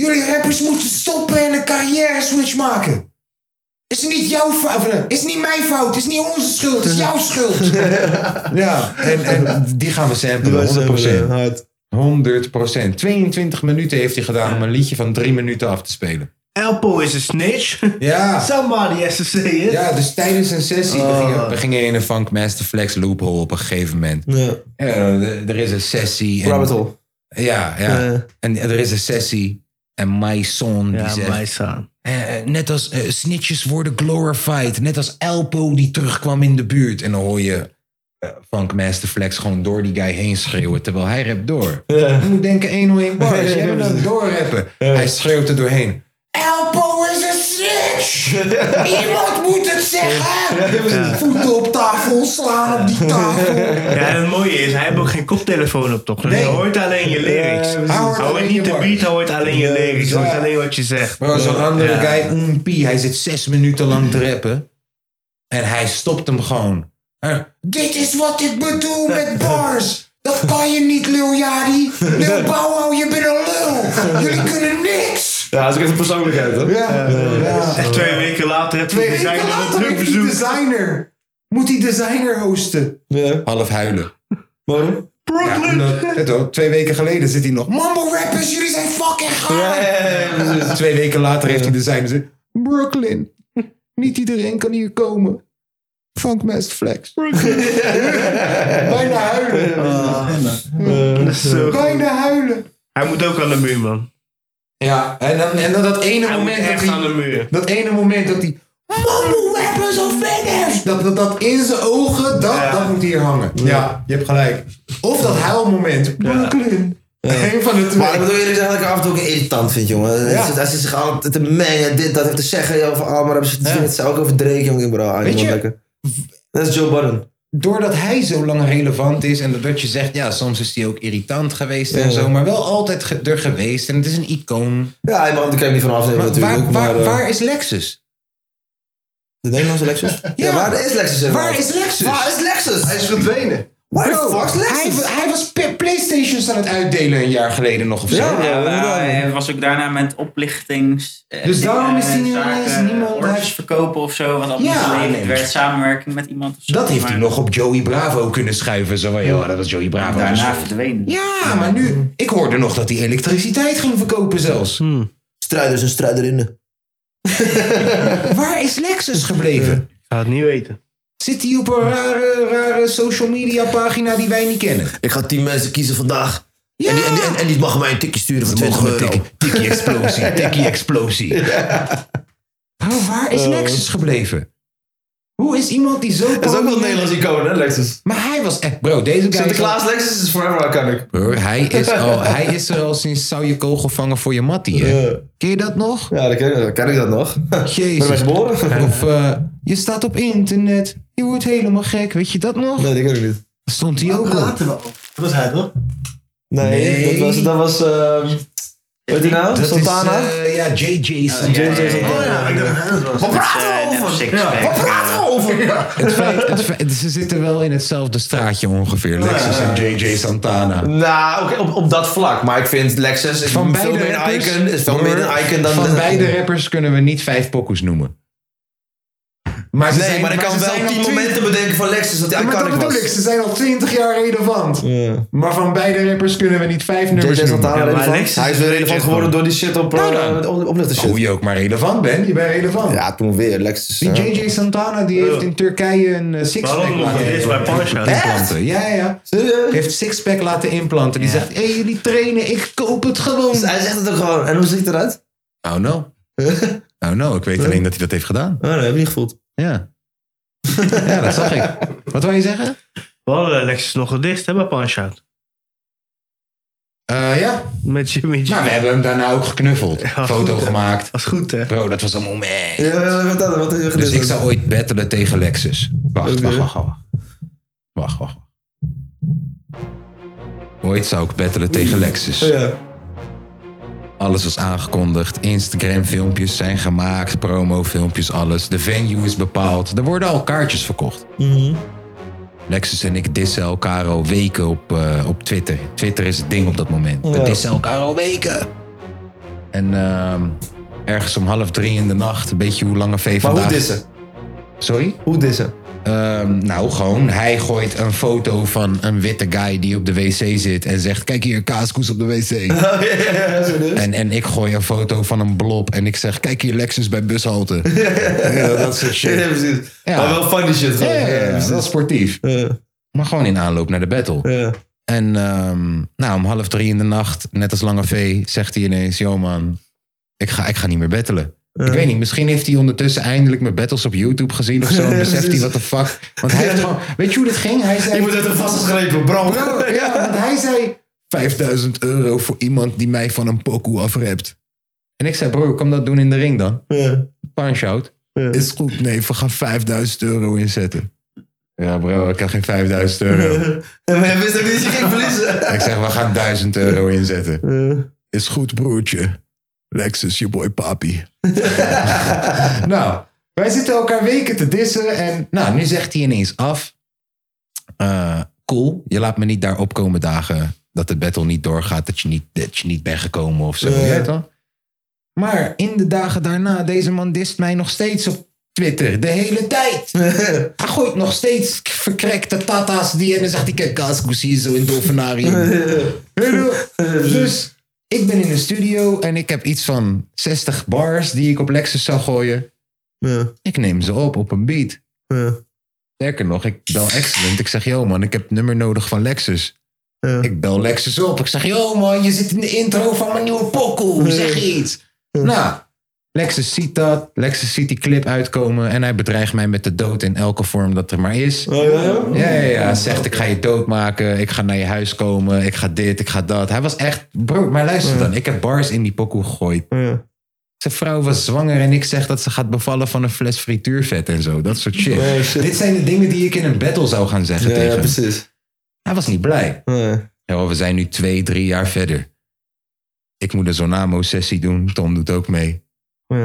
Speaker 1: Jullie rappers moeten stoppen en een carrière switch maken. Is niet jouw fout. Is niet mijn fout. Is niet onze schuld. Is jouw schuld. ja, en, en die gaan we samplen. 100%. 100%. 22 minuten heeft hij gedaan om een liedje van 3 minuten af te spelen.
Speaker 2: Elpo is een snitch.
Speaker 1: Ja.
Speaker 2: Somebody has to say it. Oh.
Speaker 1: Ja, dus tijdens een sessie. We
Speaker 2: Ah.
Speaker 1: gingen, we gingen in een Funk Master Flex loophole op een gegeven moment.
Speaker 3: Ja.
Speaker 1: Ja, er- er is een sessie. en-
Speaker 3: Rabbit hole.
Speaker 1: Ja, ja.
Speaker 3: Eh.
Speaker 1: En er is een sessie. En My Son die
Speaker 2: Ja,
Speaker 1: zegt...
Speaker 2: mij staan.
Speaker 1: eh, eh, net als eh, snitches worden glorified. Net als Elpo die terugkwam in de buurt. En dan hoor je eh, Funk Master Flex gewoon door die guy heen schreeuwen. Terwijl hij rapt door. Je moet denken 101 bars. Jij moet dan doorrappen. Hij schreeuwt er doorheen. Elpo is een snitch! Iemand moet het zeggen! Voeten op tafel, slaan op die tafel.
Speaker 2: Ja, en het mooie is, hij heeft ook geen koptelefoon op, toch? Dus
Speaker 1: Nee.
Speaker 2: Hij hoort alleen je lyrics.
Speaker 1: precies.
Speaker 2: hij hoort,
Speaker 1: Hij hoort
Speaker 2: niet de
Speaker 1: alleen je
Speaker 2: beat, hij hoort alleen je lyrics. Hij hoort
Speaker 1: ja.
Speaker 2: alleen wat je zegt.
Speaker 1: Maar zo'n andere
Speaker 2: Ja.
Speaker 1: guy, Oempie, hij zit zes minuten lang te rappen. En hij stopt hem gewoon. Eh, Dit is wat ik bedoel met bars. Dat kan je niet, Lil Yadi. Lil Bouwau, je bent een lul. Jullie kunnen niks.
Speaker 3: Ja, dat is ook echt een persoonlijkheid, hoor.
Speaker 1: Ja, ja.
Speaker 2: En twee weken later heb je
Speaker 1: Twee
Speaker 2: de
Speaker 1: weken
Speaker 2: designer op
Speaker 1: later
Speaker 2: druk
Speaker 1: heeft die
Speaker 2: bezoek.
Speaker 1: designer. Moet die designer hosten.
Speaker 3: Ja.
Speaker 1: Half huilen.
Speaker 3: Waarom?
Speaker 1: Ja, omdat- het ook, twee weken geleden zit hij nog. Mambo rappers, jullie zijn fucking gaar. Dus Twee weken later heeft hij de zijne zin. Brooklyn. Niet iedereen kan hier komen. Funkmaster Flex. Bijna huilen.
Speaker 2: Dat is zo goed.
Speaker 1: Bijna huilen.
Speaker 2: Hij moet ook aan de
Speaker 1: Oh,
Speaker 2: muur, man.
Speaker 1: Ja, en dan, en dan dat ene
Speaker 2: Hij moet
Speaker 1: moment dat
Speaker 2: echt aan
Speaker 1: hij...
Speaker 2: de muur.
Speaker 1: Dat ene moment dat hij... Mamo, weapons of fingers! Dat, dat, dat in zijn ogen, dat, dat moet hier hangen. Ja. je hebt gelijk. Of dat huilmoment. Brooklyn. Eén van de twee.
Speaker 3: Maar ik bedoel eerlijk gezegd dat ik af en toe ook irritant vind,
Speaker 1: Ja.
Speaker 3: jongen. Hij zit- Hij zit zich altijd te mengen, dit, dat heeft te zeggen. joh, Van, ah, maar hebben ze het het zou ook over Drake, jongen. Ik bedoel, ah,
Speaker 1: Weet
Speaker 3: jongen,
Speaker 1: je-
Speaker 3: lekker. Dat is Joe Biden.
Speaker 1: Doordat hij zo lang relevant is en doordat je zegt, ja, soms is hij ook irritant geweest en
Speaker 3: Ja.
Speaker 1: zo, maar wel altijd ge- er geweest en het is een icoon.
Speaker 3: Ja, hij mag, daar kan ik niet van afnemen
Speaker 1: Maar
Speaker 3: natuurlijk.
Speaker 1: waar-
Speaker 3: maar,
Speaker 1: waar-
Speaker 3: eh,
Speaker 1: waar is Lexus?
Speaker 3: De Nederlandse Lexus? ja, waar is Lexus?
Speaker 1: Waar is
Speaker 3: inderdaad?
Speaker 1: Lexus?
Speaker 3: Waar is Lexus?
Speaker 1: Hij
Speaker 4: is verdwenen.
Speaker 3: Waar de
Speaker 1: Bro,
Speaker 3: fuck is Lexus?
Speaker 1: Hij, wa- hij was pe- Playstations aan het uitdelen een jaar geleden nog of zo.
Speaker 8: Ja, maar hij was ook daarna met oplichtings. eh,
Speaker 1: Dus daarom is hij niet
Speaker 8: zaken, eh,
Speaker 1: eens niemand-
Speaker 8: Orders verkopen of zo, wat allemaal
Speaker 1: Ja,
Speaker 8: geleverd
Speaker 1: nee.
Speaker 8: werd, samenwerking met iemand of zo.
Speaker 1: Dat heeft hij
Speaker 8: Maar
Speaker 1: nog op Joey Bravo kunnen schuiven. Zo van, joh, dat was Joey Bravo.
Speaker 8: Daarna
Speaker 1: Dus-
Speaker 8: verdwenen.
Speaker 1: Ja, maar nu... Ik hoorde nog dat hij elektriciteit ging verkopen zelfs.
Speaker 2: Hmm.
Speaker 3: Strijders en strijderinnen.
Speaker 1: Waar is Lexus gebleven?
Speaker 2: Ik ga het niet weten.
Speaker 1: Zit hij op een rare, rare social media pagina die wij niet kennen?
Speaker 3: Ik ga tien mensen kiezen vandaag. En, die, en, die- en, en die mag mij een tikje sturen voor
Speaker 1: Ze
Speaker 3: 20
Speaker 1: mogen
Speaker 3: euro.
Speaker 1: een Tikkie explosie, tikkie explosie. Maar waar
Speaker 2: Oh.
Speaker 1: is Lexus gebleven? Hoe is iemand die zo...
Speaker 3: Dat is ook wel een
Speaker 1: prominent-
Speaker 3: Nederlands icoon, hè, Lexus?
Speaker 1: Maar hij was echt... Eh, Bro, deze guy... is al-
Speaker 3: Sinterklaas Lexus is forever iconic.
Speaker 1: Broer, hij is, al, hij is er al sinds zou je kogel vangen voor je mattie. Hè? Ken je dat nog?
Speaker 3: Ja, dan ken, dan ken ik dat nog. Ben je
Speaker 1: Jezus.
Speaker 3: geboren?
Speaker 1: Of eh, je staat op internet, je wordt helemaal gek. Weet je dat nog?
Speaker 3: Nee, dat ken ik niet.
Speaker 1: Stond hij ook al.
Speaker 9: Praten we over. Dat was hij toch?
Speaker 3: Nee,
Speaker 1: Nee.
Speaker 3: dat was... Dat was ehm, weet je nou?
Speaker 1: Dat is,
Speaker 3: Santana?
Speaker 1: eh, ja, JJ Santana.
Speaker 3: JJ Santana.
Speaker 9: Oh ja, ik dacht dat hij dat was.
Speaker 3: Wat
Speaker 8: eh,
Speaker 3: praten we
Speaker 8: net
Speaker 3: over?
Speaker 8: six
Speaker 9: Ja.
Speaker 8: pack.
Speaker 3: Wat praten we over?
Speaker 1: Het feit, het feit- ze zitten wel in hetzelfde straatje ongeveer. Lexus en JJ Santana.
Speaker 3: Nou, oké, op, op dat vlak. Maar ik vind Lexus is
Speaker 1: Van
Speaker 3: veel
Speaker 1: beide
Speaker 3: meer een
Speaker 1: rappers,
Speaker 3: icon, is veel
Speaker 1: broer,
Speaker 3: meer een icon dan...
Speaker 1: van beide rappers kunnen we niet vijf pokoes noemen. Maar ze
Speaker 3: Nee,
Speaker 1: zijn-
Speaker 3: maar ik
Speaker 1: ze
Speaker 3: kan wel
Speaker 1: zijn al
Speaker 3: tien
Speaker 1: twintig-
Speaker 3: momenten bedenken van Lexus dat hij
Speaker 1: Ja, maar dat
Speaker 3: iconic
Speaker 1: bedoel ik,
Speaker 3: was.
Speaker 1: ze zijn al twintig jaar relevant.
Speaker 3: Ja.
Speaker 1: Maar van beide rappers kunnen we niet vijf nummers
Speaker 3: JJ
Speaker 1: noemen.
Speaker 3: Santana
Speaker 8: maar
Speaker 3: relevant.
Speaker 8: Lexus
Speaker 3: Hij is weer relevant geworden door die shit op
Speaker 1: Nou dan.
Speaker 3: eh, met op- oplichter shit.
Speaker 1: Hoe je ook maar relevant bent, je bent relevant.
Speaker 3: Ja, toen weer. Lexus. eh.
Speaker 1: Die
Speaker 3: ja.
Speaker 1: JJ Santana die heeft in Turkije een eh, sixpack
Speaker 2: Waarom nog?
Speaker 1: laten
Speaker 2: Dit is bij Parsha.
Speaker 1: implanten. Ja, ja, ja.
Speaker 3: Serieus?
Speaker 1: Heeft sixpack laten implanten. Die zegt, hé, jullie trainen, ik koop het gewoon.
Speaker 3: Dus Hij zegt het ook gewoon. En hoe ziet het eruit?
Speaker 1: Oh no. Oh no, ik weet alleen dat hij dat heeft gedaan.
Speaker 3: Oh, dat heb ik niet gevoeld.
Speaker 1: Ja. Ja, dat zag ik. Wat wil je zeggen?
Speaker 2: We hadden Alexis eh, nog gedist, hè, bij Punch-Out.
Speaker 1: Eh, ja.
Speaker 2: Met Jimmy G.
Speaker 1: Nou, we hebben hem daarna ook geknuffeld. Foto
Speaker 2: goed, hè.
Speaker 1: gemaakt.
Speaker 2: was goed, hè?
Speaker 1: Bro, dat was een moment.
Speaker 3: Ja, Eh, wat dan? Wat is er
Speaker 1: Dus
Speaker 3: gebeurd?
Speaker 1: ik zou ooit battelen tegen Lexus. Wacht,
Speaker 3: Oké.
Speaker 1: wacht, wacht, wacht. Wacht, wacht, wacht. Ooit zou ik battelen tegen Lexus.
Speaker 3: Ja.
Speaker 1: Alles was aangekondigd. Instagram-filmpjes zijn gemaakt, promo-filmpjes, alles. De venue is bepaald. Er worden al kaartjes verkocht. Lexus en ik dissen elkaar al weken op, eh, op Twitter. Twitter is het ding op dat moment. We
Speaker 3: Ja.
Speaker 1: dissen elkaar al weken. En ehm, ergens om half drie in de nacht, een beetje hoe lange V
Speaker 3: Maar
Speaker 1: vandaag...
Speaker 3: hoe dissen?
Speaker 1: Sorry?
Speaker 3: Hoe dissen?
Speaker 1: Ehm, nou, gewoon. Hij gooit een foto van een witte guy die op de wc zit. En zegt, kijk hier, kaaskoes op de wc.
Speaker 3: Oh, ja, ja, ja, zo dus.
Speaker 1: En, en ik gooi een foto van een blob en ik zeg: Kijk hier, Lexus bij bushalte. ja, dat soort
Speaker 3: Ja,
Speaker 1: shit.
Speaker 3: precies.
Speaker 1: Ja.
Speaker 3: Maar wel funny shit
Speaker 1: Ja,
Speaker 3: gewoon.
Speaker 1: ja, ja, dat is sportief.
Speaker 3: Ja,
Speaker 1: Maar gewoon in aanloop naar de battle.
Speaker 3: ja.
Speaker 1: En ehm, nou, om half drie in de nacht, net als Lange V, zegt hij ineens: Yo man, ik ga, ik ga niet meer battelen. Ik weet niet, misschien heeft hij ondertussen eindelijk mijn battles op YouTube gezien of zo. En
Speaker 3: Ja,
Speaker 1: beseft hij
Speaker 3: precies.
Speaker 1: wat de fuck. Want hij heeft gewoon. Weet je hoe dit ging? Hij zei:
Speaker 3: Je wordt uit een vastgegrepen, bro.
Speaker 1: Bro, ja, want hij zei 5000 euro voor iemand die mij van een pokoe afrept. En ik zei, bro, kom dat doen in de ring dan.
Speaker 3: Ja.
Speaker 1: Punch-out.
Speaker 3: Ja.
Speaker 1: Is goed, nee, we gaan 5000 euro inzetten. Ja, bro, ik kan geen 5000 euro.
Speaker 3: Ja, maar hij wist ook niet dat je ging verliezen.
Speaker 1: ik zeg, we gaan 1000 euro inzetten. Is goed, broertje. Lexus, je boy papi. nou, wij zitten elkaar weken te dissen. En nou, nu zegt hij ineens af. Eh, cool, je laat me niet daar opkomen dagen dat het battle niet doorgaat. Dat je niet, dat je niet bent gekomen of zo.
Speaker 3: Ja.
Speaker 1: Je weet wel. Maar in de dagen daarna, deze man dist mij nog steeds op Twitter. De hele tijd. Hij gooit nog steeds verkrekte tata's die en dan zegt hij, kijk, Kaaskoes hier zo in Dolfinarium. Dus ik ben in de studio en ik heb iets van 60 bars die ik op Lexus zou gooien.
Speaker 3: Ja.
Speaker 1: Ik neem ze op op een beat.
Speaker 3: Ja.
Speaker 1: Sterker nog, ik bel Excellent. Ik zeg, yo man, ik heb het nummer nodig van Lexus.
Speaker 3: Ja.
Speaker 1: Ik bel Lexus Oh,
Speaker 3: Oh,
Speaker 1: op. Ik zeg, yo man, je zit in de intro van mijn nieuwe pokoe. Zeg iets. Nou, Lexus ziet dat. Lexus ziet die clip uitkomen. En hij bedreigt mij met de dood in elke vorm dat er maar is.
Speaker 3: Oh,
Speaker 1: ja, ja, ja. Hij zegt ik ga je doodmaken. Ik ga naar je huis komen. Ik ga dit, ik ga dat. Hij was echt... Bro, maar luister dan. Ik heb bars in die pokoe gegooid.
Speaker 3: Oh,
Speaker 1: Zijn vrouw was zwanger en ik zeg dat ze gaat bevallen van een fles frituurvet en zo. Dat soort shit.
Speaker 3: Nee, Oh, shit.
Speaker 1: Dit zijn de dingen die ik in een battle zou gaan zeggen
Speaker 3: Ja, ja,
Speaker 1: tegen hem.
Speaker 3: precies.
Speaker 1: Hij was niet blij. Ja, we zijn nu twee, drie jaar verder. Ik moet een Zonamo-sessie doen. Tom doet ook mee.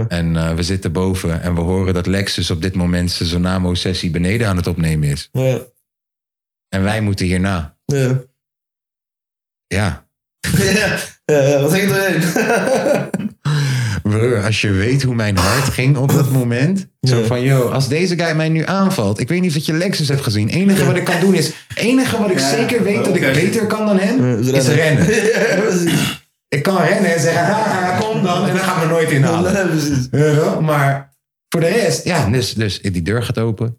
Speaker 1: En eh, we zitten boven en we horen dat Lexus op dit moment zijn Zonamo-sessie beneden aan het opnemen is. En wij moeten hierna.
Speaker 3: Ja.
Speaker 1: Ja.
Speaker 3: Ja, ja, wat ging er
Speaker 1: Broer, als je weet hoe mijn hart ging op dat moment. Zo van, yo, als deze guy mij nu aanvalt. Ik weet niet of dat je Lexus hebt gezien. enige wat ik kan doen is... enige wat ik
Speaker 3: Ja.
Speaker 1: zeker weet dat ik
Speaker 3: Oké.
Speaker 1: beter kan dan hem, is
Speaker 3: rennen.
Speaker 1: rennen. ik kan rennen en zeggen, "Ah, kom dan. En dan gaan we nooit inhalen. Ja, toch? maar voor de rest, ja, dus, dus die deur gaat open.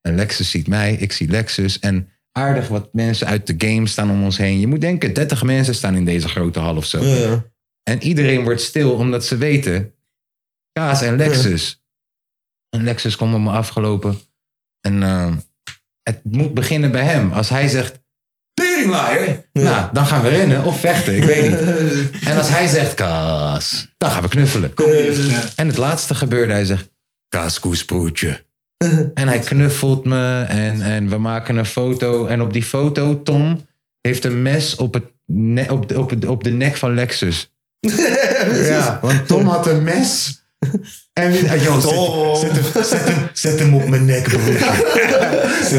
Speaker 1: En Lexus ziet mij, ik zie Lexus. En aardig wat mensen uit de game staan om ons heen. Je moet denken, 30 mensen staan in deze grote hal of zo.
Speaker 3: Ja.
Speaker 1: En iedereen wordt stil omdat ze weten. Kaas en Lexus. En Lexus komt op me afgelopen. En eh, het moet beginnen bij hem. Als hij zegt. Teringlaaier! Nou, dan gaan we rennen of vechten, ik weet niet. En als hij zegt, Kaas, dan gaan we knuffelen. En het laatste gebeurde, hij zegt, Kaaskoes broertje. En hij knuffelt me en, en we maken een foto. En op die foto, Tom heeft een mes op, het ne- op, de, op, het- op de nek van Lexus. Ja, want Tom had een mes. En eh, joh, zet, zet, hem, zet, hem, zet hem op mijn nek, broertje.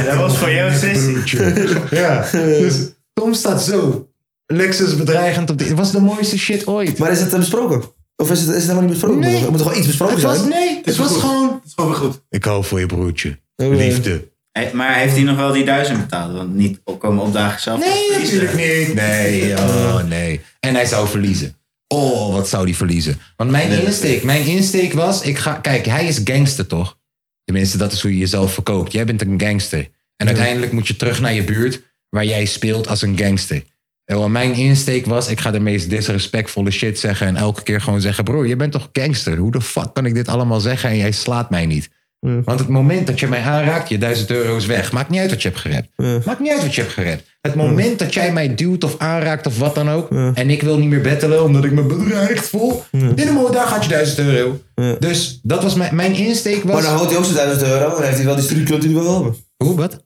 Speaker 2: Dat was voor jou sessie.
Speaker 1: Ja, dus Tom staat zo. Lexus bedreigend op de... Het was de mooiste shit ooit.
Speaker 3: Maar is het eh, besproken? Of is het, is het helemaal niet besproken?
Speaker 1: Nee.
Speaker 3: Er moet toch wel iets besproken
Speaker 1: Het
Speaker 3: zijn?
Speaker 1: was, nee, het was gewoon... Oh,
Speaker 9: Het is gewoon weer goed.
Speaker 1: Ik hou voor je broertje. Liefde.
Speaker 8: Hey, Maar heeft hij nog wel die duizend betaald? Want niet op- komen opdagen zelf.
Speaker 1: Nee, natuurlijk niet. Nee, oh nee. En hij zou verliezen. Oh, wat zou die verliezen? Want mijn insteek, mijn insteek was, ik ga, kijk, hij is gangster toch? Tenminste, dat is hoe je jezelf verkoopt. Jij bent een gangster. En uiteindelijk moet je terug naar je buurt waar jij speelt als een gangster. En wat mijn insteek was, ik ga de meest disrespectvolle shit zeggen en elke keer gewoon zeggen, bro, je bent toch gangster? Hoe de fuck kan ik dit allemaal zeggen en jij slaat mij niet? Want het moment dat je mij aanraakt, je duizend euro is weg. Maakt niet uit wat je hebt gerept. Maakt niet uit wat je hebt gerept. Het moment dat jij mij duwt of aanraakt of wat dan ook. En ik wil niet meer battelen omdat ik me bedreigd voel. Dit moment, daar gaat je duizend euro. Dus dat was mijn, mijn insteek was...
Speaker 3: Maar dan houdt hij ook zijn 1000 euro. Dan heeft hij wel die studieclub die hij wil hebben.
Speaker 1: Hoe, wat?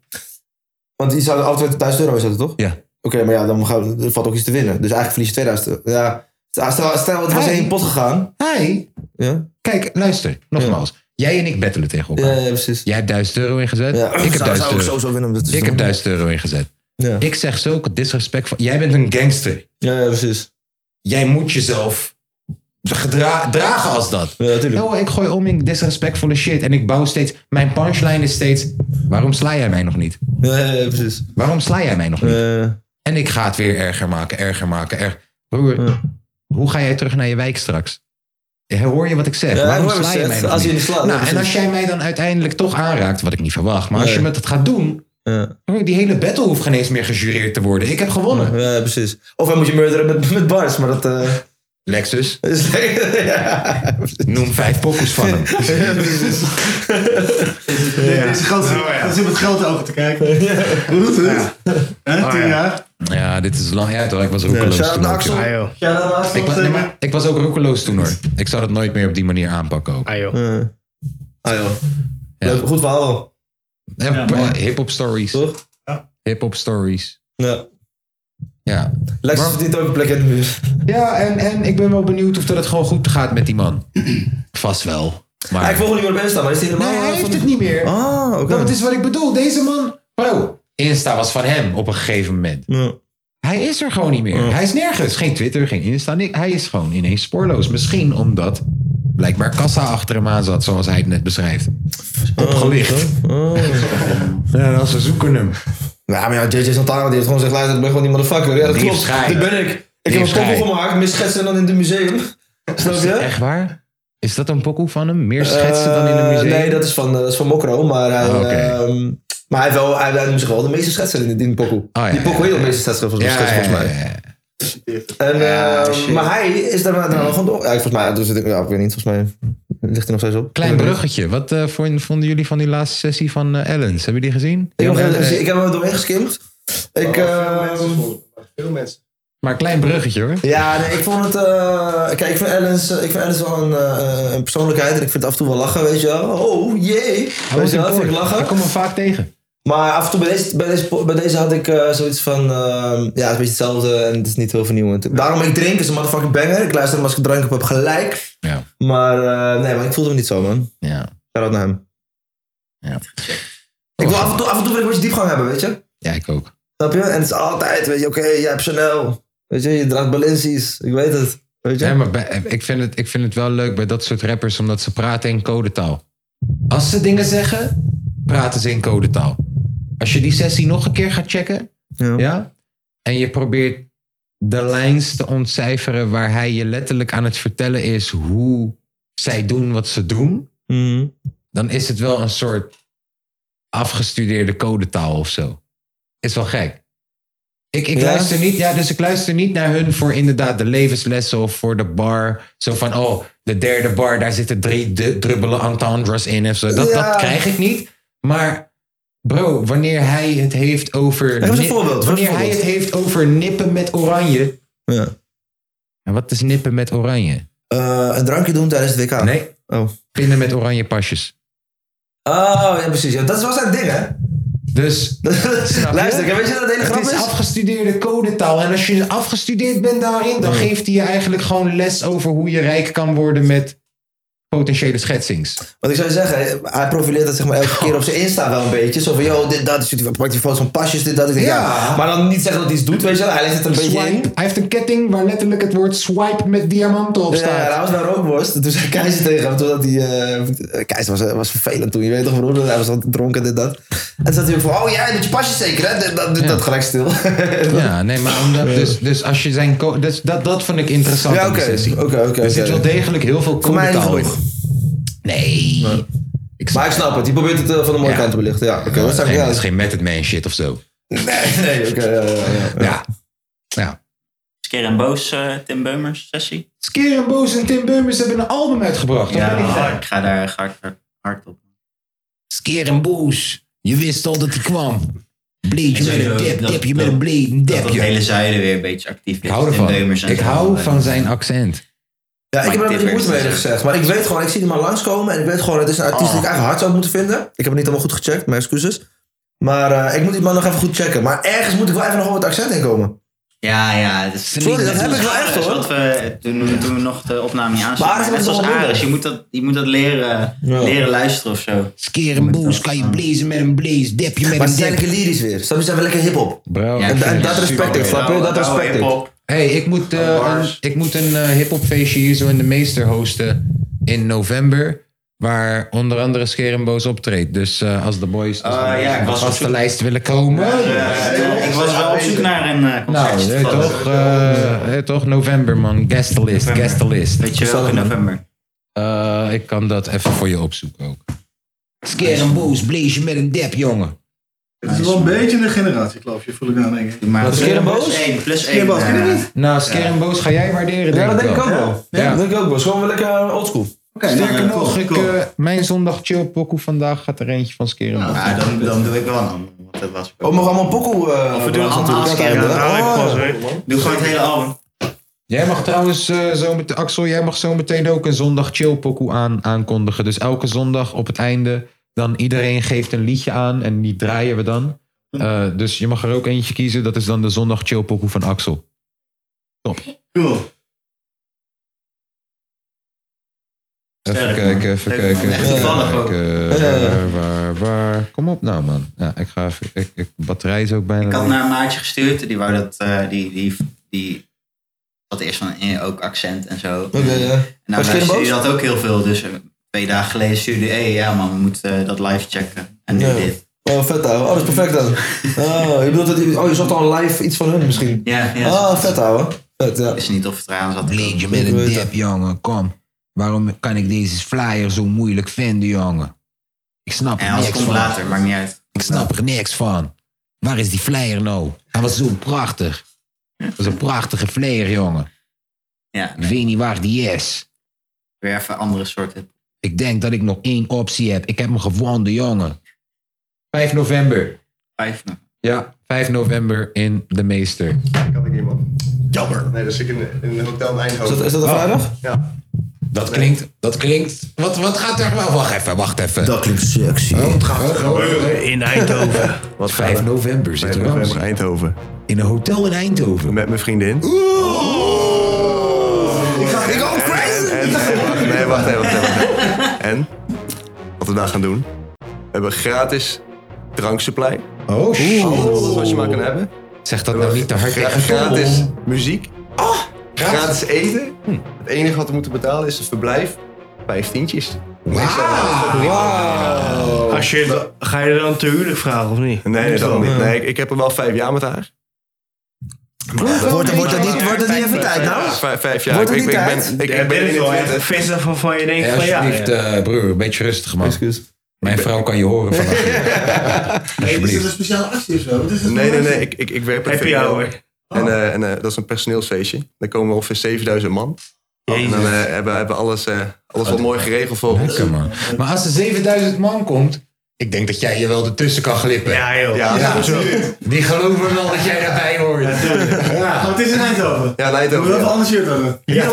Speaker 3: Want die zouden altijd 1000 euro zetten, toch?
Speaker 1: Ja.
Speaker 3: Oké, maar ja, dan gaan we- er valt ook iets te winnen. Dus eigenlijk verlies je 2000 euro. Ja. Stel, stel het was
Speaker 1: Hey.
Speaker 3: één pot gegaan.
Speaker 1: Hij,
Speaker 3: Ja,
Speaker 1: kijk, luister, nogmaals. Jij en ik battelen tegen elkaar.
Speaker 3: ja, ja precies.
Speaker 1: Jij hebt duizend euro ingezet.
Speaker 3: Ja.
Speaker 1: Ik heb
Speaker 3: zou,
Speaker 1: duizend
Speaker 3: zou ook
Speaker 1: euro.
Speaker 3: sowieso winnen. om dat te
Speaker 1: Ik
Speaker 3: doen.
Speaker 1: heb duizend euro ingezet.
Speaker 3: Ja.
Speaker 1: Ik zeg zulke disrespectvol. Jij bent een gangster.
Speaker 3: Ja, ja, precies.
Speaker 1: Jij moet jezelf gedra- dragen als dat.
Speaker 3: Ja, natuurlijk.
Speaker 1: Oh, ik gooi om in disrespectvolle shit. En ik bouw steeds. Mijn punchline is steeds. Waarom sla jij mij nog niet?
Speaker 3: Ja, ja, ja, precies.
Speaker 1: Waarom sla jij mij nog niet?
Speaker 3: Eh,
Speaker 1: En ik ga het weer erger maken, erger maken. Erger. Broer,
Speaker 3: Ja.
Speaker 1: hoe ga jij terug naar je wijk straks? Eh, Hoor je wat ik zeg?
Speaker 3: Ja,
Speaker 1: Waarom
Speaker 3: hoor wat
Speaker 1: sla
Speaker 3: je
Speaker 1: je
Speaker 3: zegt.
Speaker 1: mij nog
Speaker 3: Als je
Speaker 1: niet?
Speaker 3: niet slaat, ja,
Speaker 1: nou, en
Speaker 3: precies.
Speaker 1: als jij mij dan uiteindelijk toch aanraakt, wat ik niet verwacht. Maar als je
Speaker 3: Nee.
Speaker 1: me dat gaat doen,
Speaker 3: ja.
Speaker 1: broer, die hele battle hoeft geen eens meer gejureerd te worden. Ik heb gewonnen.
Speaker 3: Ja, ja, precies. Of hij moet je murderen met, met bars, maar dat... eh,
Speaker 1: Lexus,
Speaker 3: is ja.
Speaker 1: noem vijf pokkels van hem.
Speaker 9: Deze gast
Speaker 2: Oh,
Speaker 9: dat is op het geld ogen te kijken. Hoe doet het? Hè,
Speaker 2: Oh,
Speaker 9: tien jaar?
Speaker 1: Ja, dit is lang uit hoor. Ik was roekeloos
Speaker 3: shout-out
Speaker 1: toen
Speaker 3: naar
Speaker 1: ook,
Speaker 3: Axel.
Speaker 1: joh.
Speaker 2: Ah joh.
Speaker 9: Ja, dat was
Speaker 1: Ik was, nee, maar ik was ook roekeloos toen hoor. Ik zou dat nooit meer op die manier aanpakken ook.
Speaker 2: Ah joh.
Speaker 3: Ah joh.
Speaker 1: Ja.
Speaker 3: Leuk, Goed verhaal,
Speaker 1: Eh,
Speaker 9: Ja,
Speaker 1: p-
Speaker 9: man.
Speaker 1: Hip-hop stories.
Speaker 3: toch?
Speaker 1: Hip-hop stories.
Speaker 3: Ja.
Speaker 1: Ja.
Speaker 3: Lex
Speaker 1: Maar-
Speaker 3: verdient ook een plek in de muur.
Speaker 1: Ja, en, en ik ben wel benieuwd of dat het gewoon goed gaat met die man. Vast wel.
Speaker 3: Ah,
Speaker 1: Maar
Speaker 3: ik volg niet meer op Insta, maar is die helemaal...
Speaker 1: nee, hij
Speaker 3: van-
Speaker 1: heeft het niet meer.
Speaker 3: Ah, oké.
Speaker 1: Dat is wat ik bedoel. Deze man. Bro, Oh, Insta was van hem op een gegeven moment.
Speaker 3: Ja.
Speaker 1: Hij is er gewoon niet meer. Hij is nergens. Geen Twitter, geen Insta. niks. Hij is gewoon ineens spoorloos. Misschien omdat blijkbaar kassa achter hem aan zat, zoals hij het net beschrijft. Oh, Opgelicht. Ja, dan ze zoeken hem.
Speaker 3: Oh. Ja, maar ja, JJ Santana die heeft gewoon gezegd, luister, ik ben gewoon die motherfucker. Ja, dat
Speaker 1: Die
Speaker 3: klopt.
Speaker 1: heeft schijn.
Speaker 3: Dit ben ik. Ik heb
Speaker 1: heeft
Speaker 3: een
Speaker 1: schijn.
Speaker 3: koppel gemaakt, meer schetsen dan in het museum. Snap
Speaker 1: Is dat
Speaker 3: je?
Speaker 1: echt waar? Is dat een pokoe van hem? Meer schetsen dan in een museum?
Speaker 3: Eh, nee, dat is van, eh, dat is van Mokro, maar hij...
Speaker 1: Ah, oké.
Speaker 3: ehm, maar hij, heeft wel, hij, hij noemt zich wel de meeste schetsen in, in die pokoe.
Speaker 1: ja,
Speaker 3: die pokoe
Speaker 1: Ah, ja,
Speaker 3: heeft de meeste schetsen volgens,
Speaker 1: ja,
Speaker 3: schetsen, volgens mij.
Speaker 1: ja, ja.
Speaker 3: En,
Speaker 4: Ja,
Speaker 3: eh,
Speaker 4: shit.
Speaker 3: maar hij is daar daarna nog gewoon door. Ja, volgens mij, dus, het- ja, ik weet niet, volgens mij ligt hij nog steeds op.
Speaker 1: Klein bruggetje. Wat eh, vond- vonden jullie van die laatste sessie van eh Ellens? Hebben jullie die gezien? eh,
Speaker 3: Ik, heb nog
Speaker 1: Ellen-
Speaker 3: even- ik heb hem er doorheen geskimd. Ik, ehm,
Speaker 4: Veel mensen.
Speaker 1: Maar klein bruggetje hoor.
Speaker 3: Ja, nee, ik vond het. eh, kijk, ik vind Ellens, ik vind Ellens wel een, eh, een persoonlijkheid. En ik vind het af en toe wel lachen, weet je wel. Oh jee. Weet
Speaker 1: was
Speaker 3: je
Speaker 1: in
Speaker 3: wel, vind ik
Speaker 1: koor.
Speaker 3: lachen.
Speaker 1: Ik kom hem vaak tegen.
Speaker 3: Maar af en toe bij deze, bij deze, po- bij deze had ik eh, zoiets van. ehm, ja, het is een beetje hetzelfde en het is niet heel vernieuwend. Daarom ik drink is een motherfucking banger. Ik luister hem als ik drank op heb gelijk.
Speaker 1: Ja.
Speaker 3: Maar eh, nee, maar ik voelde hem niet zo, man.
Speaker 1: Ja.
Speaker 3: Shout out naar hem.
Speaker 1: Ja.
Speaker 3: Ik wil af en toe, af en toe wil ik een beetje diepgang hebben, weet je?
Speaker 1: Ja, ik ook.
Speaker 3: Snap je? En het is altijd, weet je, oké, jij hebt Chanel. Weet je, je draagt Balenci's. Ik weet het. Weet je?
Speaker 1: Ja, maar bij- ik, vind het, ik vind het wel leuk bij dat soort rappers, omdat ze praten in codetaal. Als ze dingen zeggen, praten ze in codetaal. Als je die sessie nog een keer gaat checken,
Speaker 3: ja.
Speaker 1: en je probeert de lijns te ontcijferen waar hij je letterlijk aan het vertellen is hoe zij doen wat ze doen, dan is het wel een soort afgestudeerde codetaal of zo. Is wel gek. Ik, ik
Speaker 3: Ja?
Speaker 1: luister niet, ja, dus ik luister niet naar hun voor inderdaad de levenslessen of voor de bar. Zo van, oh, de derde bar, daar zitten drie du- dubbele entendres in en zo. Dat,
Speaker 3: Ja.
Speaker 1: dat krijg ik niet. Maar bro, wanneer hij het heeft over...
Speaker 3: Geef eens een
Speaker 1: nip-
Speaker 3: voorbeeld, geef
Speaker 1: Wanneer
Speaker 3: een
Speaker 1: hij het
Speaker 3: voorbeeld.
Speaker 1: heeft over nippen met oranje.
Speaker 3: Ja.
Speaker 1: En wat is nippen met oranje?
Speaker 3: Eh, een drankje doen tijdens het WK.
Speaker 1: Nee.
Speaker 3: Oh.
Speaker 1: Pinnen met oranje pasjes.
Speaker 3: Oh, ja, precies. Ja, dat was zijn ding, hè?
Speaker 1: Dus Snap je?
Speaker 3: Luister, kijk, weet je wat het hele grap
Speaker 1: Het
Speaker 3: is?
Speaker 1: is afgestudeerde codetaal. En als je afgestudeerd bent daarin, dan geeft hij je eigenlijk gewoon les over hoe je rijk kan worden met potentiële schetsings.
Speaker 3: Want ik zou je zeggen, hij profileert dat zeg maar elke keer op zijn Insta wel een beetje. Zo van, yo, dit, dat, dus hij pakt die foto's van pasjes, dit, dat. Ik denk, ja.
Speaker 1: Ja.
Speaker 3: Maar dan niet zeggen dat hij iets doet, weet je wel. Hij legt het een beetje in.
Speaker 1: Swipe. Hij heeft een ketting waar letterlijk het woord swipe met diamanten op
Speaker 3: Ja,
Speaker 1: staat.
Speaker 3: hij was naar Rookworst. Toen zei Keizer tegen hem, totdat hij... eh, Keizer was, was vervelend toen, je weet toch broer? Hij was al dronken, dit, dat. En toen zat hij ook van, oh jij doet je pasjes zeker, hè? Dit, dat, dit, dat, gelijk stil.
Speaker 1: Ja, nee, maar omdat, dus, dus als je zijn. co- Dus dat, dat vond ik interessant.
Speaker 3: Ja,
Speaker 1: aan die
Speaker 3: oké,
Speaker 1: sessie.
Speaker 3: oké, oké,
Speaker 1: Er zit
Speaker 3: oké.
Speaker 1: wel degelijk heel veel
Speaker 3: eh, Voor mij niet
Speaker 1: codetaal in.
Speaker 3: genoeg.
Speaker 1: Nee.
Speaker 3: Maar ik snap het, die probeert het eh, van de mooie
Speaker 1: Ja.
Speaker 3: kant te belichten. Ja, oké, dat
Speaker 1: Nee,
Speaker 3: zou ik
Speaker 1: dat
Speaker 3: ja.
Speaker 1: is geen method man shit of zo.
Speaker 3: Nee, oké,
Speaker 8: eh,
Speaker 3: ja, ja, ja.
Speaker 1: Ja. ja.
Speaker 8: Skeer en Boos, eh, Tim Beumers sessie.
Speaker 1: Skeer en Boos en Tim Beumers hebben een album uitgebracht.
Speaker 8: Ja,
Speaker 1: dat ben ik gek.
Speaker 8: ik ga daar hard, hard op.
Speaker 1: Skeer en Boos. Je wist al dat hij kwam. Bleed je met een
Speaker 8: Sowieso,
Speaker 1: dip,
Speaker 8: dat-
Speaker 1: dip je met
Speaker 8: dat-
Speaker 1: een bleed, een
Speaker 8: Dat
Speaker 1: dip
Speaker 8: de
Speaker 1: je.
Speaker 8: hele zijde weer een beetje actief is.
Speaker 1: Ik hou
Speaker 8: Tim
Speaker 1: ervan.
Speaker 8: Beumers en
Speaker 1: Ik
Speaker 8: zo.
Speaker 1: hou van zijn accent.
Speaker 3: Ja, ik heb
Speaker 8: Mike
Speaker 3: er een beetje
Speaker 8: Tippers.
Speaker 3: moeite mee eerlijk gezegd. Maar ik weet gewoon, ik zie hem maar langskomen. En ik weet gewoon, het is een artiest die ik eigenlijk hard zou moeten vinden. Ik heb het niet helemaal goed gecheckt, mijn excuses. Maar eh, ik moet die man nog even goed checken. Maar ergens moet ik wel even nog wat accent in komen.
Speaker 8: Ja, ja. Dat is
Speaker 3: Sorry, dat heb ik wel echt,
Speaker 8: is
Speaker 3: hoor.
Speaker 8: wat we, eh, toen, toen we nog de opname niet
Speaker 3: Maar Ares
Speaker 8: aansloegen. Net
Speaker 3: moet het
Speaker 8: zoals
Speaker 3: wel doen.
Speaker 8: Ares. Je moet dat, je moet dat leren,
Speaker 3: Ja.
Speaker 8: leren luisteren of zo.
Speaker 1: Skeer en Boos kan je blazen met een blaze, dip je met
Speaker 3: Maar ze
Speaker 1: een
Speaker 3: zijn
Speaker 1: dip.
Speaker 3: lekker lyrisch weer. Snap je, ze zijn wel lekker hip-hop.
Speaker 1: Bro,
Speaker 8: Ja,
Speaker 1: ik
Speaker 3: En,
Speaker 1: vind
Speaker 3: en
Speaker 1: het
Speaker 3: dat
Speaker 1: super
Speaker 3: respect ik,
Speaker 1: leuk.
Speaker 3: snap je? Dat
Speaker 8: Oude- oude
Speaker 3: respect ik.
Speaker 8: Nou, hiphop. Nou,
Speaker 1: Hey, ik moet, eh, een,
Speaker 8: bars.
Speaker 1: ik moet een eh, hip-hop feestje hier zo in de meester hosten in november. Waar onder andere Scherenboos optreedt. Dus eh, als de boys als de
Speaker 8: Ah,
Speaker 1: boys
Speaker 8: ja, ik
Speaker 1: op de
Speaker 8: was op
Speaker 1: vaste
Speaker 8: zoek-
Speaker 1: lijst willen komen.
Speaker 8: Eh, ik was wel op zoek naar een eh,
Speaker 1: nou,
Speaker 8: concertje.
Speaker 1: eh,
Speaker 8: te
Speaker 1: toch, eh, eh, toch november man. Guestelist,
Speaker 8: November.
Speaker 1: guestelist.
Speaker 8: Weet je wel, in november.
Speaker 1: Eh, ik kan dat even voor je opzoeken ook. Scherenboos, blaze je met een dep, jongen.
Speaker 9: Het is wel een beetje een generatieklapje, voel ik aan denk ik.
Speaker 8: Maar
Speaker 1: Wat is Kerenboos?
Speaker 8: Plus één, plus één.
Speaker 9: Kerenboos, ken je
Speaker 8: eh,
Speaker 9: niet?
Speaker 1: Nou, Scherenboos ga jij waarderen,
Speaker 3: Ja,
Speaker 1: denk
Speaker 3: dat denk ik ook
Speaker 1: wel.
Speaker 3: wel.
Speaker 1: Ja.
Speaker 3: Ja, dat denk ik ook wel. Het is gewoon wel lekker eh, oldschool.
Speaker 9: Oké,
Speaker 1: Sterker
Speaker 9: nou,
Speaker 1: nog,
Speaker 9: cool,
Speaker 1: ik,
Speaker 9: cool.
Speaker 1: eh, mijn zondag chill pokoe vandaag gaat er eentje van Scherenboos.
Speaker 8: Nou, Ja, dan, dan doe ik wel een ander. want dat was-
Speaker 3: Oh, mag allemaal pokoe... eh,
Speaker 8: Of we doen
Speaker 3: dat
Speaker 8: allemaal
Speaker 3: natuurlijk,
Speaker 8: afkeren,
Speaker 3: dat
Speaker 8: dan
Speaker 3: eigenlijk, hè?
Speaker 2: pas,
Speaker 3: Oh,
Speaker 2: hè?
Speaker 8: Doe gewoon het hele album.
Speaker 1: Jij mag trouwens, eh, zo meteen, Axel, jij mag zo meteen ook een zondag chill pokoe aan, aankondigen. Dus elke zondag op het einde, dan iedereen geeft een liedje aan en die draaien we dan. Eh, dus je mag er ook eentje kiezen, dat is dan de zondag chill pokoe van Axel.
Speaker 2: Cool.
Speaker 1: Even
Speaker 8: Sterk, man.
Speaker 1: kijken, even
Speaker 8: Leuk,
Speaker 1: kijken.
Speaker 8: man. Echt
Speaker 1: even
Speaker 8: toevallig ook.
Speaker 1: kijken.
Speaker 3: Ja, ja, ja.
Speaker 1: Waar, waar, waar. Kom op nou, man. Ja, ik ga even, ik, ik, batterij is ook bijna
Speaker 8: Ik had
Speaker 1: leeg.
Speaker 8: naar een maatje gestuurd. Die wou dat, eh, die, die, die had eerst van eh, ook accent en zo.
Speaker 3: Oké, ja.
Speaker 8: En
Speaker 3: Was
Speaker 8: nou,
Speaker 3: Kerenboos?
Speaker 8: stuurde dat ook heel veel. Dus eh, twee dagen geleden stuurde hij, hey, ja man, we moeten eh, dat live checken. En nu
Speaker 3: Ja.
Speaker 8: dit.
Speaker 3: Oh, vet ouwe. Oh, dat is perfect dan. Oh, je bedoelt dat... die- Oh, je zocht al live iets van hun misschien.
Speaker 8: Ja, ja.
Speaker 3: Ah, vet ouwe. Vet, ja.
Speaker 8: Ik wist niet of het eraan zat. te komen.
Speaker 1: Leed je met een dip, jongen, kom. Waarom kan ik deze flyer zo moeilijk vinden, jongen? Ik snap
Speaker 8: En
Speaker 1: er
Speaker 8: als het
Speaker 1: niks
Speaker 8: komt
Speaker 1: van.
Speaker 8: later, maakt niet uit.
Speaker 1: Ik snap er niks van. Waar is die flyer nou? Hij was zo prachtig. Dat is een prachtige flair, jongen.
Speaker 8: Ja.
Speaker 1: Vinnie waar die is.
Speaker 8: Weer even andere soorten.
Speaker 1: Ik denk dat ik nog één optie heb. Ik heb hem gewonnen, jongen. 5 november.
Speaker 8: 5
Speaker 1: Ja, 5 november in De Meester.
Speaker 4: Kan ik niet, man. Jammer. Nee, dat zit in, in een hotel in Eindhoven. Oh.
Speaker 1: Is dat- is dat een vrijdag?
Speaker 4: Ja.
Speaker 1: Dat klinkt, dat klinkt. Wat, wat gaat er. wel? Wacht even, wacht even.
Speaker 4: Dat
Speaker 1: klinkt sexy. wat gaat er gebeuren?
Speaker 2: In Eindhoven.
Speaker 1: Wat 5 november zitten we dan?
Speaker 10: november Eindhoven.
Speaker 1: In een hotel in Eindhoven.
Speaker 10: Met mijn vriendin.
Speaker 11: Ik ga crazy!
Speaker 10: En, en- wacht, nee, wacht even. Wacht, even, wacht even. En wat we daar gaan doen. We hebben gratis dranksupply.
Speaker 1: Oh shit.
Speaker 10: Alles wat je maar kan hebben.
Speaker 1: Zeg dat nou niet te hard tegen Ah, Tom.
Speaker 10: Gratis muziek. gratis. eten. Het enige wat we moeten betalen is het verblijf. Vijftientjes.
Speaker 2: Wauw. Als je, ga je er dan te huwelijk vragen of niet?
Speaker 10: Nee, nee, dat niet. Nee, ik, ik heb er wel vijf jaar met haar.
Speaker 3: Wordt, wordt, dat niet, wordt dat niet even tijd nou?
Speaker 10: Ja, vijf, vijf jaar.
Speaker 3: Wordt
Speaker 10: ik,
Speaker 3: het
Speaker 10: ik, ik
Speaker 3: niet
Speaker 10: ben,
Speaker 3: tijd?
Speaker 10: ik, ik
Speaker 2: Ja,
Speaker 10: ben
Speaker 2: dit is wel
Speaker 10: 21.
Speaker 2: echt een vis daarvan van je denkt
Speaker 1: Hey,
Speaker 2: van ja.
Speaker 1: alsjeblieft, eh, broer, een beetje rustig, man. Mijn vrouw kan je horen vandaag.
Speaker 9: Is
Speaker 1: alsjeblieft.
Speaker 9: dat een speciale actie of zo? Wat is dat
Speaker 10: Nee,
Speaker 9: voor
Speaker 10: nee,
Speaker 9: actie?
Speaker 10: nee. Ik, ik, ik werk bij
Speaker 2: Happy
Speaker 10: VNL.
Speaker 2: hour.
Speaker 10: En, eh, en eh, dat is een personeelsfeestje. Daar komen ongeveer 7000 man. En dan eh, hebben hebben alles, eh, alles wel mooi geregeld voor ons.
Speaker 1: Lekker, man. Maar als er 7000 man komt, ik denk dat jij hier wel ertussen kan glippen.
Speaker 2: Ja, joh.
Speaker 10: Ja,
Speaker 1: Ja.
Speaker 10: natuurlijk.
Speaker 1: Die geloven wel dat jij daarbij hoort.
Speaker 9: Ja, want het is in Eindhoven.
Speaker 10: Ja,
Speaker 9: Moet
Speaker 10: Eindhoven.
Speaker 9: wel
Speaker 10: ja.
Speaker 9: een ander shirt hebben. Ja,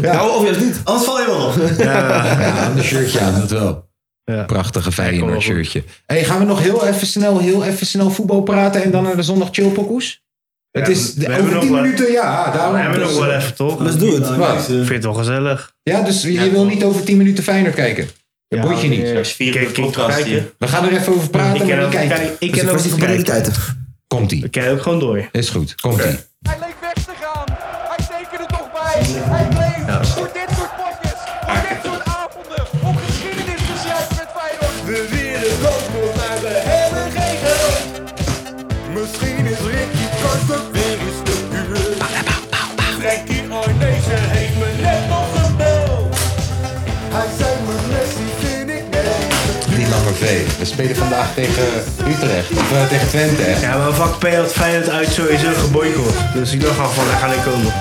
Speaker 3: Nou, of juist niet.
Speaker 9: Anders val je wel op.
Speaker 1: Ja, een shirtje aan, dat wel. Prachtige Feyenoord shirtje. Hey, gaan we nog heel even snel, heel even snel voetbal praten en dan naar de zondag chillpokoes? het is
Speaker 2: we
Speaker 1: de,
Speaker 2: hebben
Speaker 1: over
Speaker 2: nog
Speaker 1: 10
Speaker 2: wel-
Speaker 1: minuten, ja. Daarom,
Speaker 2: We hebben
Speaker 1: dus-
Speaker 2: nog wel even toch?
Speaker 3: Let's do it.
Speaker 1: Wat?
Speaker 2: Ik vind het wel gezellig.
Speaker 1: eh, Ja, dus je wil niet over 10 minuten Feyenoord kijken. Dat moet je niet.
Speaker 8: is vier uur
Speaker 2: Kijk, kijk,
Speaker 8: podcast
Speaker 2: kijk,
Speaker 8: hier.
Speaker 1: We gaan er even over praten,
Speaker 2: Ik
Speaker 1: maar
Speaker 2: ken
Speaker 1: dan
Speaker 2: ook, ik
Speaker 1: kijken.
Speaker 2: ken- ik ken ook
Speaker 3: Kwestie
Speaker 2: niet
Speaker 3: van
Speaker 2: kijken.
Speaker 3: prioriteiten.
Speaker 1: Komt-ie.
Speaker 2: Ik ken ook gewoon door.
Speaker 1: Is goed, komt-ie.
Speaker 6: Hij leek weg te gaan. Hij tekende toch bij. Hij bleef voor dit soort potjes, voor dit soort avonden, om geschiedenis te schrijven met Feyenoord. We willen Roodmoed, maar we hebben geen geld. Misschien is Ricky Karsten weer eens te duur. Frankie Arnezen heeft me net nog gebeld. Hij zei me Messi vind ik net.
Speaker 1: Die lange V. We spelen vandaag tegen Utrecht. Of eh, tegen Twente, hè?
Speaker 2: Ja, maar vak P had Feyenoord uit sowieso geboycott. Dus ik dacht al van, daar ga ik ook nog.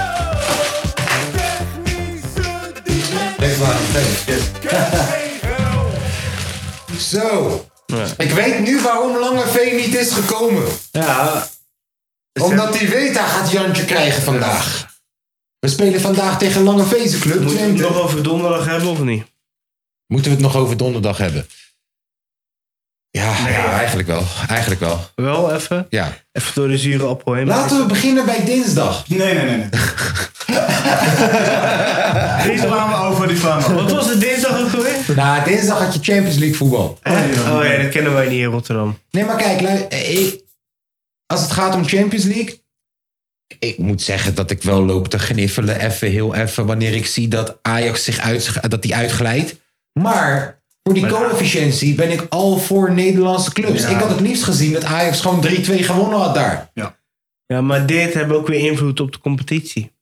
Speaker 6: Technische dilemma.
Speaker 1: Denk maar aan Twente.
Speaker 6: Geen geld.
Speaker 1: Zo. Ik weet nu waarom Lange V niet is gekomen.
Speaker 2: Ja,
Speaker 1: Omdat hij weet, hij gaat Jantje krijgen vandaag. We spelen vandaag tegen Lange V's club
Speaker 2: moet je het
Speaker 1: Twente.
Speaker 2: nog over donderdag hebben of niet?
Speaker 1: Moeten we het nog over donderdag hebben? Ja, ja eigenlijk wel. Eigenlijk wel.
Speaker 2: Wel even.
Speaker 1: Ja.
Speaker 2: Even door de zure appel heen.
Speaker 1: Laten we beginnen bij dinsdag.
Speaker 9: Nee, nee, nee. nee. Die slaan we over, die slaan we
Speaker 2: Wat
Speaker 9: over.
Speaker 2: was het dinsdag ook alweer?
Speaker 1: Nou, dinsdag had je Champions League voetbal.
Speaker 2: Oh ja, dat kennen wij niet in Rotterdam.
Speaker 1: Nee, maar kijk, lu- eh, ik- als het gaat om Champions League. Ik moet zeggen dat ik wel loop te gniffelen, even heel even, wanneer ik zie dat Ajax zich uit, dat die uitglijdt. Maar voor die coëfficiëntie ben ik al voor Nederlandse clubs. Ik had het liefst gezien dat Ajax gewoon 3-2 gewonnen had daar.
Speaker 2: Ja, maar dit hebben ook weer invloed op de competitie.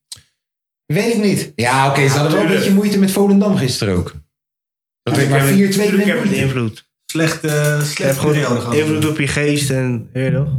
Speaker 1: Weet ik niet. Ja, oké, ze hadden wel een
Speaker 2: tuurlijk.
Speaker 1: beetje moeite met Volendam gisteren ook. Dat werd
Speaker 2: Tuurlijk
Speaker 1: maar 4-2
Speaker 2: hebben- Tuurlijk
Speaker 1: werd
Speaker 2: hebben het
Speaker 1: moeite.
Speaker 2: invloed.
Speaker 9: Slecht, eh,
Speaker 2: Je hebt
Speaker 9: slecht periode
Speaker 2: gewoon
Speaker 9: gehad.
Speaker 2: invloed op je geest en... Weet je toch?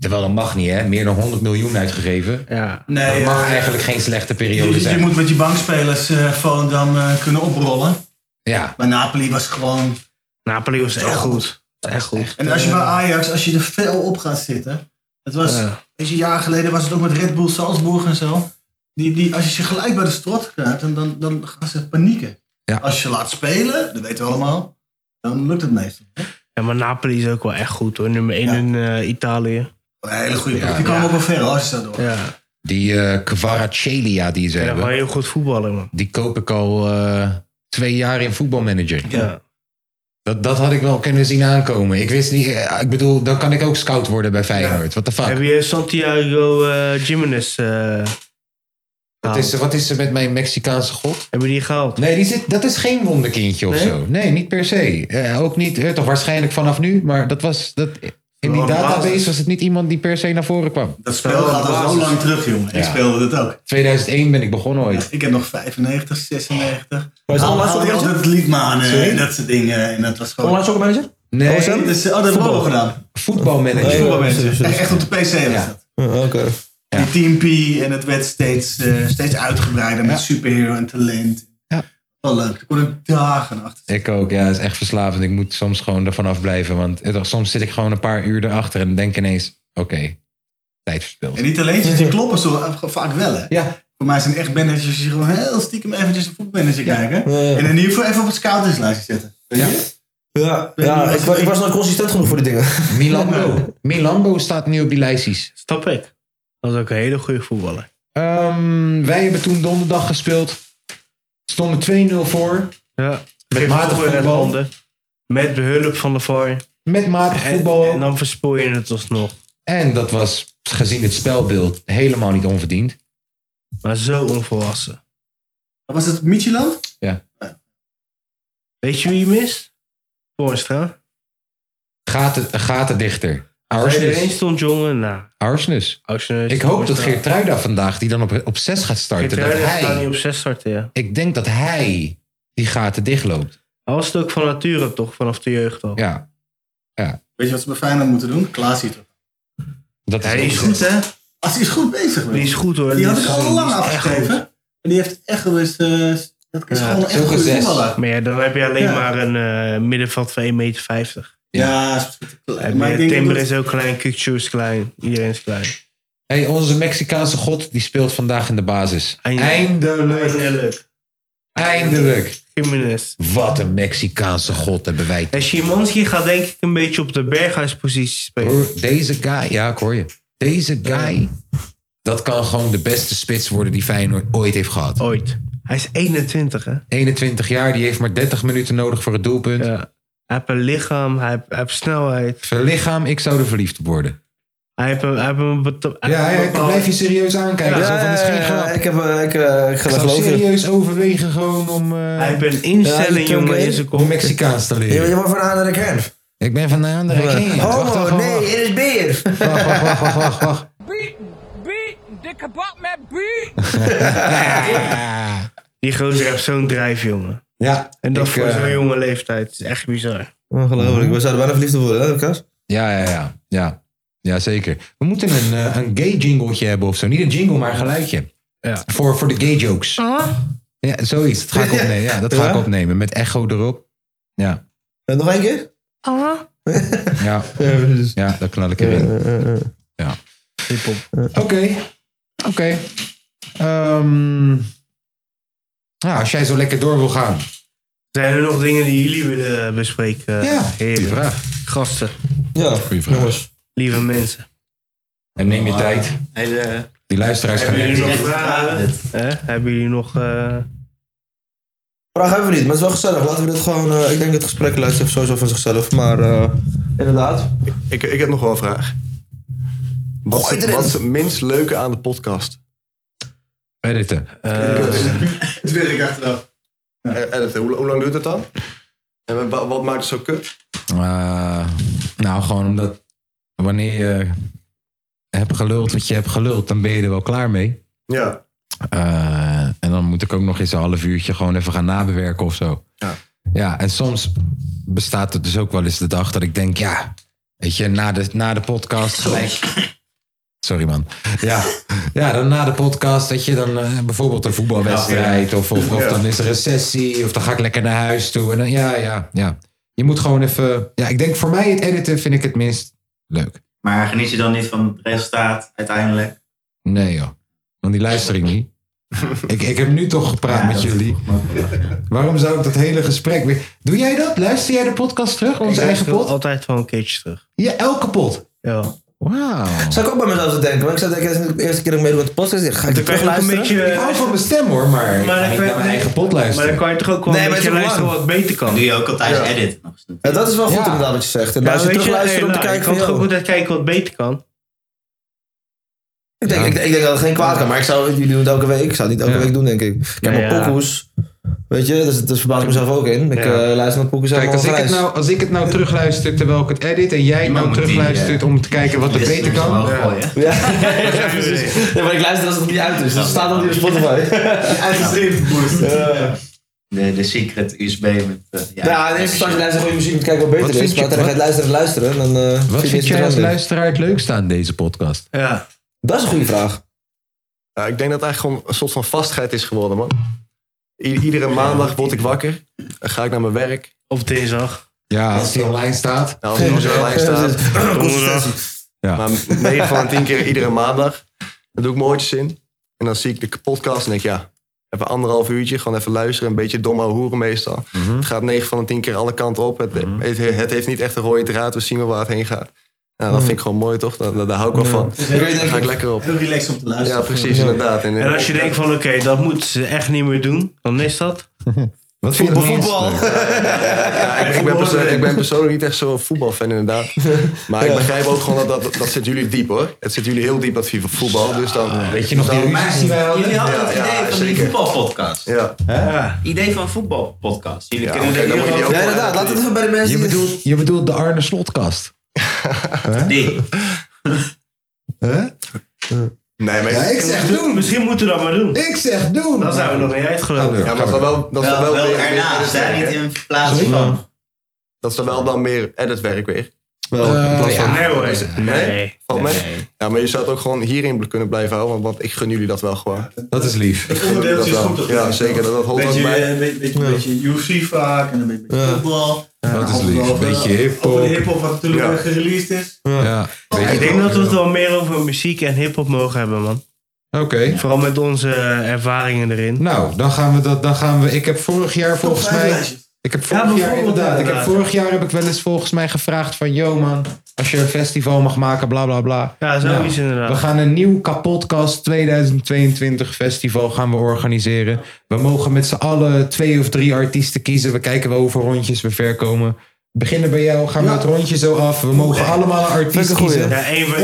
Speaker 1: Terwijl dat mag niet, hè? Meer dan 100 miljoen uitgegeven.
Speaker 2: Ja.
Speaker 9: Nee,
Speaker 1: Dat mag
Speaker 9: eh,
Speaker 1: eigenlijk geen slechte periode
Speaker 9: je, je
Speaker 1: zijn.
Speaker 9: moet met je bankspelers eh, Volendam eh, kunnen oprollen.
Speaker 1: Ja.
Speaker 9: Maar Napoli was gewoon...
Speaker 2: Napoli was echt goed. Echt goed.
Speaker 9: En
Speaker 1: Eh.
Speaker 9: als je bij Ajax, als je er fel op gaat zitten. Het was,
Speaker 2: Ja.
Speaker 9: weet je, jaren geleden was het ook met Red Bull Salzburg en zo. Die, die, als je ze gelijk bij de strot krijgt, dan, dan, dan gaan ze panieken.
Speaker 1: Ja.
Speaker 9: Als je ze laat spelen, dat weten we allemaal, dan lukt het meestal.
Speaker 2: Ja, maar Napoli is ook wel echt goed hoor. Nummer 1
Speaker 9: Ja.
Speaker 2: in eh, Italië.
Speaker 9: Een hele goede ploeg.
Speaker 1: Ja.
Speaker 9: Die kwam ook wel ver hoor, als je dat door.
Speaker 2: Ja.
Speaker 1: Die eh Kvaratskhelia die ze
Speaker 2: Ja,
Speaker 1: hebben,
Speaker 2: wel heel goed voetballen man.
Speaker 1: die koop ik al eh, twee jaar in voetbalmanager.
Speaker 2: Ja.
Speaker 1: Dat, dat had ik wel kunnen zien aankomen. Ik wist niet, eh, ik bedoel, dan kan ik ook scout worden bij Feyenoord. Wat de fuck?
Speaker 2: Heb je Santiago eh Jimenez? eh,
Speaker 1: Wat
Speaker 2: gehaald?
Speaker 1: is, er- wat is er met mijn Mexicaanse god?
Speaker 2: Hebben die gehaald?
Speaker 1: Nee, die zit, dat is geen wonderkindje of
Speaker 2: Nee?
Speaker 1: zo. Nee, niet per se. Eh, ook niet, eh, toch waarschijnlijk vanaf nu, maar dat was, dat, in die
Speaker 9: Gewoon
Speaker 1: database
Speaker 9: basis.
Speaker 1: was het niet iemand die per se naar voren kwam.
Speaker 9: Dat spel gaat al zo lang terug, jongen. Ik
Speaker 1: Ja.
Speaker 9: speelde het ook.
Speaker 1: 2001 ben ik begonnen
Speaker 9: Ja,
Speaker 1: ooit.
Speaker 9: ik heb nog 95, 96.
Speaker 3: is
Speaker 9: Haal
Speaker 3: dat-
Speaker 9: haal
Speaker 3: was
Speaker 9: je
Speaker 3: dat-
Speaker 9: altijd het lied maar aan eh, en dat soort dingen. En dat was gewoon...
Speaker 3: Online soccer manager?
Speaker 1: Nee,
Speaker 9: Nee, dus, oh, dat hebben oh, we wel gedaan.
Speaker 1: voetbalmanager.
Speaker 9: Voetbalmanager. Echt, echt op de PC was
Speaker 1: Ja.
Speaker 9: dat.
Speaker 3: Oké.
Speaker 1: Ja,
Speaker 9: en Team P. En het werd steeds, eh, steeds uitgebreider met superhero en talent. Wel leuk. Er kon ik dagen achter.
Speaker 1: Ik ook, ja, het is echt verslavend. Ik moet soms gewoon ervan afblijven. Want het- soms zit ik gewoon een paar uur erachter en denk ineens: oké, tijd verspild.
Speaker 9: En die talentjes die kloppen zo eh, vaak wel, hè?
Speaker 1: Ja.
Speaker 9: Voor mij zijn echt bandages die gewoon heel stiekem eventjes een voetballetje kijken. En in ieder geval even op het scoutingslijstje zetten. Weet je?
Speaker 3: Ja,
Speaker 9: Ben
Speaker 3: ja
Speaker 9: je-
Speaker 3: ik, wa- ik was nog consistent genoeg voor die dingen.
Speaker 1: Milambo. Milambo staat nu op die lijstjes.
Speaker 2: Snap ik. Dat is ook een hele goede voetballer.
Speaker 1: Ehm, wij hebben toen donderdag gespeeld. Stonden 2-0 voor.
Speaker 2: Ja.
Speaker 1: Met matig voetbal.
Speaker 2: Met behulp van de VAR.
Speaker 1: Met matig
Speaker 2: voetbal. En, dan verspoor je het alsnog.
Speaker 1: En dat was, gezien het spelbeeld, helemaal niet onverdiend.
Speaker 2: Maar zo onvolwassen.
Speaker 9: Was het Michieland?
Speaker 1: Ja.
Speaker 2: Weet je wie je mist? Voorstra.
Speaker 1: Gaten, gatendichter.
Speaker 2: Als je erin
Speaker 1: Arsenis.
Speaker 2: stond, jongen, nou.
Speaker 1: Arsenis.
Speaker 2: Arsenis
Speaker 1: Ik hoop dat
Speaker 2: Voorstra.
Speaker 1: Geertruida vandaag, die dan op, op 6 gaat starten, dat
Speaker 2: Geertruida staat niet
Speaker 1: hij,
Speaker 2: op 6 starten, ja.
Speaker 1: ik denk dat hij die gaten dichtloopt.
Speaker 2: Hij was het ook van nature toch, vanaf de jeugd al.
Speaker 1: Ja. ja.
Speaker 9: Weet je wat ze bij Feyenoord moeten doen? Klaas ziet
Speaker 1: Dat
Speaker 2: Hij is goed, hè?
Speaker 9: Als hij is goed bezig, man.
Speaker 2: Die is goed, hoor.
Speaker 9: Die had ik
Speaker 2: is-
Speaker 9: al lang
Speaker 2: die is echt
Speaker 9: afgeschreven.
Speaker 2: goed.
Speaker 9: En die heeft echt wel eens... eh, dat is
Speaker 2: Ja,
Speaker 9: gewoon echt een goede voetballer.
Speaker 2: Maar ja, dan heb je alleen
Speaker 9: Ja.
Speaker 2: maar een eh, middenveld van 1,50 meter.
Speaker 9: Ja, is
Speaker 1: Maar
Speaker 2: maar
Speaker 1: ik denk
Speaker 2: Timber
Speaker 1: dat-
Speaker 2: is heel klein, Kukchu is klein, iedereen is klein.
Speaker 1: Hey, onze Mexicaanse god die speelt vandaag in de basis. Eindelijk.
Speaker 2: Eindelijk.
Speaker 1: Eindelijk.
Speaker 2: Jiménez.
Speaker 1: Wat een Mexicaanse god hebben wij.
Speaker 2: En Szymanski gaat denk ik een beetje op de berghuispositie spelen.
Speaker 1: Broer, Deze guy, ja, ik hoor je. Deze guy, dat kan gewoon de beste spits worden die Feyenoord ooit heeft gehad.
Speaker 2: Ooit. Hij is 21, hè?
Speaker 1: 21 jaar, die heeft maar 30 minuten nodig voor het doelpunt.
Speaker 2: Hij heeft een lichaam, hij heeft, hij heeft snelheid.
Speaker 1: Zijn lichaam, ik zou er verliefd op worden.
Speaker 2: Hij heeft een... Hij heeft een beto- hij
Speaker 1: Ja,
Speaker 2: heeft
Speaker 1: ja,
Speaker 2: een
Speaker 1: ik
Speaker 2: bepaald-
Speaker 1: blijf je serieus aankijken.
Speaker 2: Ja,
Speaker 1: zo van, dit is
Speaker 2: ja,
Speaker 1: geen
Speaker 2: ja,
Speaker 1: grap.
Speaker 3: Ik heb, eh, ik, eh, ik ga
Speaker 1: Ik zou
Speaker 3: wel geloven.
Speaker 1: serieus overwegen gewoon om... eh,
Speaker 2: Hij heeft een instelling,
Speaker 1: Ja,
Speaker 2: jongen,
Speaker 1: oké.
Speaker 2: in zijn
Speaker 1: Om Mexicaans te leren.
Speaker 3: Je bent van aan de kant.
Speaker 1: Ik ben van de andere kant. Wacht,
Speaker 3: Homo,
Speaker 1: wacht, wacht,
Speaker 3: Oh, nee, het is beer.
Speaker 1: wacht, wacht, wacht, wacht, wacht, wacht.
Speaker 2: Die gozer heeft zo'n drijf, jongen.
Speaker 1: Ja.
Speaker 2: En dat
Speaker 3: ik,
Speaker 2: voor
Speaker 3: eh,
Speaker 2: zo'n jonge leeftijd. Het is echt bizar.
Speaker 3: Ongelooflijk, we zouden bijna verliefd op worden, hè, Lucas?
Speaker 1: Ja, ja, ja. Ja, ja zeker. We moeten een, eh, een gay jingletje hebben of zo. Niet een jingle, maar een geluidje.
Speaker 2: Ja.
Speaker 1: Voor, voor de gay jokes. Ja, zoiets. Dat ga ik opnemen. Ja, dat ga
Speaker 3: Ja?
Speaker 1: ik opnemen. Met echo erop. Ja.
Speaker 3: Eh, Nog één keer?
Speaker 1: Ja. Ja, dat knal ik erin. Ja. Oké. Oké. Ehm, nou, als jij zo lekker door wil gaan.
Speaker 2: Zijn er nog dingen die jullie willen bespreken?
Speaker 1: Ja,
Speaker 2: Heren,
Speaker 1: vraag.
Speaker 2: gasten,
Speaker 3: Ja,
Speaker 1: goeie vraag.
Speaker 2: lieve mensen.
Speaker 1: En neem je tijd.
Speaker 8: Hele...
Speaker 1: Die luisteraars gaan
Speaker 2: Hebben jullie nog
Speaker 1: even-
Speaker 2: vragen? Hè? Hebben jullie nog... eh,
Speaker 3: Vraag hebben we niet, maar het is wel gezellig. Laten we dit gewoon. eh, ik denk dat het gesprek luistert even sowieso van zichzelf. Maar eh, inderdaad.
Speaker 4: Ik, ik heb nog wel een vraag. Wat is het- wat is het minst leuke aan de podcast?
Speaker 1: Editen.
Speaker 12: Het werk achteraf.
Speaker 4: Editen, Eh, hoe, hoe lang duurt het dan? En wa- wat maakt het zo kut?
Speaker 1: Eh, nou, gewoon omdat wanneer je hebt geluld wat je hebt geluld, dan ben je er wel klaar mee.
Speaker 4: Ja.
Speaker 1: Eh, en dan moet ik ook nog eens een half uurtje gewoon even gaan nabewerken of zo.
Speaker 4: Ja.
Speaker 1: Ja, en soms bestaat het dus ook wel eens de dag dat ik denk, ja, weet je, na de, na de podcast gelijk. Sorry man. Ja. ja, dan na de podcast dat je dan eh, bijvoorbeeld een voetbalwedstrijd of, of, of
Speaker 13: Ja.
Speaker 1: dan is er een sessie of dan ga ik lekker naar huis toe. En dan, ja, ja, ja. Je moet gewoon even. Ja, ik denk voor mij het editen vind ik het minst leuk.
Speaker 8: Maar geniet je dan niet van het resultaat uiteindelijk?
Speaker 1: Nee joh. Want die luister ik niet. ik, ik heb nu toch gepraat met jullie. Waarom zou ik dat hele gesprek weer. Doe jij dat? Luister jij de podcast terug? Onze
Speaker 2: ik
Speaker 1: eigen
Speaker 2: wil
Speaker 1: pod?
Speaker 2: altijd wel een keertje terug.
Speaker 1: Ja, elke pot.
Speaker 2: Ja.
Speaker 1: Wauw.
Speaker 3: Zou ik ook bij mezelf te denken, want ik zou denken, dit is de eerste keer dat ik meedoe met de podcast. Ik Ga ik dit
Speaker 2: kan je
Speaker 3: terug
Speaker 2: ook een
Speaker 3: luisteren?
Speaker 2: beetje- eh,
Speaker 1: Ik hou van mijn stem hoor, maar,
Speaker 2: Maar dan
Speaker 1: ik
Speaker 2: kan je-
Speaker 1: naar mijn eigen pot luisteren.
Speaker 2: Maar dan kan je toch ook wel
Speaker 3: Nee,
Speaker 2: een
Speaker 3: maar
Speaker 2: beetje
Speaker 3: het is
Speaker 2: luisteren
Speaker 3: lang.
Speaker 2: wat beter kan.
Speaker 8: Doe je ook altijd
Speaker 3: Ja.
Speaker 8: edit. nog eens.
Speaker 3: Ja, dat is wel goed
Speaker 1: Ja.
Speaker 3: inderdaad wat je zegt. En
Speaker 2: Ja,
Speaker 3: als je
Speaker 2: weet
Speaker 3: terug luistert
Speaker 2: hey,
Speaker 3: om te
Speaker 2: nou,
Speaker 3: kijken
Speaker 2: Je
Speaker 3: van,
Speaker 2: kan toch ook
Speaker 3: joh,
Speaker 2: altijd kijken wat beter kan.
Speaker 3: ik, denk, ik, ik denk dat het geen kwaad kan, maar ik zou, jullie doen het elke week. Ik zou het niet elke week doen, denk ik. Ik heb
Speaker 2: Ja,
Speaker 3: mijn
Speaker 2: Nou ja.
Speaker 3: pokoes, weet je, dus dat verbaas ik mezelf ook in. Ik
Speaker 2: Ja.
Speaker 3: eh, luister naar pokoes
Speaker 1: Kijk,
Speaker 3: helemaal
Speaker 1: als ik, het
Speaker 3: grijs.
Speaker 1: nou, als ik het nou terugluister terwijl ik het edit en jij het nou
Speaker 8: moet die, eh,
Speaker 1: terugluistert om te kijken wat er
Speaker 8: Listeners
Speaker 1: beter kan.
Speaker 8: omhoog gooien.
Speaker 3: Ja,
Speaker 1: Eh,
Speaker 3: ja, precies. Ja, maar ik luister als het niet uit is. Dat staat nog niet op Spotify.
Speaker 8: De, de secret USB met... eh,
Speaker 3: Ja, in eerste instantie luister gewoon je muziek om te kijken wat
Speaker 1: Wat
Speaker 3: beter
Speaker 1: vind
Speaker 3: is.
Speaker 1: je-
Speaker 3: Maar uiteindelijk ga je luisteren, luisteren. Dan, eh,
Speaker 1: Wat
Speaker 3: je
Speaker 1: vind
Speaker 3: het
Speaker 1: jij als
Speaker 3: interessanter.
Speaker 1: luisteraar het leukste aan deze podcast?
Speaker 2: Ja.
Speaker 3: Dat is een goede vraag.
Speaker 4: Ja, ik denk dat het eigenlijk gewoon een soort van vastheid is geworden, man. I- iedere maandag word ik wakker. Dan ga ik naar mijn werk.
Speaker 2: Op dinsdag.
Speaker 1: Ja, als die online staat.
Speaker 4: Ja, als die nog zo online staat.
Speaker 1: Consistentie.
Speaker 4: Ja. Maar 9 van de 10 keer iedere maandag. Dan doe ik mijn oortjes in. En dan zie ik de podcast en denk ik, ja, even anderhalf uurtje. Gewoon even luisteren. Een beetje dom ouwe hoeren meestal. Het gaat 9 van de 10 keer alle kanten op. Het, het, het heeft niet echt een rode draad. We zien wel waar het heen gaat. Nou, dat
Speaker 9: Mhm.
Speaker 4: vind ik gewoon mooi, toch? Daar, daar- daar hou ik wel van. Daar ga ik lekker op.
Speaker 9: Heel relaxed om te luisteren.
Speaker 4: Ja, precies, inderdaad.
Speaker 2: En, als je denkt van oké, dat moeten ze echt niet meer doen, dan is dat.
Speaker 14: Wat
Speaker 2: vind je
Speaker 4: Ja, ik, ik, ben perso- ik ben persoonlijk niet echt zo'n voetbalfan, inderdaad. Maar ik begrijp ook gewoon dat, dat dat zit jullie diep, hoor. Het zit jullie heel diep, dat FIFA voetbal. Dus dan, Weet
Speaker 1: je nog die
Speaker 8: ruzie die wij hadden? Jullie hadden het idee van die
Speaker 4: voetbalpodcast. Ja.
Speaker 8: Ah, Idee van een voetbalpodcast. Jullie
Speaker 4: Ja,
Speaker 8: kunnen
Speaker 4: oké,
Speaker 8: er
Speaker 4: dan
Speaker 8: hier
Speaker 4: moet je die
Speaker 8: ook-
Speaker 4: ook Ja, inderdaad, laat het even bij de mensen
Speaker 1: Je
Speaker 4: die-
Speaker 1: bedoelt, je bedoelt de Arne Slotkast.
Speaker 8: Nee.
Speaker 4: Nee, maar
Speaker 1: Ja, ik zeg doen.
Speaker 2: Misschien moeten we dat maar doen.
Speaker 1: Ik zeg doen.
Speaker 2: Dan zijn we nog niet uitgelopen.
Speaker 4: Ja, maar dat is dan wel, dat is dan
Speaker 8: Wel-
Speaker 4: wel,
Speaker 8: wel
Speaker 4: weer-
Speaker 8: ernaast,
Speaker 4: weer-
Speaker 8: hè, niet in plaats
Speaker 4: Sorry?
Speaker 8: van.
Speaker 4: Dat is dan wel dan meer editwerk weer. Wel,
Speaker 8: Eh,
Speaker 4: in plaats van-
Speaker 8: ja. Nee, hoor.
Speaker 4: Is-
Speaker 8: Nee.
Speaker 4: Valt mee?
Speaker 8: Nee.
Speaker 4: Ja, maar je zou het ook gewoon hierin kunnen blijven houden, want, want ik gun jullie dat wel gewoon.
Speaker 1: Dat is lief.
Speaker 4: Ik gun jullie dat wel. Ja, zeker. Dat, dat hoort
Speaker 9: beetje, eh,
Speaker 4: ook bij.
Speaker 9: Een beetje, beetje, beetje UFC vaak en een beetje voetbal.
Speaker 1: Dat is
Speaker 9: Altijd
Speaker 1: lief.
Speaker 9: wel,
Speaker 1: beetje
Speaker 9: eh,
Speaker 1: hiphop.
Speaker 9: Over de hiphop wat natuurlijk
Speaker 1: Ja.
Speaker 9: eh, gereleased is.
Speaker 1: Ja.
Speaker 2: Oh, ik denk dat we het wel meer over muziek en hip-hop mogen hebben, man.
Speaker 1: Oké.
Speaker 2: Vooral met onze eh, ervaringen erin.
Speaker 1: Nou, dan gaan we dat. Dan gaan we. Ik heb vorig jaar volgens mij. Ik heb vorig jaar
Speaker 2: bijvoorbeeld,
Speaker 1: inderdaad. Ik heb
Speaker 2: inderdaad.
Speaker 1: vorig jaar heb ik wel eens volgens mij gevraagd van, yo man, als je een festival mag maken, bla bla bla. Nou,
Speaker 2: Ja, zoiets inderdaad.
Speaker 1: We gaan een nieuw kapotkast 2022 festival gaan we organiseren. We mogen met z'n allen twee of drie artiesten kiezen. We kijken wel hoeveel rondjes we ver komen. Beginnen bij jou, gaan we het rondje zo af. We mogen allemaal een artiest kiezen.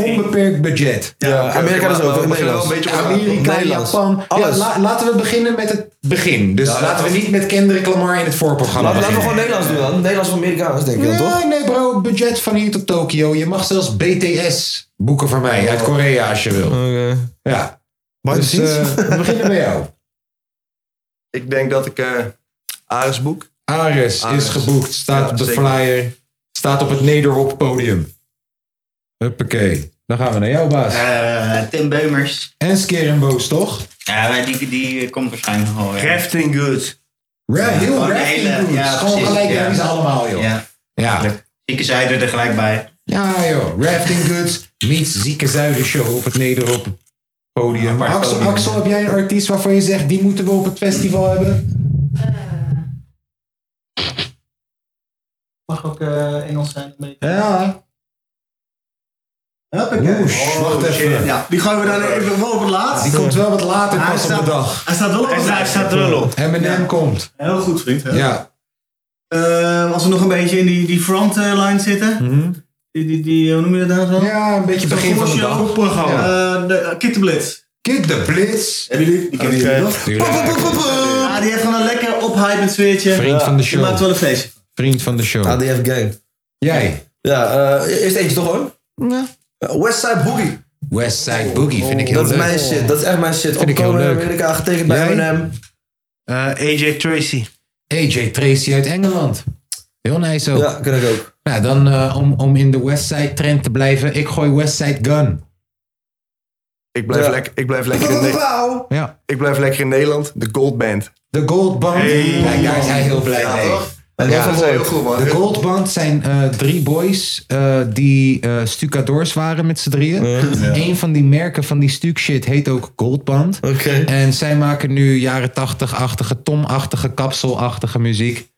Speaker 1: Onbeperkt budget.
Speaker 14: oké,
Speaker 1: Amerika
Speaker 14: oké,
Speaker 1: is
Speaker 14: maar
Speaker 1: ook.
Speaker 14: we beginnen wel
Speaker 1: Nederland.
Speaker 14: een beetje op-
Speaker 1: Amerika,
Speaker 14: Nederlands.
Speaker 1: Japan. Ja,
Speaker 14: Alles.
Speaker 1: la- laten we beginnen met het begin. Dus
Speaker 14: Ja,
Speaker 1: laten we niet met Kendrick Lamar in het voorprogramma
Speaker 3: Laten, laten we
Speaker 1: beginnen.
Speaker 3: gewoon Nederlands doen dan. Nederlands of Amerikaans, denk ik dan, toch?
Speaker 1: Nee, nee bro, budget van hier tot Tokio. Je mag zelfs BTS boeken van mij uit Korea als je wil. Ja.
Speaker 4: Maar
Speaker 1: dus,
Speaker 4: precies.
Speaker 1: eh, we beginnen bij jou.
Speaker 4: Ik denk dat ik eh Ares boek.
Speaker 1: Ares, is geboekt, staat
Speaker 4: Ja,
Speaker 1: op de
Speaker 4: zeker.
Speaker 1: flyer, staat op het Nederhop podium. Huppakee. Dan gaan we naar jou, baas.
Speaker 8: Eh, Tim Beumers.
Speaker 1: En Skerenboos, toch?
Speaker 8: Ja, maar die, die eh, komt waarschijnlijk nog wel weer.
Speaker 2: Crafting Good.
Speaker 1: Ra- heel
Speaker 8: Gewoon
Speaker 1: Crafting
Speaker 8: hele-
Speaker 1: Goods.
Speaker 8: ja,
Speaker 1: Gewoon
Speaker 8: precies,
Speaker 1: gelijk
Speaker 8: ja.
Speaker 1: naar die ze allemaal, joh.
Speaker 8: Ja.
Speaker 1: Ja.
Speaker 8: Zieke zijde er gelijk bij.
Speaker 1: Ja, joh. Rafting Goods meets Zieke Zuiden Show op het Nederhop podium.
Speaker 8: apart
Speaker 1: Axel,
Speaker 8: podium.
Speaker 1: Axel, heb jij een artiest waarvan je zegt, die moeten we op het festival hebben?
Speaker 9: Mag ook eh, Engels zijn.
Speaker 1: Ja.
Speaker 9: Hoppakee. Oh,
Speaker 1: Oeh, wacht even.
Speaker 9: Ja, die gooien we dan even wel op het laatst.
Speaker 1: Die komt wel wat later
Speaker 9: Hij
Speaker 1: pas op
Speaker 9: staat-
Speaker 1: de dag.
Speaker 9: Hij staat wel op het laatst.
Speaker 1: Eminem komt.
Speaker 9: Heel goed, vriend. hè?
Speaker 1: Ja.
Speaker 9: Eh, als we nog een beetje in die, die frontline zitten. die, die, die, hoe noem je dat dan zo?
Speaker 1: Ja, een beetje begin van de dag.
Speaker 9: programma.
Speaker 1: Ja.
Speaker 9: Eh, de, eh, Kid de Blitz.
Speaker 1: Kid de Blitz.
Speaker 9: Hebben jullie? Die kennen jullie toch? Ah, die heeft gewoon een lekker ophypend sfeertje.
Speaker 1: Vriend van de
Speaker 9: Die
Speaker 1: show.
Speaker 9: maakt wel een feestje.
Speaker 1: Vriend van de show.
Speaker 3: ADF Gang.
Speaker 1: Jij?
Speaker 3: Ja, eh, eerst eentje toch hoor? Ja. Westside Boogie.
Speaker 1: Westside Boogie vind ik heel
Speaker 3: dat
Speaker 1: leuk.
Speaker 3: is mijn shit, dat is echt mijn shit.
Speaker 1: Vind ik heel
Speaker 3: Opkomen in
Speaker 1: leuk.
Speaker 3: Amerika, getekend bij
Speaker 1: Jij?
Speaker 3: M&M.
Speaker 2: AJ Tracy.
Speaker 1: AJ Tracy uit Engeland. Heel nice ook.
Speaker 3: Ja, ken ik ook.
Speaker 1: Nou, dan eh, om, om in de Westside trend te blijven. Ik gooi Westside Gun.
Speaker 4: Ik blijf,
Speaker 1: Ja.
Speaker 4: lekker, ik blijf lekker in
Speaker 3: Nederland.
Speaker 1: Ja.
Speaker 4: Ik blijf lekker in Nederland. De Gold Band.
Speaker 1: De Gold Band. Kijk, daar is hij heel blij mee.
Speaker 4: Dat was heel goed, man.
Speaker 1: De Gold Band zijn eh, drie boys eh, die eh stucadoors waren met z'n drieën. Eén van die merken van die stuk shit heet ook Gold Band. En zij maken nu jaren 80-achtige, Tom-achtige, kapselachtige muziek.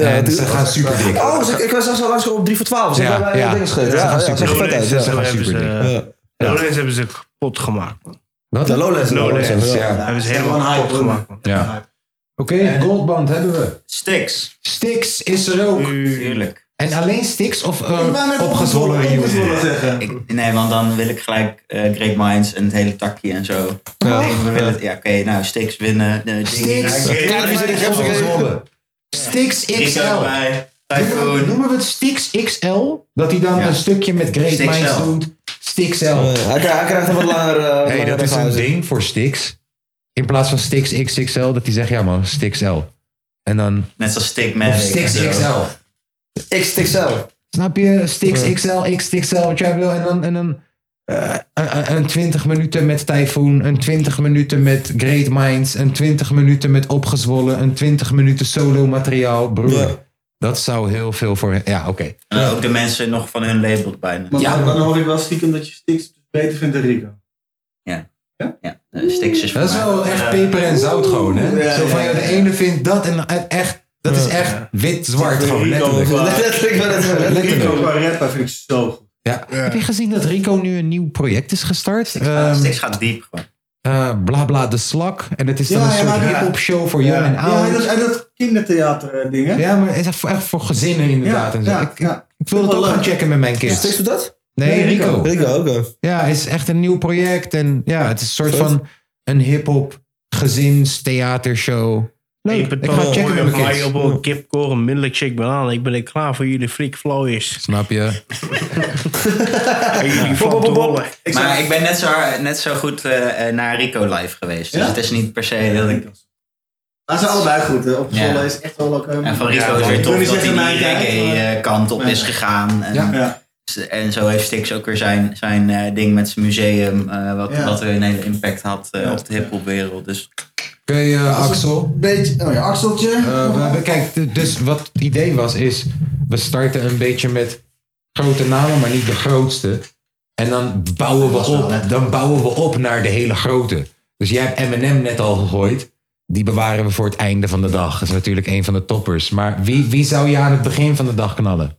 Speaker 1: en
Speaker 3: die-
Speaker 1: ze gaan super dik.
Speaker 3: Oh, ze- ik was zelfs al langs op 3 voor 12. Ze
Speaker 1: Ja,
Speaker 3: hebben
Speaker 1: ja.
Speaker 3: ja. dingen
Speaker 1: Ja,
Speaker 3: gegeten. Ja,
Speaker 1: ze gaan
Speaker 3: ja,
Speaker 1: super
Speaker 3: zag er vet uit.
Speaker 1: dik.
Speaker 3: Ja.
Speaker 1: Ze gaan super dik.
Speaker 3: Ja.
Speaker 2: Ja. Lowlands hebben ze kapot gemaakt. man.
Speaker 1: Wat?
Speaker 3: De Lowlands.
Speaker 2: Lowlands,
Speaker 3: Lowlands,
Speaker 2: ja.
Speaker 3: ja.
Speaker 2: Hebben ze helemaal kapot gemaakt. man.
Speaker 1: Ja. Oké, Goldband hebben we.
Speaker 8: Stix.
Speaker 1: Stix is er ook.
Speaker 8: Tuurlijk.
Speaker 1: En alleen Stix of eh,
Speaker 8: Ik wou net
Speaker 1: opgezwollen
Speaker 8: opgezwollen
Speaker 1: reunion?
Speaker 8: zeggen. Ik, nee, want dan wil ik gelijk eh Great Minds en het hele takje en zo. Ja, we willen, het- ja oké, nou, Stix winnen. De
Speaker 1: Stix. Kijk, die zit ik helemaal gezwollen. Stix
Speaker 8: Rico
Speaker 1: XL.
Speaker 8: bij.
Speaker 1: Noemen we- Eh, Noemen we het Stix XL? Dat hij dan een stukje met Great
Speaker 3: Stix
Speaker 1: Minds
Speaker 3: L.
Speaker 1: doet. Stix L.
Speaker 3: Eh, hij krijgt- hij krijgt een wat langer, eh, wat
Speaker 1: hey, dat
Speaker 3: langer
Speaker 1: is een
Speaker 3: pauze.
Speaker 1: ding voor Stix. In plaats van Stix XXL, dat hij zegt, ja man, Stix L. En dan...
Speaker 8: Net zoals Stick
Speaker 1: Of
Speaker 8: Magic.
Speaker 1: Stix
Speaker 8: en zo.
Speaker 1: XL.
Speaker 3: X XL.
Speaker 1: Snap je? Stix XL, X XL, wat jij wil. En dan, en dan eh, een, een 20 minuten met Typhoon, een 20 minuten met Great Minds, een 20 minuten met Opgezwollen, een 20 minuten solo materiaal. Broer, dat zou heel veel voor... Ja, oké.
Speaker 8: En ook de mensen nog van hun label bijna.
Speaker 9: Maar dan, dan hoor ik wel stiekem dat je Stix beter vindt dan Rico.
Speaker 8: Stix is
Speaker 1: Dat is wel echt peper en zout gewoon, hè?
Speaker 9: Ja,
Speaker 1: Zo van,
Speaker 9: ja,
Speaker 1: joh, de ene vindt dat en en echt... Dat is echt wit-zwart gewoon, letterlijk.
Speaker 9: Rico
Speaker 1: Letterlijk.
Speaker 9: qua rapper vind ik zo goed.
Speaker 1: Ja. Heb je gezien dat Rico nu een nieuw project is gestart? Ehm,
Speaker 8: Stix gaat diep gewoon.
Speaker 1: eh, bla bla de slak. En het is dan een soort hip-hop show voor jong en
Speaker 9: Ja,
Speaker 1: oud.
Speaker 9: en dat, en dat kindertheater eh, ding, hè?
Speaker 1: Ja, maar het is echt voor, echt voor gezinnen inderdaad.
Speaker 9: Ja,
Speaker 1: en zo.
Speaker 9: ja,
Speaker 1: ik, ik wil het ook gaan checken met mijn kids.
Speaker 3: Stix doet dat?
Speaker 1: Nee,
Speaker 3: Nee,
Speaker 1: Rico.
Speaker 3: Rico. Rico ook, hè.
Speaker 1: Ja, het is echt een nieuw project. En ja, het is een soort van een hip-hop gezinstheatershow. Leuk, ik ga het checken met mijn
Speaker 2: Mij op een
Speaker 1: kids.
Speaker 2: kipkoor, een milkshake banaan. Ik ben er klaar voor jullie freak flowers.
Speaker 1: Snap je?
Speaker 2: jullie fantomen.
Speaker 8: Maar ik ben net zo, hard- net zo goed eh, eh, naar Rico live geweest. Dus
Speaker 9: Ja?
Speaker 8: het is niet per se dat ik...
Speaker 9: Maar ze zijn allebei goed, hè? Op
Speaker 8: Ja.
Speaker 9: Zwolle is echt wel ook... eh,
Speaker 8: En van Rico
Speaker 9: ja,
Speaker 8: is weer
Speaker 9: ik wil
Speaker 8: tof
Speaker 9: niet
Speaker 8: dat hij
Speaker 9: zeggen
Speaker 8: die
Speaker 9: mijn kijk, maar-
Speaker 8: reggae-kant op is gegaan. En,
Speaker 9: Ja.
Speaker 8: en zo heeft Stix ook weer zijn, zijn eh, ding met zijn museum. eh, wat,
Speaker 9: Ja.
Speaker 8: wat weer een hele impact had eh, op de hiphopwereld. Dus
Speaker 1: Oké, eh, Axel.
Speaker 9: Beetje, oh ja, Axeltje.
Speaker 1: Eh, we hebben- kijk, d- dus wat het idee was, is we starten een beetje met grote namen, maar niet de grootste. En dan bouwen we op, dan bouwen we op naar de hele grote. Dus jij hebt Eminem net al gegooid. Die bewaren we voor het einde van de dag. Dat is natuurlijk een van de toppers. Maar wie, wie zou je aan het begin van de dag knallen?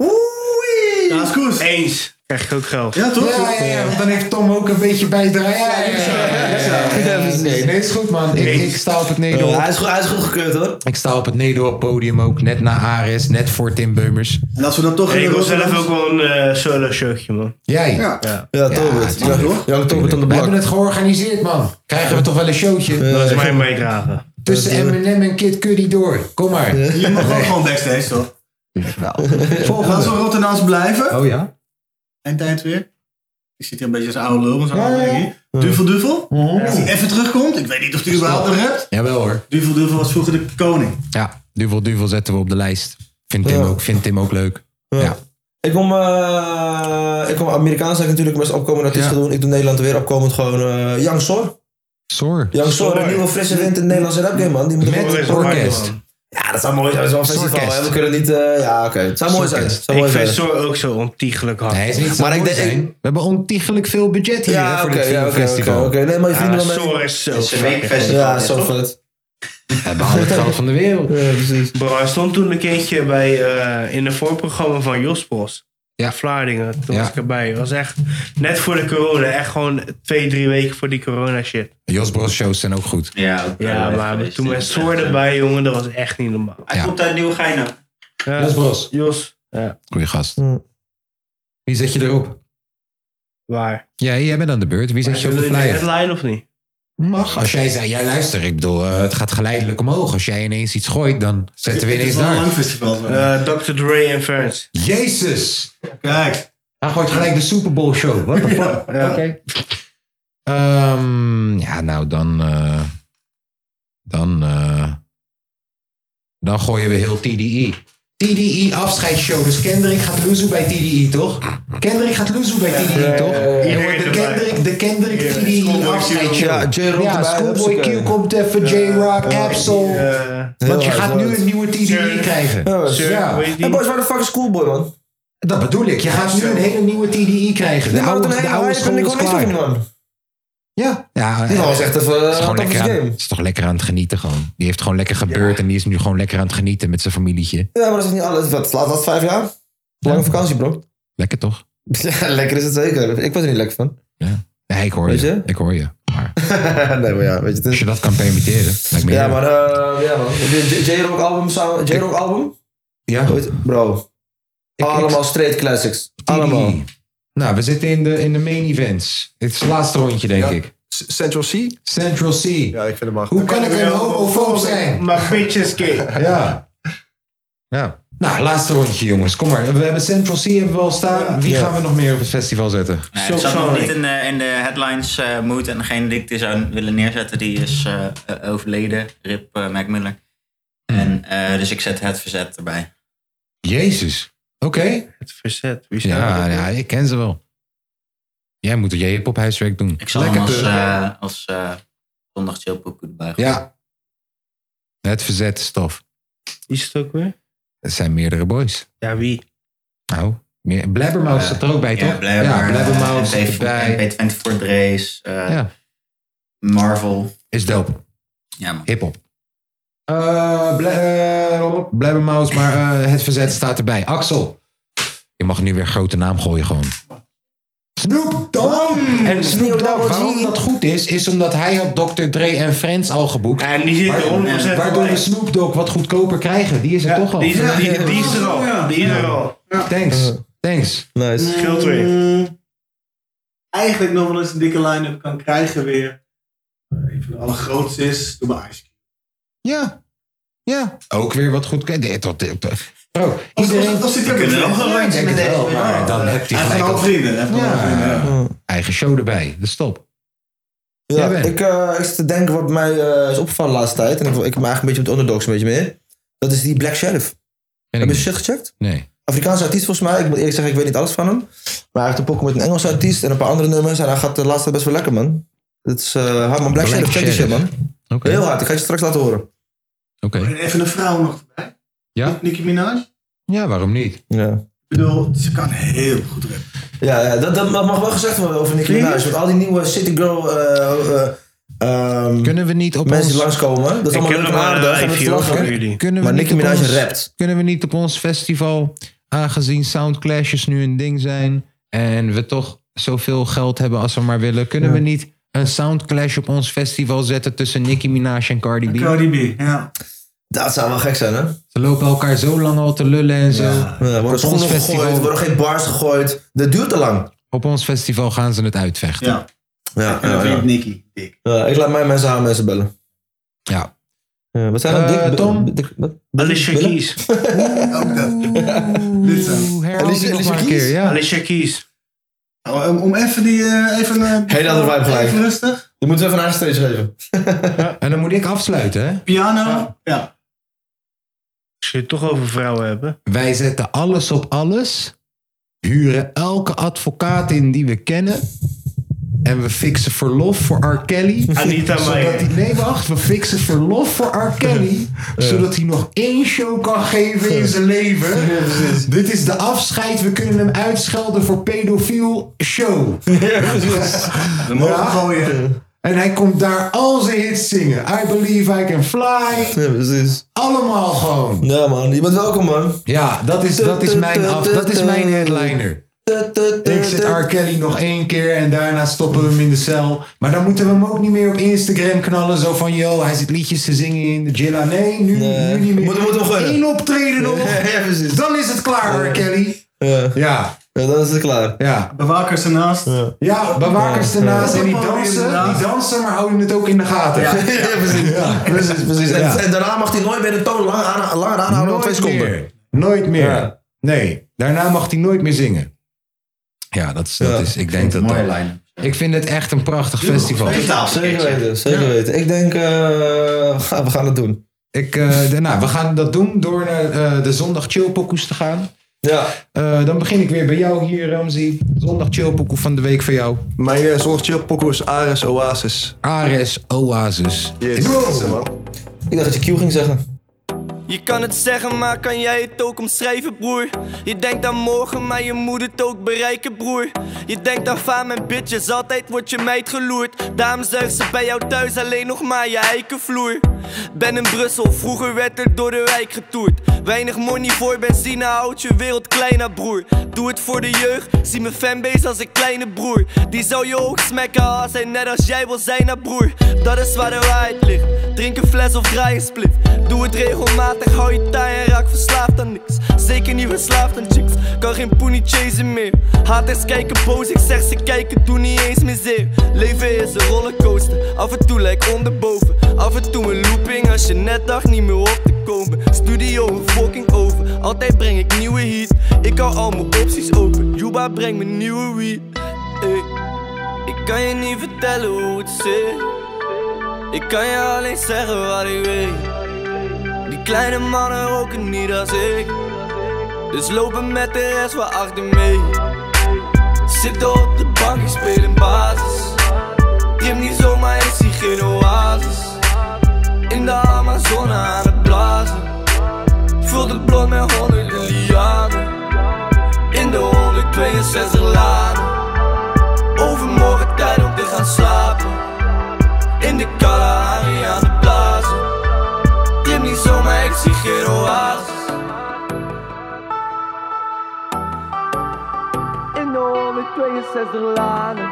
Speaker 2: Oei! Dat is goed. Eens. Krijg ik ook geld.
Speaker 9: Ja, toch?
Speaker 1: Ja, ja, ja, want dan heeft Tom ook een beetje bijdrage. Ja, ja, ja, ja. Nee, nee, is goed man. Ik, ik sta op het Nederland.
Speaker 3: hij, is, goed- hij is goed gekeurd hoor.
Speaker 1: Ik sta op het Nederop podium ook, net na Ares, net voor Tim Beumers.
Speaker 9: En als we dat toch
Speaker 2: Hey, ik wil zelf ook wel een eh, solo showtje, man.
Speaker 1: Jij?
Speaker 9: Ja.
Speaker 3: Ja, Tobert. Ja, toch? Ja, Tobert aan
Speaker 1: We
Speaker 3: de bak.
Speaker 1: hebben het georganiseerd, man. Krijgen we toch wel een showtje?
Speaker 2: Dat is mijn bijdrage.
Speaker 1: Tussen Eminem en Kid Cudi door. Kom maar.
Speaker 9: Je mag ook gewoon backstage, toch?
Speaker 8: eh,
Speaker 1: Volgende.
Speaker 9: Laten we Rotterdams blijven.
Speaker 1: Oh ja.
Speaker 9: En tijd weer. Ik zit hier een beetje als oude lul, maar zo oude ding hier. Duvel Duvel. Als hij even terugkomt, ik weet niet of hij überhaupt nog hebt.
Speaker 1: Mhm. Jawel hoor.
Speaker 9: Duvel Duvel was vroeger de koning.
Speaker 1: Ja, Duvel Duvel zetten we op de lijst. Vindt Tim,
Speaker 3: Ja.
Speaker 1: ook, vindt Tim ook leuk.
Speaker 3: Ik kom, eh ik kom Amerikaans eigenlijk natuurlijk best opkomende artiesten doen. Ik doe Nederland weer opkomend gewoon eh Young Sor.
Speaker 1: Sor.
Speaker 3: Young Sor, een nieuwe frisse wind in het Nederlandse rap game man. Die moet
Speaker 1: Met
Speaker 3: gewoon-
Speaker 1: orkest.
Speaker 3: Ja, dat zou mooi zijn. Dat is wel een festival.
Speaker 1: Sorkest.
Speaker 3: hè. We kunnen niet... eh ja, oké. Het zou mooi zijn. Het zou
Speaker 2: Ik
Speaker 3: mooi
Speaker 2: vind
Speaker 3: zijn.
Speaker 2: Sor ook zo ontiegelijk hard.
Speaker 1: Nee, het is niet zo
Speaker 3: Maar ik
Speaker 1: mooi
Speaker 3: denk-
Speaker 1: zijn. We hebben ontiegelijk veel budget hier hè,
Speaker 3: Ja,
Speaker 1: voor
Speaker 3: oké,
Speaker 1: dit
Speaker 3: ja, oké,
Speaker 1: filmfestival.
Speaker 3: oké, oké. Nee, maar je
Speaker 2: Ja,
Speaker 3: vrienden wel
Speaker 2: Sor Ah, is zo fucking
Speaker 3: met... Ja, zo vet.
Speaker 1: We hebben al het geld van de wereld.
Speaker 3: Ja, precies.
Speaker 2: Bro, hij stond toen een keertje bij, eh, in een voorprogramma van Jos Bos.
Speaker 1: Ja.
Speaker 2: Vlaardingen, toen
Speaker 1: Ja.
Speaker 2: was ik erbij. Het was echt net voor de corona. Echt gewoon twee, drie weken voor die corona shit.
Speaker 1: Jos Bros shows zijn ook goed.
Speaker 8: ja, ook, eh,
Speaker 2: Ja,
Speaker 8: even
Speaker 2: maar
Speaker 8: geweest.
Speaker 2: toen met
Speaker 8: Echt,
Speaker 2: Soor
Speaker 8: eh,
Speaker 2: erbij, jongen, dat was echt niet normaal.
Speaker 8: Hij
Speaker 1: Ja.
Speaker 8: komt uit Nieuwegein ook.
Speaker 2: Ja,
Speaker 1: Jos Bros.
Speaker 2: Jos,
Speaker 1: Goeie gast.
Speaker 3: Hm.
Speaker 1: Wie zet je erop?
Speaker 2: waar?
Speaker 1: Jij, jij bent aan de beurt. Wie zet je op de
Speaker 2: Wil je
Speaker 1: flyer?
Speaker 2: headline of niet?
Speaker 1: Mag. Als jij zei, ja luister, ik bedoel, eh, het gaat geleidelijk omhoog. Als jij ineens iets gooit, dan zetten we
Speaker 9: Het
Speaker 1: ineens
Speaker 9: is wel een
Speaker 1: daar.
Speaker 9: lang festival. zo.
Speaker 2: Eh, Dr. Dre en Ferns.
Speaker 1: Jezus!
Speaker 9: Kijk.
Speaker 1: Hij gooit gelijk de Super Bowl show. What the fuck?
Speaker 2: Ja.
Speaker 1: Ehm, ja, nou dan. eh, dan. eh, dan gooien we heel E. TDI. TDI afscheidsshow. Dus Kendrick gaat loezoe bij TDI, toch? Kendrick gaat loezoe bij TDI, toch? Je
Speaker 2: Iedereen
Speaker 1: hoort de
Speaker 2: erbij.
Speaker 1: Kendrick, de Kendrick
Speaker 2: Ja,
Speaker 1: TDI
Speaker 2: Schoolboy Q.
Speaker 1: afscheidsshow.
Speaker 3: Ja, J-Rock
Speaker 1: Ja,
Speaker 3: erbij,
Speaker 1: Schoolboy
Speaker 3: hartstikke.
Speaker 1: Q komt even, J-Rock, Absol.
Speaker 2: Eh,
Speaker 1: Want je
Speaker 3: Heel
Speaker 1: gaat
Speaker 3: hard,
Speaker 1: nu een nieuwe TDI
Speaker 2: Sure.
Speaker 1: krijgen.
Speaker 3: Ja,
Speaker 2: Sir,
Speaker 1: Ja.
Speaker 2: hoe heet die?
Speaker 3: Hey boys, waar de fuck is Schoolboy, man?
Speaker 1: Dat bedoel ik. Je gaat nu een hele nieuwe TDI krijgen. De
Speaker 3: Die maakt
Speaker 1: oude,
Speaker 3: een
Speaker 1: de
Speaker 3: hele
Speaker 1: oude
Speaker 3: hype en
Speaker 1: school
Speaker 3: ik
Speaker 1: is
Speaker 3: hoor niks van
Speaker 1: klaar.
Speaker 3: hem, man.
Speaker 1: Ja. ja
Speaker 3: Die was echt even
Speaker 1: is gewoon
Speaker 3: eh, top of
Speaker 1: lekker aan,
Speaker 3: his game.
Speaker 1: is toch lekker aan het genieten gewoon. Die heeft gewoon lekker gebeurd en die is nu gewoon lekker aan het genieten met zijn familietje.
Speaker 3: Ja, maar dat is niet alles. Wat slaat dat vijf jaar? Lange vakantie, bro.
Speaker 1: Lekker toch?
Speaker 3: Ja, lekker is het zeker. Ik word er niet lekker van.
Speaker 1: Nee, ik hoor je.
Speaker 3: Weet je?
Speaker 1: Ik hoor je. Maar
Speaker 3: nee, maar ja, weet je. Het
Speaker 1: als
Speaker 3: is...
Speaker 1: je dat kan permitteren, lijkt me
Speaker 3: Ja,
Speaker 1: heerlijk.
Speaker 3: maar eh ja, man. Heb je een J- J-Rock album samen? J-Rock album?
Speaker 1: Ja,
Speaker 3: Goed, Bro.
Speaker 1: ik-
Speaker 3: Allemaal straight classics.
Speaker 1: TDI.
Speaker 3: Allemaal.
Speaker 1: Nou, we zitten in de, in de main events. Dit is het laatste rondje, denk
Speaker 10: Ja.
Speaker 1: ik.
Speaker 10: Central C?
Speaker 1: Central C.
Speaker 10: Ja, ik vind hem
Speaker 1: Hoe
Speaker 10: achter.
Speaker 1: kan ik een homofoob zijn?
Speaker 2: Maar bitches gay.
Speaker 1: Ja. ja. Nou, laatste rondje, jongens. Kom maar. We hebben Central C hebben we al staan. Wie gaan we nog meer op het festival zetten?
Speaker 8: Nee,
Speaker 2: Zo
Speaker 8: nou het zat nog
Speaker 2: sorry.
Speaker 8: niet in de, in de headlines eh moed. En degene die ik er zou willen neerzetten, die is eh, eh, overleden. Rip eh, Mac Miller. En, eh, dus ik zet het verzet erbij.
Speaker 1: Jezus. Oké.
Speaker 2: Het verzet. Wie staat
Speaker 1: Ja,
Speaker 2: erop?
Speaker 1: ja, ik ken ze wel. Jij moet je hip-hop huiswerk doen.
Speaker 8: Ik zal hem als, eh als eh zondag chillpoek erbij gooien.
Speaker 1: Ja. Het verzet is tof.
Speaker 2: Is het ook weer?
Speaker 1: Het zijn meerdere boys.
Speaker 2: Ja, wie?
Speaker 1: Nou, meer, Blabbermouth
Speaker 8: Eh,
Speaker 1: zit er ook bij, toch?
Speaker 8: Ja, Blabber,
Speaker 1: ja,
Speaker 8: eh,
Speaker 1: Blabbermouth zit
Speaker 8: MP4
Speaker 1: erbij.
Speaker 8: MP24 Drees, eh,
Speaker 1: Ja.
Speaker 8: Marvel.
Speaker 1: Is dope.
Speaker 8: Ja, man.
Speaker 1: Hip-hop. Eh, Bla- eh, Blabbermouth, maar eh, het verzet staat erbij. Axel. Je mag nu weer grote naam gooien gewoon. Snoop Dogg! En Snoop Dogg, waarom dat goed is, is omdat hij had Dr. Dre en Friends al geboekt. En
Speaker 2: die zitten 100%
Speaker 1: Waardoor we
Speaker 2: erbij.
Speaker 1: Snoop Dogg wat goedkoper krijgen. Die is er toch al.
Speaker 2: Die, is- die, die is er al. Die is er al.
Speaker 1: Thanks. Thanks.
Speaker 10: Nice.
Speaker 2: Scheelt weer.
Speaker 9: Mm. Eigenlijk nog wel eens een dikke line-up kan krijgen weer. Eh, Een van de allergrootste is, doe maar Ice Cube.
Speaker 1: Ja. Ja. Ook weer wat goed. Nee, tot, tot, bro, iedereen...
Speaker 9: Of zit hij ook in de
Speaker 1: Ik denk
Speaker 9: lijntje met
Speaker 1: het wel,
Speaker 9: deze?
Speaker 1: maar
Speaker 9: Ja. eh,
Speaker 1: dan heb je
Speaker 9: Hij heeft
Speaker 1: gelijk
Speaker 9: al
Speaker 1: ook-
Speaker 9: vrienden, hij heeft al
Speaker 1: Ja.
Speaker 9: vrienden,
Speaker 1: Eigen show erbij. Dus stop.
Speaker 3: Ja, ik, eh, ik zit te denken wat mij eh, is opgevallen de laatste tijd. En ik, ik heb me eigenlijk een beetje met underdogs een beetje mee. Dat is die Black Sheriff. Heb je shit gecheckt?
Speaker 1: Nee.
Speaker 3: Afrikaanse artiest volgens mij. Ik moet eerlijk zeggen, ik weet niet alles van hem. Maar hij heeft een pokken met een Engelse artiest en een paar andere nummers. En hij gaat de laatste tijd best wel lekker, man. Het is eh hard, man. Black,
Speaker 1: Black
Speaker 3: Sheriff, check die shit,
Speaker 1: Sheriff.
Speaker 3: man. Heel hard. Ik ga het je straks laten horen.
Speaker 1: Oké.
Speaker 9: En even een vrouw nog erbij.
Speaker 1: Ja?
Speaker 9: Nicki Minaj.
Speaker 1: Ja, waarom niet?
Speaker 3: Ja.
Speaker 9: Ik bedoel, ze kan heel goed rappen.
Speaker 3: Ja, ja, Eh, dat, dat mag wel gezegd worden over Nicki Minaj. Want al die nieuwe City Girl... eh, eh, ehm,
Speaker 1: Kunnen we niet op
Speaker 3: mensen die
Speaker 1: ons-
Speaker 3: langskomen. Dat is allemaal leuk en aardig. en we lachen.
Speaker 1: eh, Kunnen we
Speaker 3: maar
Speaker 1: niet
Speaker 3: Nicki
Speaker 1: op
Speaker 3: Minaj
Speaker 1: ons-
Speaker 3: rapt.
Speaker 1: Kunnen we niet op ons festival, aangezien soundclashes nu een ding zijn en we toch zoveel geld hebben als we maar willen, kunnen we niet een soundclash op ons festival zetten tussen Nicki Minaj en Cardi B?
Speaker 9: Cardi B, ja.
Speaker 3: Dat zou wel gek zijn, hè?
Speaker 1: Ze lopen elkaar zo lang al te lullen en zo.
Speaker 3: Er worden
Speaker 1: op ons
Speaker 3: schoenen gegooid, er
Speaker 1: festival,
Speaker 3: worden geen bars gegooid. Dat duurt te lang.
Speaker 1: op ons festival gaan ze het uitvechten.
Speaker 3: Ja. Ja,
Speaker 1: En dat weet
Speaker 9: Nicky.
Speaker 3: ik laat mijn mensen aan mensen bellen.
Speaker 1: Ja.
Speaker 3: wat zijn dat?
Speaker 1: Eh,
Speaker 3: Dik-
Speaker 1: Tom?
Speaker 3: Dik- wat?
Speaker 2: Alicia
Speaker 3: Billen?
Speaker 2: Keys.
Speaker 9: Dit eh, zo.
Speaker 1: Herhaal die nog maar een keer, ja.
Speaker 2: Alicia Keys.
Speaker 9: Oh, Om, om even die... eh, even, eh,
Speaker 3: Hele andere vibe gelijk.
Speaker 9: Even rustig.
Speaker 3: Je moet even een stage geven.
Speaker 1: En dan moet ik afsluiten, hè?
Speaker 9: Piano. Ja.
Speaker 2: Als je het toch over vrouwen hebben.
Speaker 1: Wij zetten alles op alles. Huren elke advocaat in die we kennen. En we fixen verlof voor R. Kelly.
Speaker 2: Anita
Speaker 1: zodat
Speaker 2: Meijer.
Speaker 1: hij, nee, wacht. We fixen verlof voor R. Kelly. Zodat hij nog één show kan geven in zijn leven. Dit is de afscheid. We kunnen hem uitschelden voor pedofiel show.
Speaker 9: We mogen
Speaker 1: Ja.
Speaker 9: gooien.
Speaker 1: En hij komt daar al zijn hits zingen. I believe I can fly.
Speaker 3: Ja, precies.
Speaker 1: Allemaal gewoon.
Speaker 3: Ja, man. Je bent welkom, man.
Speaker 1: Ja, dat is, dat is, mijn, af, dat is mijn headliner. Ik zit R. Kelly nog één keer en daarna stoppen we hem in de cel. Maar dan moeten we hem ook niet meer op Instagram knallen. Zo van, yo, hij zit liedjes te zingen in de Jilla. Nee, nu, nu niet meer.
Speaker 3: Moet- moet hem gunnen.
Speaker 1: Eén optreden nog.
Speaker 3: Ja, precies.
Speaker 1: Dan is het klaar, R. Kelly.
Speaker 3: Ja.
Speaker 1: Ja,
Speaker 3: Ja, dan is het klaar.
Speaker 1: ja.
Speaker 9: Bewakers ernaast.
Speaker 1: Ja, bewakers ernaast en die dansen, die dansen, maar houden het ook in de gaten.
Speaker 3: Ja, precies. precies, precies. En,
Speaker 1: Ja.
Speaker 3: en daarna mag hij nooit meer de toon langer aan, langer aanhouden dan twee
Speaker 1: Nooit
Speaker 3: seconden.
Speaker 1: meer. Nooit meer. Nee, daarna mag hij nooit meer zingen. Ja, dat is, dat is ik denk dat
Speaker 8: Mooie
Speaker 1: dat-
Speaker 8: lijn.
Speaker 1: Ik vind het echt een prachtig festival.
Speaker 3: Zeker weten, zeker weten. Ik denk, eh, ga- we gaan het doen.
Speaker 1: Ik, eh, de- nou, we gaan dat doen door naar eh, de zondag chillpokoes te gaan.
Speaker 3: Ja.
Speaker 1: Eh, dan begin ik weer bij jou hier, Ramzi. Zondag chillpokoe van de week voor jou.
Speaker 10: Mijn uh, chillpokoe is Ares Oasis.
Speaker 1: Ares Oasis.
Speaker 10: Yes. Zo, man.
Speaker 3: Ik dacht dat je Q ging zeggen.
Speaker 15: Je kan het zeggen, maar kan jij het ook omschrijven, broer? Je denkt aan morgen, maar je moet het ook bereiken, broer. Je denkt aan faam en bitches, altijd wordt je meid geloerd. Daarom zuigt ze bij jou thuis alleen nog maar je eikenvloer. Ben in Brussel, vroeger werd er door de wijk getoerd. Weinig money voor benzine, houd je wereld kleiner, broer. Doe het voor de jeugd, zie mijn fanbase als een kleine broer. Die zou je ook smekken als hij net als jij wil zijn, naar broer. Dat is waar de waarheid ligt. Drink een fles of draai een split. Doe het regelmatig, hou je taai en raak verslaafd aan niks. Zeker niet verslaafd aan chicks, kan geen poenie chasen meer. Haters kijken boos, ik zeg ze kijken, doe niet eens meer zeer. Leven is een rollercoaster, af en toe lijkt onderboven. Af en toe een looping als je net dacht niet meer op te komen. Studio een fucking over, altijd breng ik nieuwe heat. Ik hou al mijn opties open, Juba brengt me nieuwe weed. Ey. Ik kan je niet vertellen hoe het zit. Ik kan je alleen zeggen wat ik weet. Die kleine mannen roken niet als ik. Dus lopen met de rest wel achter mee Zitten op de bank, ik speel een basis Trim niet zomaar, ik zie geen oasis In de Amazone aan het blazen Vult het blok met honderden lianen In de 162 laden Overmorgen tijd om te gaan slapen In de Kalahari aan de blazen Trim niet zomaar, ik zie geen oasis In de 162 lanen.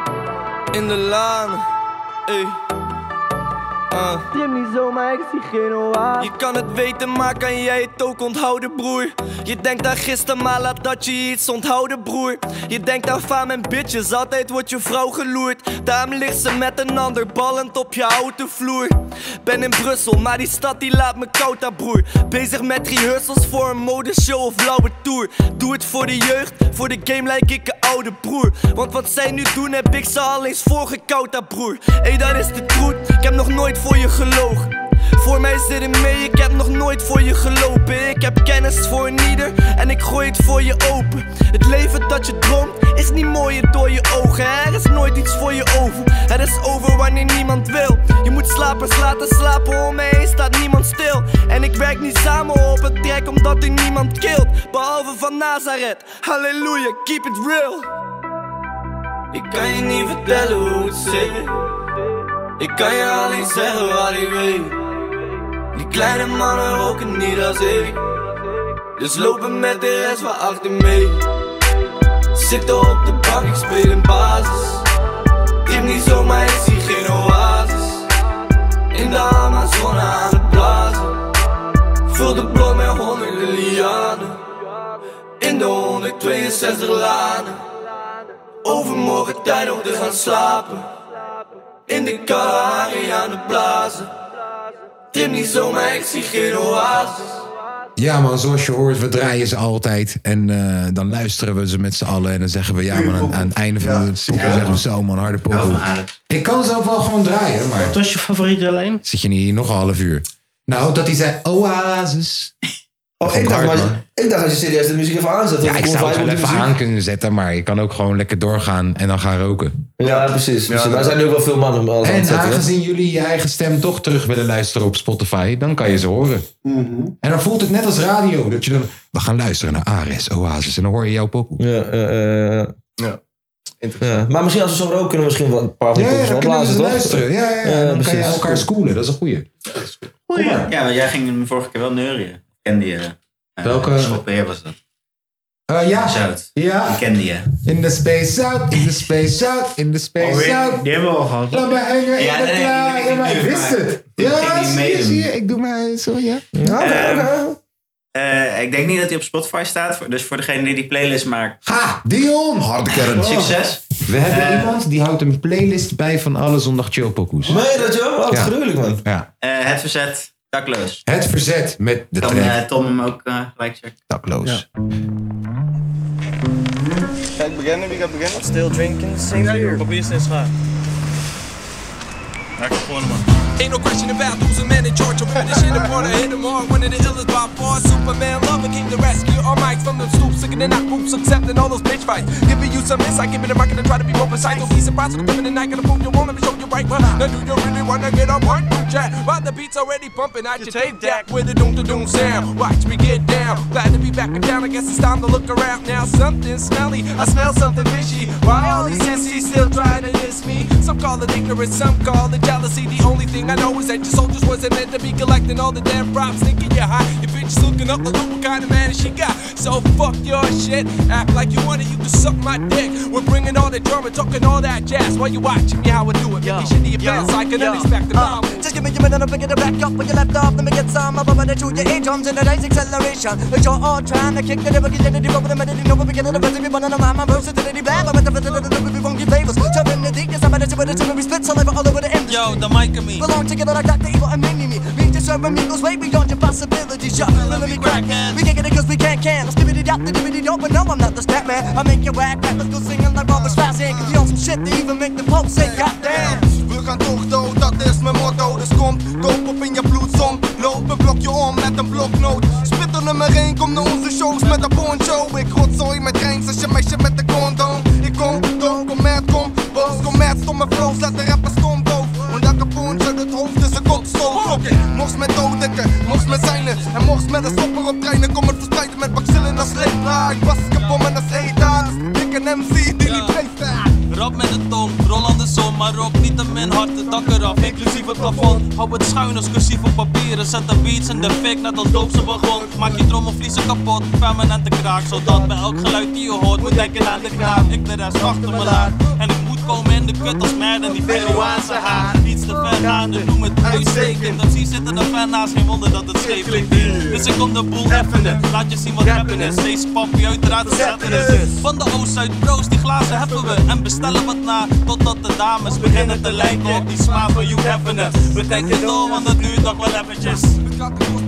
Speaker 15: In de lanen. Ey. Ah. Trim niet zomaar, ik zie geen oase. Je kan het weten, maar kan jij het ook onthouden, broer? Je denkt aan gisteren, maar laat dat je iets onthouden, broer. Je denkt aan faam en bitches, altijd wordt je vrouw geloerd. Daarom ligt ze met een ander ballend op je houten vloer. Ben in Brussel, maar die stad die laat me koud aan, broer. Bezig met rehearsals voor een modeshow of blauwe tour. Doe het voor de jeugd, voor de game lijk ik een oude broer. Want wat zij nu doen, heb ik ze al eens voorgekoud aan, broer. Hé, hey, daar is de troet, ik heb nog nooit voor je gelogen. Voor mij zit er mee, ik heb nog nooit voor je gelopen. Ik heb kennis voor een ieder en ik gooi het voor je open. Het leven dat je droomt is niet mooier door je ogen. Er is nooit iets voor je over. Het is over wanneer niemand wil. Je moet slapers laten slapen, om me heen staat niemand stil. En ik werk niet samen op een trek omdat er niemand kilt. Behalve van Nazareth, halleluja, keep it real. Ik kan je niet vertellen hoe het zit. Ik kan je alleen zeggen wat ik weet. Die kleine mannen roken niet als ik. Dus lopen met de rest van achter mee. Zitten op de bank, ik speel een basis. Trim niet zomaar, ik zie geen oasis. In de Amazone aan de blazen. Vul de blok met honderden lianen. In de 162 lanen. Overmorgen tijd om te gaan slapen. In de Kalahari aan de blazen. Tim niet zomaar, ik zie geen oasis.
Speaker 1: Ja man, zoals je hoort, we draaien ze altijd. En eh, dan luisteren we ze met z'n allen. En dan zeggen we, ja man, aan, aan het einde van de pokoe zeggen we zo man, harde pokoe. Ik kan ze ook wel gewoon draaien, maar... Wat
Speaker 2: was je favoriete lijn?
Speaker 1: Zit je niet hier nog een half uur? Nou, dat hij zei, oasis.
Speaker 3: Oh, ik dacht, maar, ik dacht als je serieus de muziek even aanzet.
Speaker 1: Ja, ik zou het wel even aan kunnen zetten, maar je kan ook gewoon lekker doorgaan en dan gaan roken.
Speaker 3: Ja, precies. precies. maar er zijn nu ook wel veel mannen om alles aan het
Speaker 1: En
Speaker 3: zetten, hè?
Speaker 1: aangezien jullie je eigen stem toch terug willen luisteren op Spotify, dan kan je ze horen. En dan voelt het net als radio. Dat je dan, we gaan luisteren naar Ares, Oasis. En dan hoor je jouw pokoe.
Speaker 3: Ja, ja, ja. Ja, maar misschien als we zo roken, kunnen we misschien wel een paar van
Speaker 1: Ja,
Speaker 3: de
Speaker 1: ja,
Speaker 3: pokoes
Speaker 1: dan
Speaker 3: wel
Speaker 1: kunnen ze
Speaker 3: blazen, toch?
Speaker 1: luisteren. Ja, ja, ja. En dan kan je
Speaker 3: precies.
Speaker 1: elkaar schoolen. Dat is een goeie.
Speaker 8: Ja, want jij ging hem vorige keer wel neurien. Kende je? eh,
Speaker 1: Welke?
Speaker 8: Schoppenheer was dat.
Speaker 1: Eh, ja.
Speaker 8: Zout.
Speaker 1: Ja.
Speaker 8: Die kende je.
Speaker 1: In the space out, in the space out, in the
Speaker 8: Oh,
Speaker 1: space
Speaker 8: die-
Speaker 1: out.
Speaker 8: die hebben we al gehad.
Speaker 1: Laat me hangen
Speaker 8: Ja,
Speaker 1: in de
Speaker 8: nee,
Speaker 1: klaar.
Speaker 8: ik-
Speaker 1: Ja, maar ik
Speaker 8: ik-
Speaker 1: wist
Speaker 8: maar-
Speaker 1: het.
Speaker 8: ik ging
Speaker 1: Ja,
Speaker 8: niet
Speaker 1: zie je,
Speaker 8: meedoen.
Speaker 1: zie je. Ik doe mijn... Sorry, ja. Ja, oké,
Speaker 8: Ehm,
Speaker 1: oké.
Speaker 8: eh, ik denk niet dat hij op Spotify staat. voor- Dus voor degene die die playlist maakt.
Speaker 1: Ha, Dion! Harde kern.
Speaker 8: Oh. Succes. Ehm.
Speaker 1: We hebben iemand die houdt een playlist bij van alle zondag chillpokoes.
Speaker 8: Meen je dat, joh? Oh, wat
Speaker 1: Ja.
Speaker 8: gruwelijk, man.
Speaker 1: Ja.
Speaker 8: Eh, het verzet. Dakloos.
Speaker 1: Het verzet met de
Speaker 8: Kan
Speaker 1: track.
Speaker 8: eh, Tom hem ook eh, gelijk checken?
Speaker 1: Dakloos.
Speaker 16: Ga ik beginnen? Wie gaat beginnen? Still drinking, same beer. Probeer eens eens gaan. Maak het gewoon man.
Speaker 17: Ain't no question about losing man in Georgia. Women and shit upon her, hit 'em hard. One of the illest by far. Superman lover came to rescue our mics from them stoops. Sicker than our groups, accepting all those bitch fights. Giving you some insight, giving the market and try to be more precise. Don't be surprised with the women and I gonna move your woman and show you right. But now do you really wanna get up one new chat? While the beat's already bumping out your tape deck with a doom to doom sound. Watch me get down. Glad to be back in town. I guess it's time to look around now. Something smelly, I smell something fishy. Why all these MCs still trying to diss me? Some call it ignorance, some call it jealousy. The only thing I know is that your soldiers wasn't meant to be collecting all the damn props. Thinking you're hot, your bitch looking up like what kind of man she got. So fuck your shit, act like you want it, you can suck my dick. We're bringing all the drama, talking all that jazz. While you watching me how I do it, yo, making shit to your fans like an unexpected
Speaker 18: Uh, Just give me a minute, I'm picking it back up where you left off. Let me get some of it to your drums and a nice acceleration. But you're all trying to kick the devil, get it over the minute. You know what we get it, but every one of my versatility blabber. But the we won't give flavors. Jump in the deep, yes, I'm at it, with it, we spit saliva all over the empty. Yo, the mic and me. Belong together like Dr. Evil and Mini Me. Me to serve amigos way beyond your possibilities. Y'all really be crackhead. We can't get it cause we can't can. Let's give it up, the divinity don't, but no, I'm not the stat man. I make you whack, rap, let's go singing like Robert Schwarzenegger. Cause you on some shit that even make the Pope say, goddamn.
Speaker 17: We gaan toch dood, dat is mijn motto. Dus kom, koop op in je bloed, som. Loop een blokje om met een bloknoot. Spit er
Speaker 19: nummer 1 Kom naar onze shows met een poncho Ik rotzooi met drinks als je meisje met de condoom Ik kom door, kom met, kom boos Kom met stomme flows, laat de rapper stom doof Omdat een poncho het hoofd is een kotstol Oké, mocht met dooddekken, mocht met zijnen En mocht met een stopper op treinen Kom het verspreiden met bakzillen als leefbaar Ik was kapot met een eetdaars Ik een MC die niet leeft
Speaker 16: Rap met de tong, rol aan de zon, maar rock niet aan mijn hart, het dak eraf, inclusief het plafond. Hou het schuin als cursief op papieren, zet de beats in de fik, net als doop ze begon. Maak je trommelvliezen kapot, permanente kraak, zodat bij elk geluid die je hoort moet denken aan de kraak. Ik de rest achter me laat, en ik moet komen in de kut als merd en die Peruaanse haar. Iets te ver gaan, dus noem het uitstekend. Dan zie zitten de fan naast, geen wonder dat het scheef ligt. Dus ik kom de boel effenen, laat je zien wat rappen is. Steeds papi, uiteraard de zetten is. Van de Oost-Zuid bro's, die glazen heffen we en bestellen wat na. Totdat de dames beginnen te lijken op die smaak van you heffen us. We denken door, want het duurt nog wel eventjes.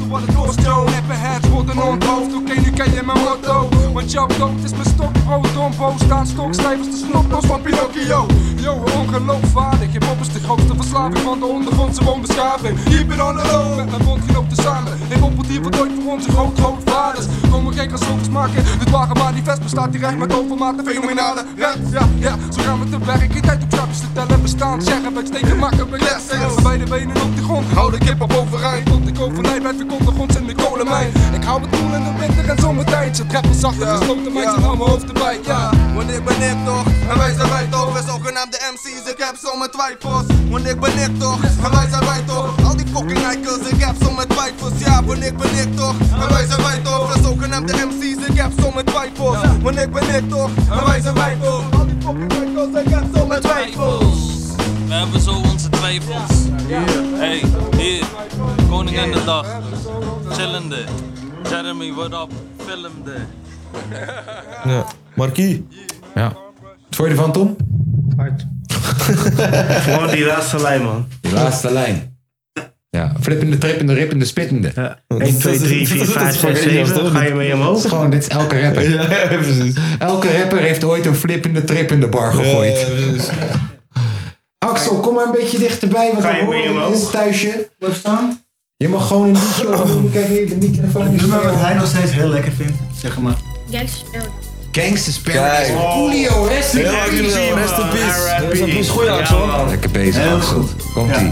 Speaker 19: wat het kost, yo. Neppe heads worden onthoofd, oké, nu ken je mijn motto. Want jouw dood is mijn stok, oh dombo. Staan stokstijfers te snopdos van Pinocchio. Yo, ongeloofwaardig, je pop is de grootste verslaving van de ondergrondse woonbeschaving. Hier ben on the low, met mijn bondgenoten samen. Ik op het hier verdooid voor onze grootgrootvaders. Kom maar kijk als zoveel maken, dit wagen manifest bestaat direct met overmaat en fenomenale rap. Ja, ja, zo gaan we te werk, in tijd op trapjes te tellen. We staan, zeggen, we steken makkelijk les. Zeggen beide benen op de grond, hou de kip op overeind. Op de koop van Nijbert, we konden grond in de kolenmijn. Ik hou het cool in de winter en zomertijd. Ze treppen zachter, ja. gesloten meid, ze hou mijn hoofd erbij. Ja,
Speaker 16: wanneer ben ik toch?
Speaker 19: En wij zijn wij
Speaker 16: toch?
Speaker 19: We zogenaamde MC's, ik heb zomaar twijfels. Wanneer ben ik toch? En wij zijn wij toch? Al die fucking eikels, ik heb zomaar twijfels. Ja, wanneer ben ik toch? En wij zijn wij toch? We zogenaamde MC's, ik heb zomaar twijfels. Wanneer ben ik toch? En wij zijn wij toch? Al die fucking eikels, ik heb zomaar twijfels.
Speaker 16: We hebben zo onze twijfels. Hey, hier, Koningin de Dag, chillende. Jeremy, what up, filmde.
Speaker 1: Ja. Marquis. Ja. Wat vond je ervan, Tom?
Speaker 2: Gewoon die laatste lijn, man.
Speaker 1: Die laatste lijn. Ja, flippende, trippende, rippende, spittende. Ja.
Speaker 2: 1, 2, 3, 4, 5, 6, 7. Ga je mee omhoog?
Speaker 1: Gewoon, dit is elke rapper. Elke rapper heeft ooit een flippende, trippende bar gegooid. Axel, kom maar een beetje dichterbij, want
Speaker 2: Ga
Speaker 1: dan
Speaker 2: je mee
Speaker 1: horen
Speaker 2: omhoog?
Speaker 1: we thuisje.
Speaker 9: Blijf staan.
Speaker 1: Je mag gewoon een liedje doen. Kijk hier, de microfoon is
Speaker 9: nummer wat hij nog steeds heel lekker vindt, zeg maar.
Speaker 1: Gangsters Paradise.
Speaker 9: Kijk.
Speaker 1: Coolio, rest in
Speaker 9: Heel
Speaker 1: peace.
Speaker 9: Coolio, rest in
Speaker 1: peace.
Speaker 9: R.I.P.
Speaker 1: Dat is
Speaker 20: goeie, Axel.
Speaker 1: Lekker bezig, Axel. Komt-ie.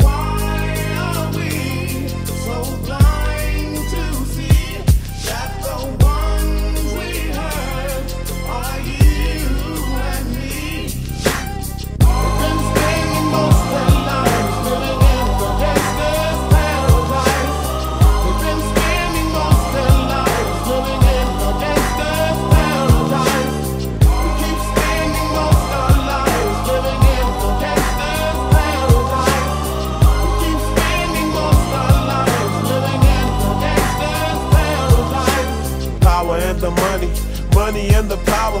Speaker 20: why are we so blind to see that the ones we hurt are you and me? Power and the money, money and the power.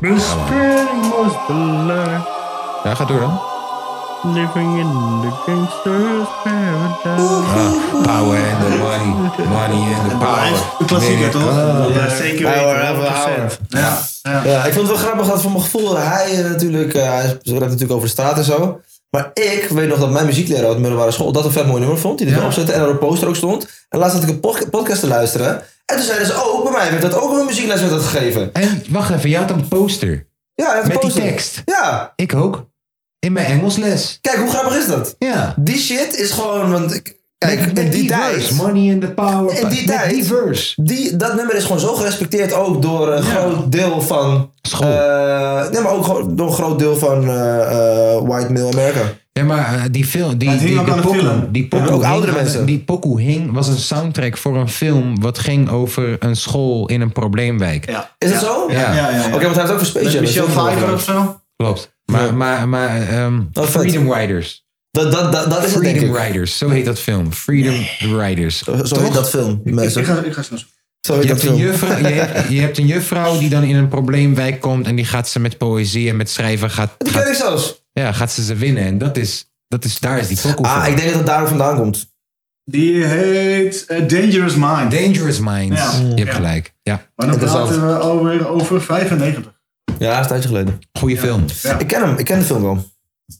Speaker 2: Bespreading was the lie.
Speaker 1: Ja, ga door dan.
Speaker 2: Living in the gangster's paradise.
Speaker 1: Power and the money. Money and the power.
Speaker 2: Een klassieker,
Speaker 1: Nigga,
Speaker 2: toch?
Speaker 1: power.
Speaker 2: Ja, zeker weten,
Speaker 3: Power, power,
Speaker 2: 100%.
Speaker 3: Ja. Ja. ik vond het wel grappig dat voor mijn gevoel hij eh, natuurlijk, eh, hij rapt natuurlijk over de straat en zo. Maar ik weet nog dat mijn muziekleraar op de middelbare school dat een vet mooi nummer vond. Die er wel op zette en er op poster ook stond. En laatst had ik een pod- podcast te luisteren. En toen zeiden ze, oh, bij mij werd dat ook op een muziekles werd dat gegeven.
Speaker 1: En wacht even, je had een poster.
Speaker 3: Ja,
Speaker 1: Met die tekst.
Speaker 3: Ja.
Speaker 1: Ik ook. In mijn Engelsles.
Speaker 3: Kijk, hoe grappig is dat?
Speaker 1: Ja.
Speaker 3: Die shit is gewoon, want ik- kijk, in die, tijd...
Speaker 1: Money in the power.
Speaker 3: In die tijd... Die dat nummer is gewoon zo gerespecteerd ook door een groot deel van... School. nee, maar ook gewoon door een groot deel van eh, eh, white male America.
Speaker 1: Ja, maar eh, die film, die,
Speaker 3: Het hing
Speaker 1: die,
Speaker 3: ook
Speaker 1: de
Speaker 3: aan de
Speaker 1: pokoe-
Speaker 3: film.
Speaker 1: die pokoe
Speaker 3: Ja, ook
Speaker 1: hing
Speaker 3: oudere
Speaker 1: aan de-
Speaker 3: mensen.
Speaker 1: Die pokoe hing was een soundtrack voor een film wat ging over een school in een probleemwijk.
Speaker 3: Is dat zo?
Speaker 1: Ja.
Speaker 3: ja, ja. Oké, want hij heeft ook voor Space Jam. dat is ook wel leuk.
Speaker 1: zo? Klopt. Maar, maar, maar ehm, Freedom Riders.
Speaker 3: Dat, dat, dat, dat is het,
Speaker 1: Freedom
Speaker 3: denk ik.
Speaker 1: Riders, zo heet dat film. Freedom Riders. Zo,
Speaker 3: Zo heet dat film. mensen.
Speaker 9: zo
Speaker 3: Zo heet
Speaker 1: je
Speaker 3: dat
Speaker 1: hebt, een
Speaker 3: film.
Speaker 1: juffrou- je, hebt, je hebt een juffrouw die dan in een probleemwijk komt en die gaat ze met poëzie en met schrijven gaat,
Speaker 3: Die ken ik zelfs.
Speaker 1: ja, gaat ze ze winnen. En dat is, dat is, daar is die pokoe
Speaker 3: Ah,
Speaker 1: voor.
Speaker 3: ik denk dat het daar vandaan komt.
Speaker 9: Die heet eh, Dangerous Mind.
Speaker 1: Dangerous Minds.
Speaker 9: Ja.
Speaker 1: Je hebt
Speaker 9: Ja.
Speaker 1: gelijk. Ja.
Speaker 9: Maar dan praten we alweer over 95.
Speaker 3: Ja, is een tijdje geleden.
Speaker 1: Goeie film.
Speaker 3: Ik ken hem, ik ken de film wel.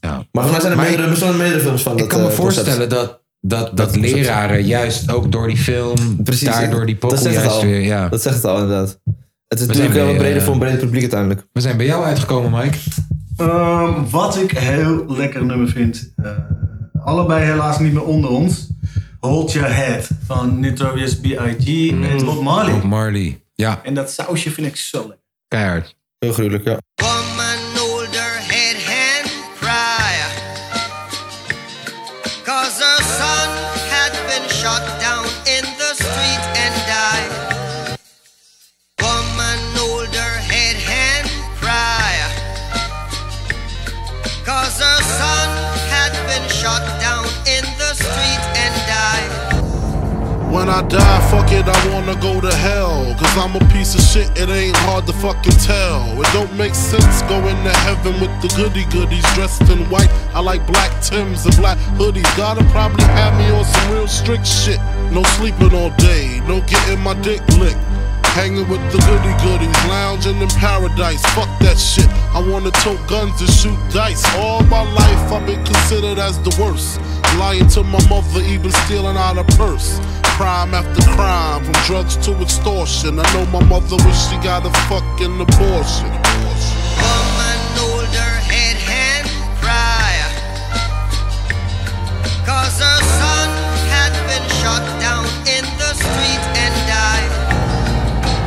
Speaker 1: Ja.
Speaker 3: Maar volgens mij zijn er meerdere, er bestaan meerdere films van
Speaker 1: Ik
Speaker 3: dat
Speaker 1: kan me
Speaker 3: eh, concept.
Speaker 1: voorstellen dat, dat, dat
Speaker 3: concept.
Speaker 1: leraren juist ook door die film,
Speaker 3: Precies,
Speaker 1: daardoor die
Speaker 3: dat
Speaker 1: pokoe
Speaker 3: zegt het
Speaker 1: juist
Speaker 3: al.
Speaker 1: weer. Ja.
Speaker 3: Dat zegt het al, inderdaad. Het is
Speaker 1: We zijn
Speaker 3: natuurlijk wel
Speaker 1: bij,
Speaker 3: wat breder
Speaker 1: eh,
Speaker 3: voor een breder publiek uiteindelijk.
Speaker 1: We zijn bij jou uitgekomen, Mike.
Speaker 9: Ehm, wat ik heel lekker nummer vind. eh, allebei helaas niet meer onder ons. Hold Your Head van Notorious B.I.G. en Bob Marley.
Speaker 1: Bob Marley. Ja,
Speaker 9: En dat sausje vind ik zo lekker.
Speaker 1: keihard.
Speaker 3: Heel gruwelijk, ja.
Speaker 21: older head and cry. Cause her son had been shot down in the street and died. Woman older head and cry. Cause her son had been shot down in the street and died.
Speaker 22: When I die, fuck it, I wanna go to hell. Cause I'm a piece of shit, it ain't hard to fucking tell. It don't make sense going to heaven with the goody goodies dressed in white. I like black Tims and black hoodies. God'll probably have me on some real strict shit. No sleeping all day, no getting my dick licked. Hanging with the goody goodies, lounging in paradise. Fuck that shit. I wanna tote guns and shoot dice. All my life I've been considered as the worst. Lying to my mother, even stealing out her purse. Crime after crime, from drugs to extortion. I know my mother wish she got a fucking abortion.
Speaker 21: Woman older head and cry. Cause her son had been shot down in the street and died.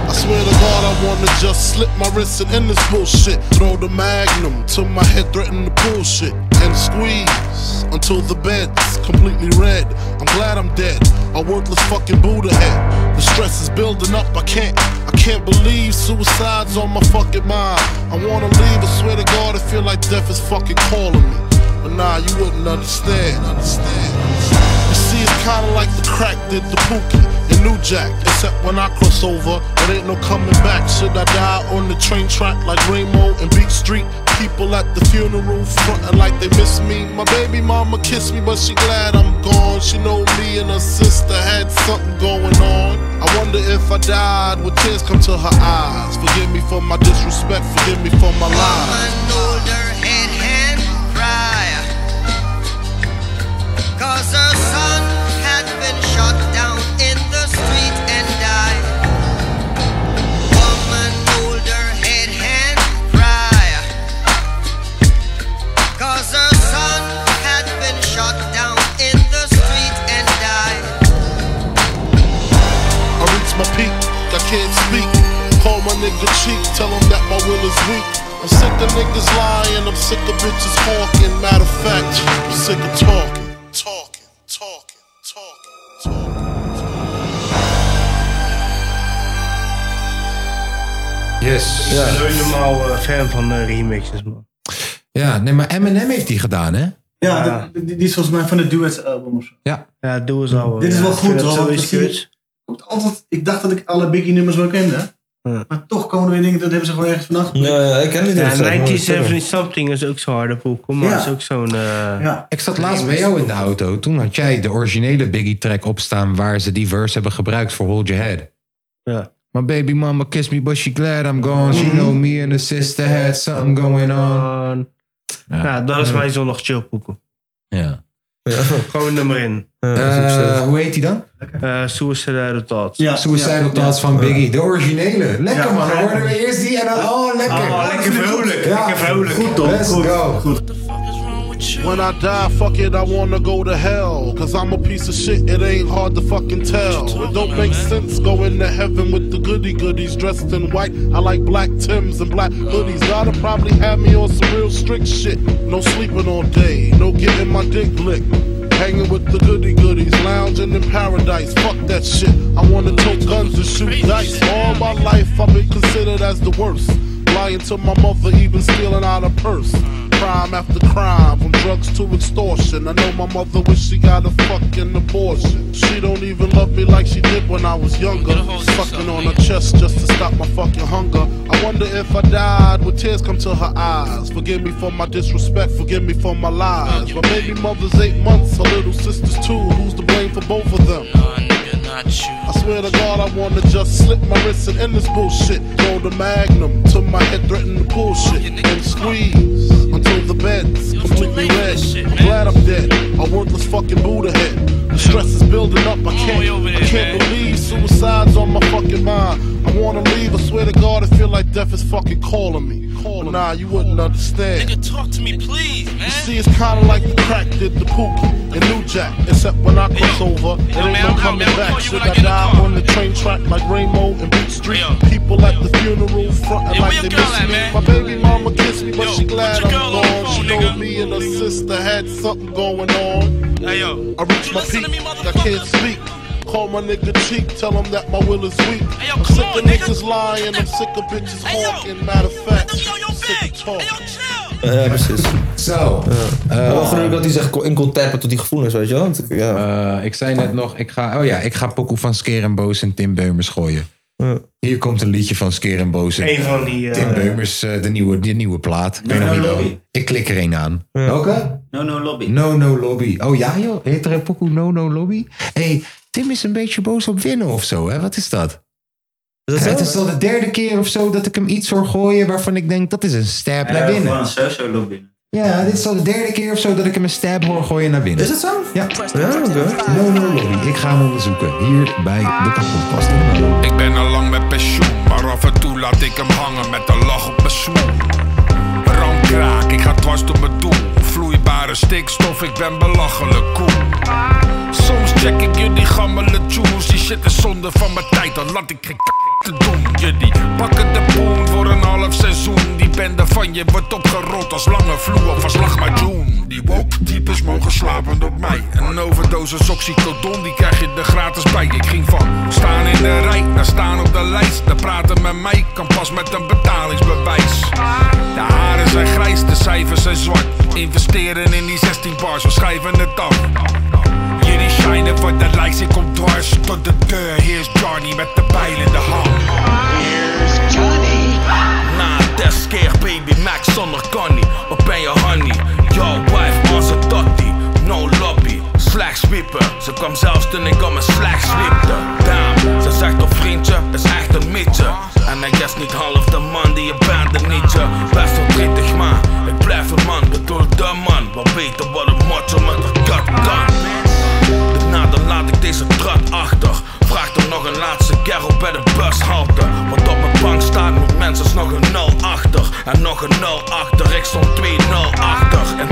Speaker 22: I swear to God, I wanna just slip my wrist and end this bullshit. Throw the magnum till my head, threaten the bullshit. And squeeze until the bed's completely red. I'm glad I'm dead, a worthless fucking Buddha head. The stress is building up, I can't, I can't believe suicide's on my fucking mind. I wanna leave, I swear to God, I feel like death is fucking calling me. But nah, you wouldn't understand, understand. You See, it's kinda like the crack did the pookie and New Jack. Except when I cross over, it ain't no coming back. Should I die on the train track like Rainbow and Beat Street? People at the funeral frontin' like they miss me. My baby mama kissed me, but she glad I'm gone. She know me and her sister had something going on. I wonder if I died, would tears come to her eyes? Forgive me for my disrespect, forgive me for my lies.
Speaker 21: Cause her son had been shot down in the street and died. Woman moved her head and cry. Cause her son had been shot down in the street and died.
Speaker 22: I reach my peak, I can't speak. Call my nigga cheek, tell him that my will is weak. I'm sick of niggas lying, I'm sick of bitches hawking. Matter of fact, I'm sick of talking. Talking, talking, talking,
Speaker 6: Yes.
Speaker 2: Ja. Ik ben nooit normaal eh, fan van eh, remixes, man.
Speaker 1: Ja, nee, maar Eminem heeft die gedaan, hè?
Speaker 9: Ja, die, die is volgens mij van de Duets album of zo.
Speaker 1: Ja.
Speaker 2: Ja, doe eens al.
Speaker 9: Dit is wel goed hoor.
Speaker 2: Zo
Speaker 9: want
Speaker 2: is
Speaker 9: dat zie je- komt altijd, ik dacht dat ik alle Biggie nummers wel kende. Maar toch komen er weer dingen, dat hebben ze gewoon ergens vanaf.
Speaker 3: Ja, ik ken
Speaker 2: Ja, 1970 Something is ook zo'n harde poek, maar
Speaker 9: Ja.
Speaker 2: is ook zo'n... eh,
Speaker 1: Ik zat laatst bij jou in de auto. Toen had jij de originele Biggie track opstaan waar ze die verse hebben gebruikt voor Hold Your Head.
Speaker 2: Ja.
Speaker 1: My baby mama kissed me, but she glad I'm gone.
Speaker 9: Mm.
Speaker 1: She know me and her sister had something going on.
Speaker 2: Ja, dat is mijn zondag chillpoeken.
Speaker 1: Ja.
Speaker 2: Gewoon nummer in.
Speaker 1: Eh, hoe heet die dan?
Speaker 2: Eh Suicidal Thoughts.
Speaker 1: Ja, Suicidal ja. Thoughts van Biggie. De originele. Lekker
Speaker 2: Ja,
Speaker 1: man. Dan
Speaker 2: ja.
Speaker 1: hoorden we eerst die en dan... Oh, lekker.
Speaker 2: Oh, lekker vrolijk. Lekker vrolijk.
Speaker 1: Goed toch? Let's go.
Speaker 22: When I die, fuck it, I wanna go to hell. Cause I'm a piece of shit, it ain't hard to fucking tell. It don't make sense going to heaven with the goody goodies dressed in white. I like black Tims and black hoodies. God'll probably have me on some real strict shit. No sleeping all day, no getting my dick licked. Hanging with the goody goodies, lounging in paradise. Fuck that shit. I wanna tote guns and shoot dice. All my life I've been considered as the worst. Lying to my mother, even stealing out her purse. Crime after crime, from drugs to extortion. I know my mother wish she got a fucking abortion. She don't even love me like she did when I was younger. Sucking on her chest just to stop my fucking hunger. I wonder if I died, would tears come to her eyes? Forgive me for my disrespect, forgive me for my lies. My baby mother's eight months, her little sister's two. Who's to blame for both of them? I swear to God, I wanna just slip my wrist and end this bullshit. Roll the magnum till my head threaten to pull shit and squeeze until the bed's completely red. I'm glad I'm dead, a worthless fucking Buddha head. The stress is building up, I can't, I can't believe suicide's on my fucking mind. I wanna leave, I swear to God, I feel like death is fucking calling me. Calling. Nah, you wouldn't understand. Nigga, talk to me, please, man. see, it's kinda like the crack did the pookie and New Jack, except when I cross over, it ain't no coming back. Should I die on the train track like Rainbow and Beat Street? People at the funeral frontin' like they miss me. My baby mama kissed me, but she glad I'm gone. She know me and her sister had something going on. I reach my peak, I can't speak. Call my nigga cheek, tell him that my will is weak. I'm sick of niggas lying, I'm sick of bitches hawking. Matter of fact, I'm sick of talking.
Speaker 3: Ja, precies.
Speaker 1: Zo.
Speaker 3: Ja.
Speaker 1: Eh,
Speaker 3: wel gelukkig dat hij zich in kon tappen tot die gevoelens, weet je wel. Want ik- Ja.
Speaker 1: Eh, ik zei net nog, ik ga, oh ja, ik ga Pokoe van Skeer en Boos en Tim Beumers gooien. Hier komt een liedje van Skeer en Boos. en
Speaker 2: Eén van die, eh,
Speaker 1: Tim Beumers, eh, de, nieuwe, de nieuwe plaat. Ik weet nog niet welke. Ik klik er één aan. Welke?
Speaker 8: No, no lobby.
Speaker 1: No No Lobby. Oh ja joh, heet er een Pokoe No No Lobby? hey, Tim is een beetje boos op winnen of zo, hè? Wat is dat? Het is al de derde keer of zo dat ik hem iets hoor gooien waarvan ik denk, dat is een stab naar
Speaker 8: Ja,
Speaker 1: binnen.
Speaker 8: Eh, Gewoon sowieso lobby.
Speaker 1: Ja, dit is al de derde keer of zo dat ik hem een stab hoor gooien naar binnen.
Speaker 8: Is het
Speaker 1: zo? Ja. No, no, lobby. Ik ga hem onderzoeken. Hier bij de Kapotpast.
Speaker 23: Ik ben al lang met pensioen, maar af en toe laat ik hem hangen met een lach op mijn smoel. Ramkraak, ik ga dwars door mijn doel. Vloeibare stikstof, ik ben belachelijk cool. Soms check ik jullie gammele jewels, die shit is zonde van mijn tijd, dan laat ik geen k- te doen. Jullie pakken de poen voor een half seizoen. Die bende van je wordt opgerold als lange vloer of als lachmajoen. Die woke types mogen slapen op mij. Een overdosis oxycodon, die krijg je er gratis bij. Ik ging van staan in de rij naar staan op de lijst. Dan praten met mij kan pas met een betalingsbewijs. De haren zijn grijs, de cijfers zijn zwart. Investeren in die 16 bars, we schrijven het af. Jullie shine Slip uit de lijst, ik kom dwars tot de deur Hier is Johnny met de bijl in de hand Here's Johnny
Speaker 24: Na een test keer baby Max zonder Connie Of ben je honey? Yo wife Maserati, no lobby Slecht zwiepen, ze kwam zelfs toen ik om een slecht zwiepte Damn, ze zegt een vriendje is echt een mietje En ik is niet half de man die je bent en niet je Best verdrietig maar, ik blijf een man, bedoel de man Wat beter wat een macho met een kat kan Nou dan laat ik deze trap achter Vraag dan nog een laatste keer op bij de bushalte Wat op mijn bank staat moet mensen nog een 0 achter En nog een 0 achter, ik stond 2-0 achter En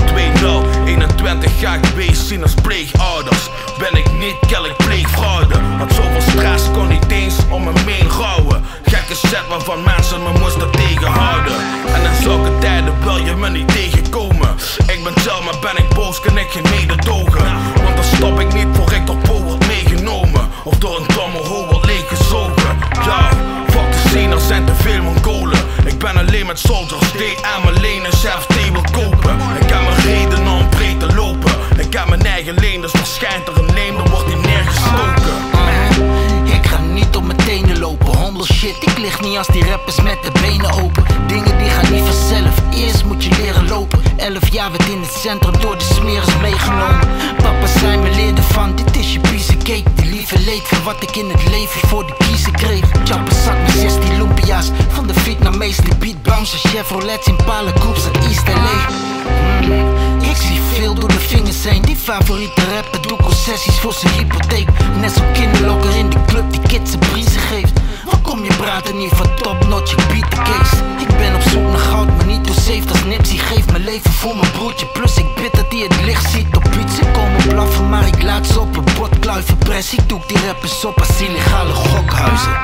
Speaker 24: 2-0, 21 ga ik wees zien als pleegouders Ben ik niet, kel ik pleegfraude Had zoveel stress, kon niet eens om me meen rouwen Gekke set waarvan mensen me moesten tegenhouden En in zulke tijden wil je me niet tegenkomen Ik ben chill, maar ben ik boos, kan ik geen mededogen Want dan stop ik niet voor ik door Po word meegenomen Of door een domme hoe word leeggezogen Ja, fuck de scene, er zijn te veel Mongolen Ik ben alleen met soldiers, DM alleen en zelf die wil kopen Ik heb mijn reden om breed te lopen Ik heb mijn eigen leen, dus verschijnt er een neem, dan wordt die neergestoken
Speaker 25: Ah. Ik ga niet op mijn tenen lopen, humble shit. Ik lig niet als die rappers met de benen open. Dingen die gaan niet vanzelf, eerst moet je leren lopen. Elf jaar werd in het centrum door de smeres meegenomen. Papa zei me leerde van, dit is je piece cake. Die lieve leed van wat ik in het leven voor de kiezen kreeg. Chopper zat met 16 lumpia's, van de Vietnamese die beat bouncer. Chevrolets in palen coupes uit East LA. Hmm, Ik zie veel door de vingers heen. Die favoriete rapper doet concessies voor zijn hypotheek. Net zo'n kinderlokker in de club die kids een briezen geeft. Waar kom je praten hier van top notch? Ik beat the case. Ik ben op zoek naar goud, maar niet door safe als Nipsey. Geef mijn leven voor mijn broertje. Plus ik bid dat hij het licht ziet op iets. Ze komen blaffen, maar ik laat ze op een bord kluiven. Press, ik doe die rappers op als illegale gokhuizen.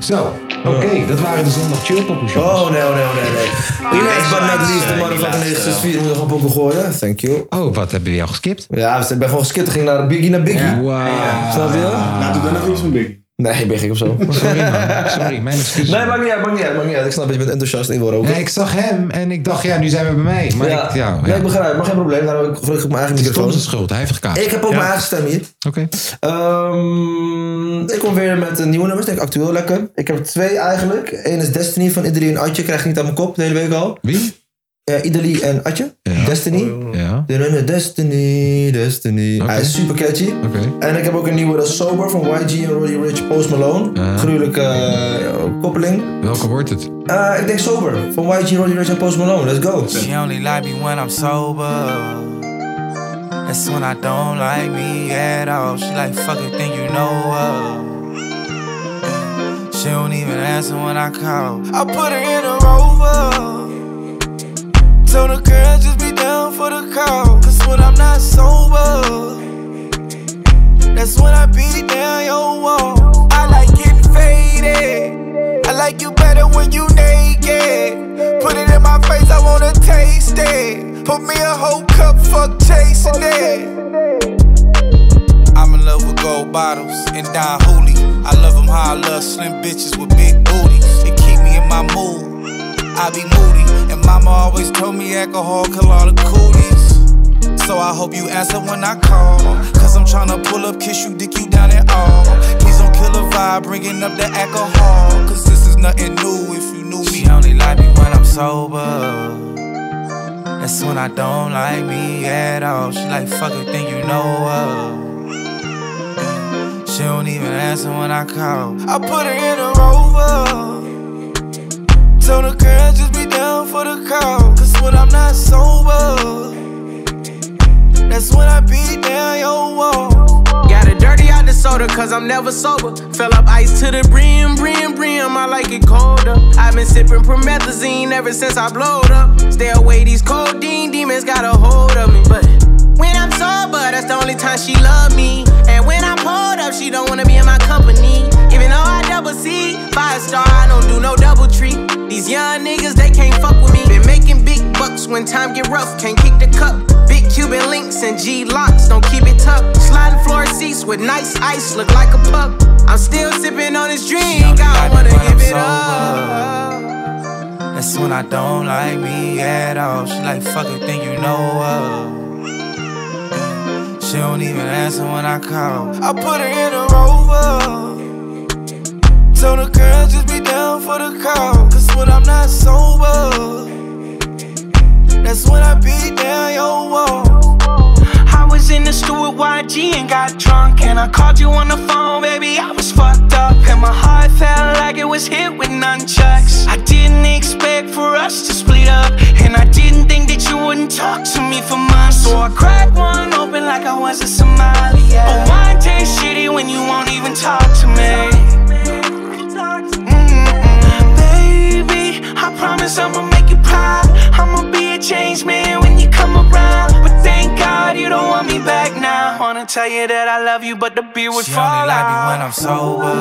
Speaker 1: Zo, oké, dat waren de zondag chillpoppen shows.
Speaker 3: Oh, nee, nee, nee, nee. Last but not least, de motherfucking 964 nog een pokoe gooien. Thank you.
Speaker 1: Oh, wat hebben we jou geskipt?
Speaker 3: Ja, ik ben gewoon geskipt. Ik ging naar de Biggie naar Biggie. Snap je?
Speaker 1: Nou, doe dan nog iets
Speaker 3: van Biggie. Nee, ben ik of zo.
Speaker 1: Oh, Sorry man, sorry, mijn excuus.
Speaker 3: Nee, maakt niet uit, maakt niet uit, maakt niet uit. Ik snap dat je bent enthousiast, ik wil roken.
Speaker 1: Nee, ik zag hem en ik dacht, ja, nu zijn we bij mij. Maar
Speaker 3: ja.
Speaker 1: ik, ja,
Speaker 3: Nee, ik begrijp, maar geen probleem. Daarom heb ik vroeg ik op mijn eigen
Speaker 1: Het is
Speaker 3: microfoon.
Speaker 1: Tom zijn schuld, hij heeft gekaapt.
Speaker 3: Ik heb ook
Speaker 1: Ja.
Speaker 3: mijn eigen stem hier.
Speaker 1: Oké.
Speaker 3: Ehm, ik kom weer met een nieuwe nummers, denk ik actueel lekker. Ik heb twee eigenlijk. Eén is Destiny van Idali en Atje, krijg ik niet aan mijn kop de hele week al.
Speaker 1: Wie?
Speaker 3: Eh Idali en Atje. Destiny.
Speaker 1: Oh, Ja.
Speaker 3: De nummer Destiny, Destiny. Hij is super catchy. En ik heb ook een nieuwe, dat is Sober van YG en Roddy Rich Post Malone. Gruwelijke eh, koppeling.
Speaker 1: Welke wordt het?
Speaker 3: Eh, ik denk Sober van YG, Roddy Rich en Post Malone. Let's go.
Speaker 26: She only like me when I'm sober. That's when I don't like me at all. She like fucking think you know her. She don't even answer when I call. I put her in a rover. Told the girl just be down for the call. Cause when I'm not sober, that's when I beat down your wall. I like getting faded. I like you better when you naked. Put it in my face, I wanna taste it. Put me a whole cup, fuck chasing it. I'm in love with gold bottles and Don Hooley. I love 'em how I love slim bitches with big booties. It keep me in my mood. I be moody, and mama always told me alcohol kill all the coolies. So I hope you answer when I call. Cause I'm tryna pull up, kiss you, dick you down and all. Please don't kill a vibe, bringing up the alcohol. Cause this is nothing new if you knew me. She only like me when I'm sober. That's when I don't like me at all. She like fucking think you know her. She don't even answer when I call. I put her in a rover. Told the girl just be down for the call. Cause when I'm not sober, that's when I beat down your wall.
Speaker 27: Got it dirty out the soda, cause I'm never sober. Fill up ice to the brim, brim, brim. I like it colder. I've been sipping promethazine ever since I blowed up. Stay away, these codeine demons got a hold of me. But when I'm sober, that's the only time she love me. And when I'm pulled up, she don't wanna be in my company. Even though I double C, five star, I don't do no double tree. These young niggas, they can't fuck with me. Been making big bucks when time get rough, can't kick the cup. Big Cuban links and G locks, don't keep it tucked. Sliding floor seats with nice ice, look like a pup. I'm still sipping on this drink, I don't wanna
Speaker 26: when I'm
Speaker 27: give it
Speaker 26: sober. That's when I don't like me at all. She like fucking think you know her. She She don't even answer when I call. I put her in a rover. Told the girl just be down for the call. Cause when I'm not sober, that's when I beat down your wall.
Speaker 28: oh, I was in the store with YG and got drunk. And I called you on the phone, baby. I was fucked up. And my heart felt like it was hit with nunchucks. I didn't expect for us to split up. And I didn't think that you wouldn't talk to me for months. So I cracked one open like I was a Somali. But wine tastes shitty when you won't even talk to me. Baby, I promise I'ma make you proud. I'ma be a change man when you come around. But thank God you don't want me back now. Wanna tell you that I love you, but the beer would
Speaker 26: She
Speaker 28: fall
Speaker 26: only like me
Speaker 28: out.
Speaker 26: when I'm sober.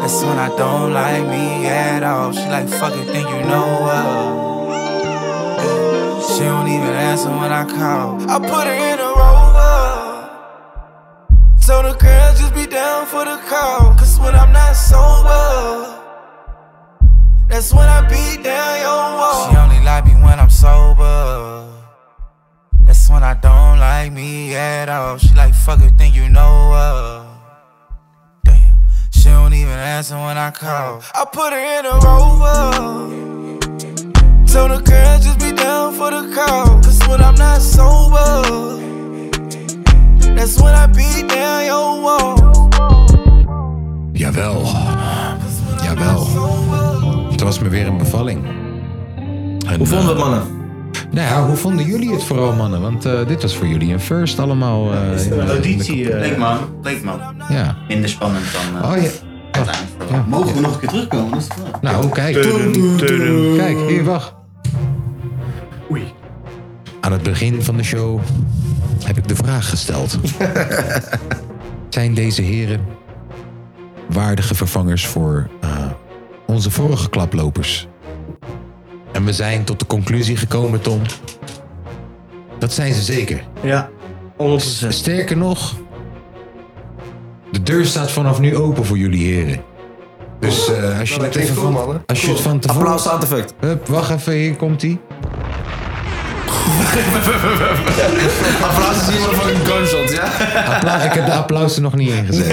Speaker 26: That's when I don't like me at all. She like fucking think you know her. She don't even answer when I call.
Speaker 28: I put her in a rover.
Speaker 26: Told the girl just be down for the call. Cause when I'm not sober, that's when I beat down your wall. She only like me when I'm sober. That's when I don't like me at all. She like fuck her, think you know her. Damn, she don't even answer when I call.
Speaker 28: I put her in a rover.
Speaker 26: Told the girl just be down for the call. Cause when I'm not sober,
Speaker 28: That's when I beat down your wall.
Speaker 1: Jawel. Jawel. Het was me weer een bevalling. hoe vonden het,
Speaker 3: mannen?
Speaker 1: Nou ja, hoe vonden jullie het vooral, mannen? Want eh, dit was voor jullie een first allemaal. eh, in de- in de- eh?
Speaker 8: Leuk man, leuk man.
Speaker 1: Ja.
Speaker 8: Minder spannend dan eh,
Speaker 1: Oh, ja.
Speaker 8: het eind. Mogen we nog een keer terugkomen? Dat is de vraag.
Speaker 1: Nou, kijk. Kijk, hier, wacht. Aan het begin van de show heb ik de vraag gesteld. Zijn deze heren waardige vervangers voor eh, onze vorige klaplopers? En we zijn tot de conclusie gekomen, Tom. Dat zijn ze zeker.
Speaker 2: Ja,
Speaker 1: 100%. Sterker nog, de deur staat vanaf nu open voor jullie heren. Dus eh, als je
Speaker 4: Nou,
Speaker 1: het
Speaker 4: dat
Speaker 1: even
Speaker 4: klinkt goed,
Speaker 1: van,
Speaker 4: man, hè?
Speaker 1: als je het van tevoren... Applaus
Speaker 3: sound effect.
Speaker 1: Hup, wacht even, hier komt ie.
Speaker 3: Applaus is iemand van een gunshot, ja?
Speaker 1: Applaus, ik heb de applaus er nog niet in gezet.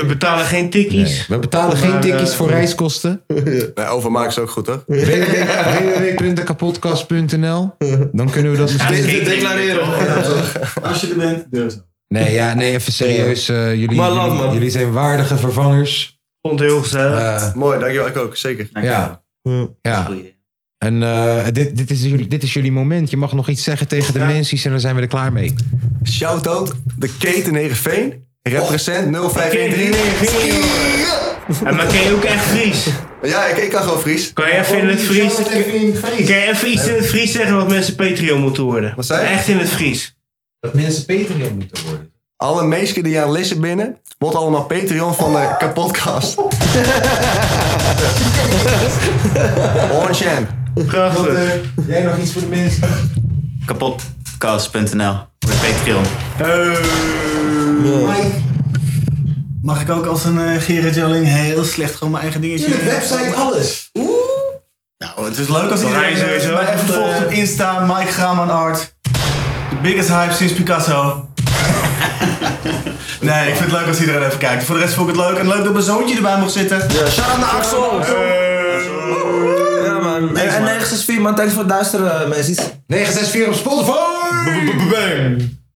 Speaker 2: We betalen geen tikkies. eh,
Speaker 1: we betalen geen
Speaker 4: eh,
Speaker 1: tikkies voor reiskosten.
Speaker 4: Nee, overmaak is ook goed, hè?
Speaker 1: www.kapotkast.nl Dan kunnen we dat misschien...
Speaker 9: Als je er bent, dus. deur zo.
Speaker 1: Nee, ja, nee, even serieus. eh, jullie,
Speaker 9: Maar laat
Speaker 1: jullie,
Speaker 9: maar.
Speaker 1: jullie zijn waardige vervangers. Eh.
Speaker 2: Vond het heel gezellig.
Speaker 4: Mooi, dankjewel. Ik ook, zeker.
Speaker 1: Ja. Ja. En eh, dit, dit, is jullie, dit is jullie moment. Je mag nog iets zeggen tegen de mensen en dan zijn we er klaar mee.
Speaker 4: Shout-out de keten Heerenveen. Represent 0513.
Speaker 2: En maar ken je ook echt Fries?
Speaker 4: Ja, ik, ik kan gewoon Fries.
Speaker 2: Kan je even in het Fries? Kan je even iets in het Fries zeggen wat mensen Patreon moeten worden? Wat
Speaker 4: zei je?
Speaker 2: Echt in het Fries.
Speaker 1: Dat mensen Patreon moeten
Speaker 4: worden. Alle mensen die aan lissen binnen, wordt allemaal Patreon van de kapotkast. Orange
Speaker 2: Prachtig.
Speaker 1: eh, Jij nog iets voor de mensen?
Speaker 8: Kapotkast.nl. Wordt Patreon.
Speaker 9: Mag ik ook als een eh, Gerrit Jalling heel slecht gewoon mijn eigen dingetje
Speaker 3: Tuurlijk, website, alles.
Speaker 9: Nou, het is leuk als
Speaker 3: Maar
Speaker 9: iedereen
Speaker 3: hij is
Speaker 9: eh, mij even volgt op Insta, Mike Graman Art. The biggest hype sinds Picasso. nee, ik vind het leuk als iedereen even kijkt. Voor de rest vond ik het leuk. En leuk dat mijn zoontje erbij mocht zitten. Ja,
Speaker 3: shout-out naar Axel. Ja, man. En, eh, en 964, man, thanks voor het luisteren, mensen.
Speaker 1: 964 op Spotify!
Speaker 3: Bang!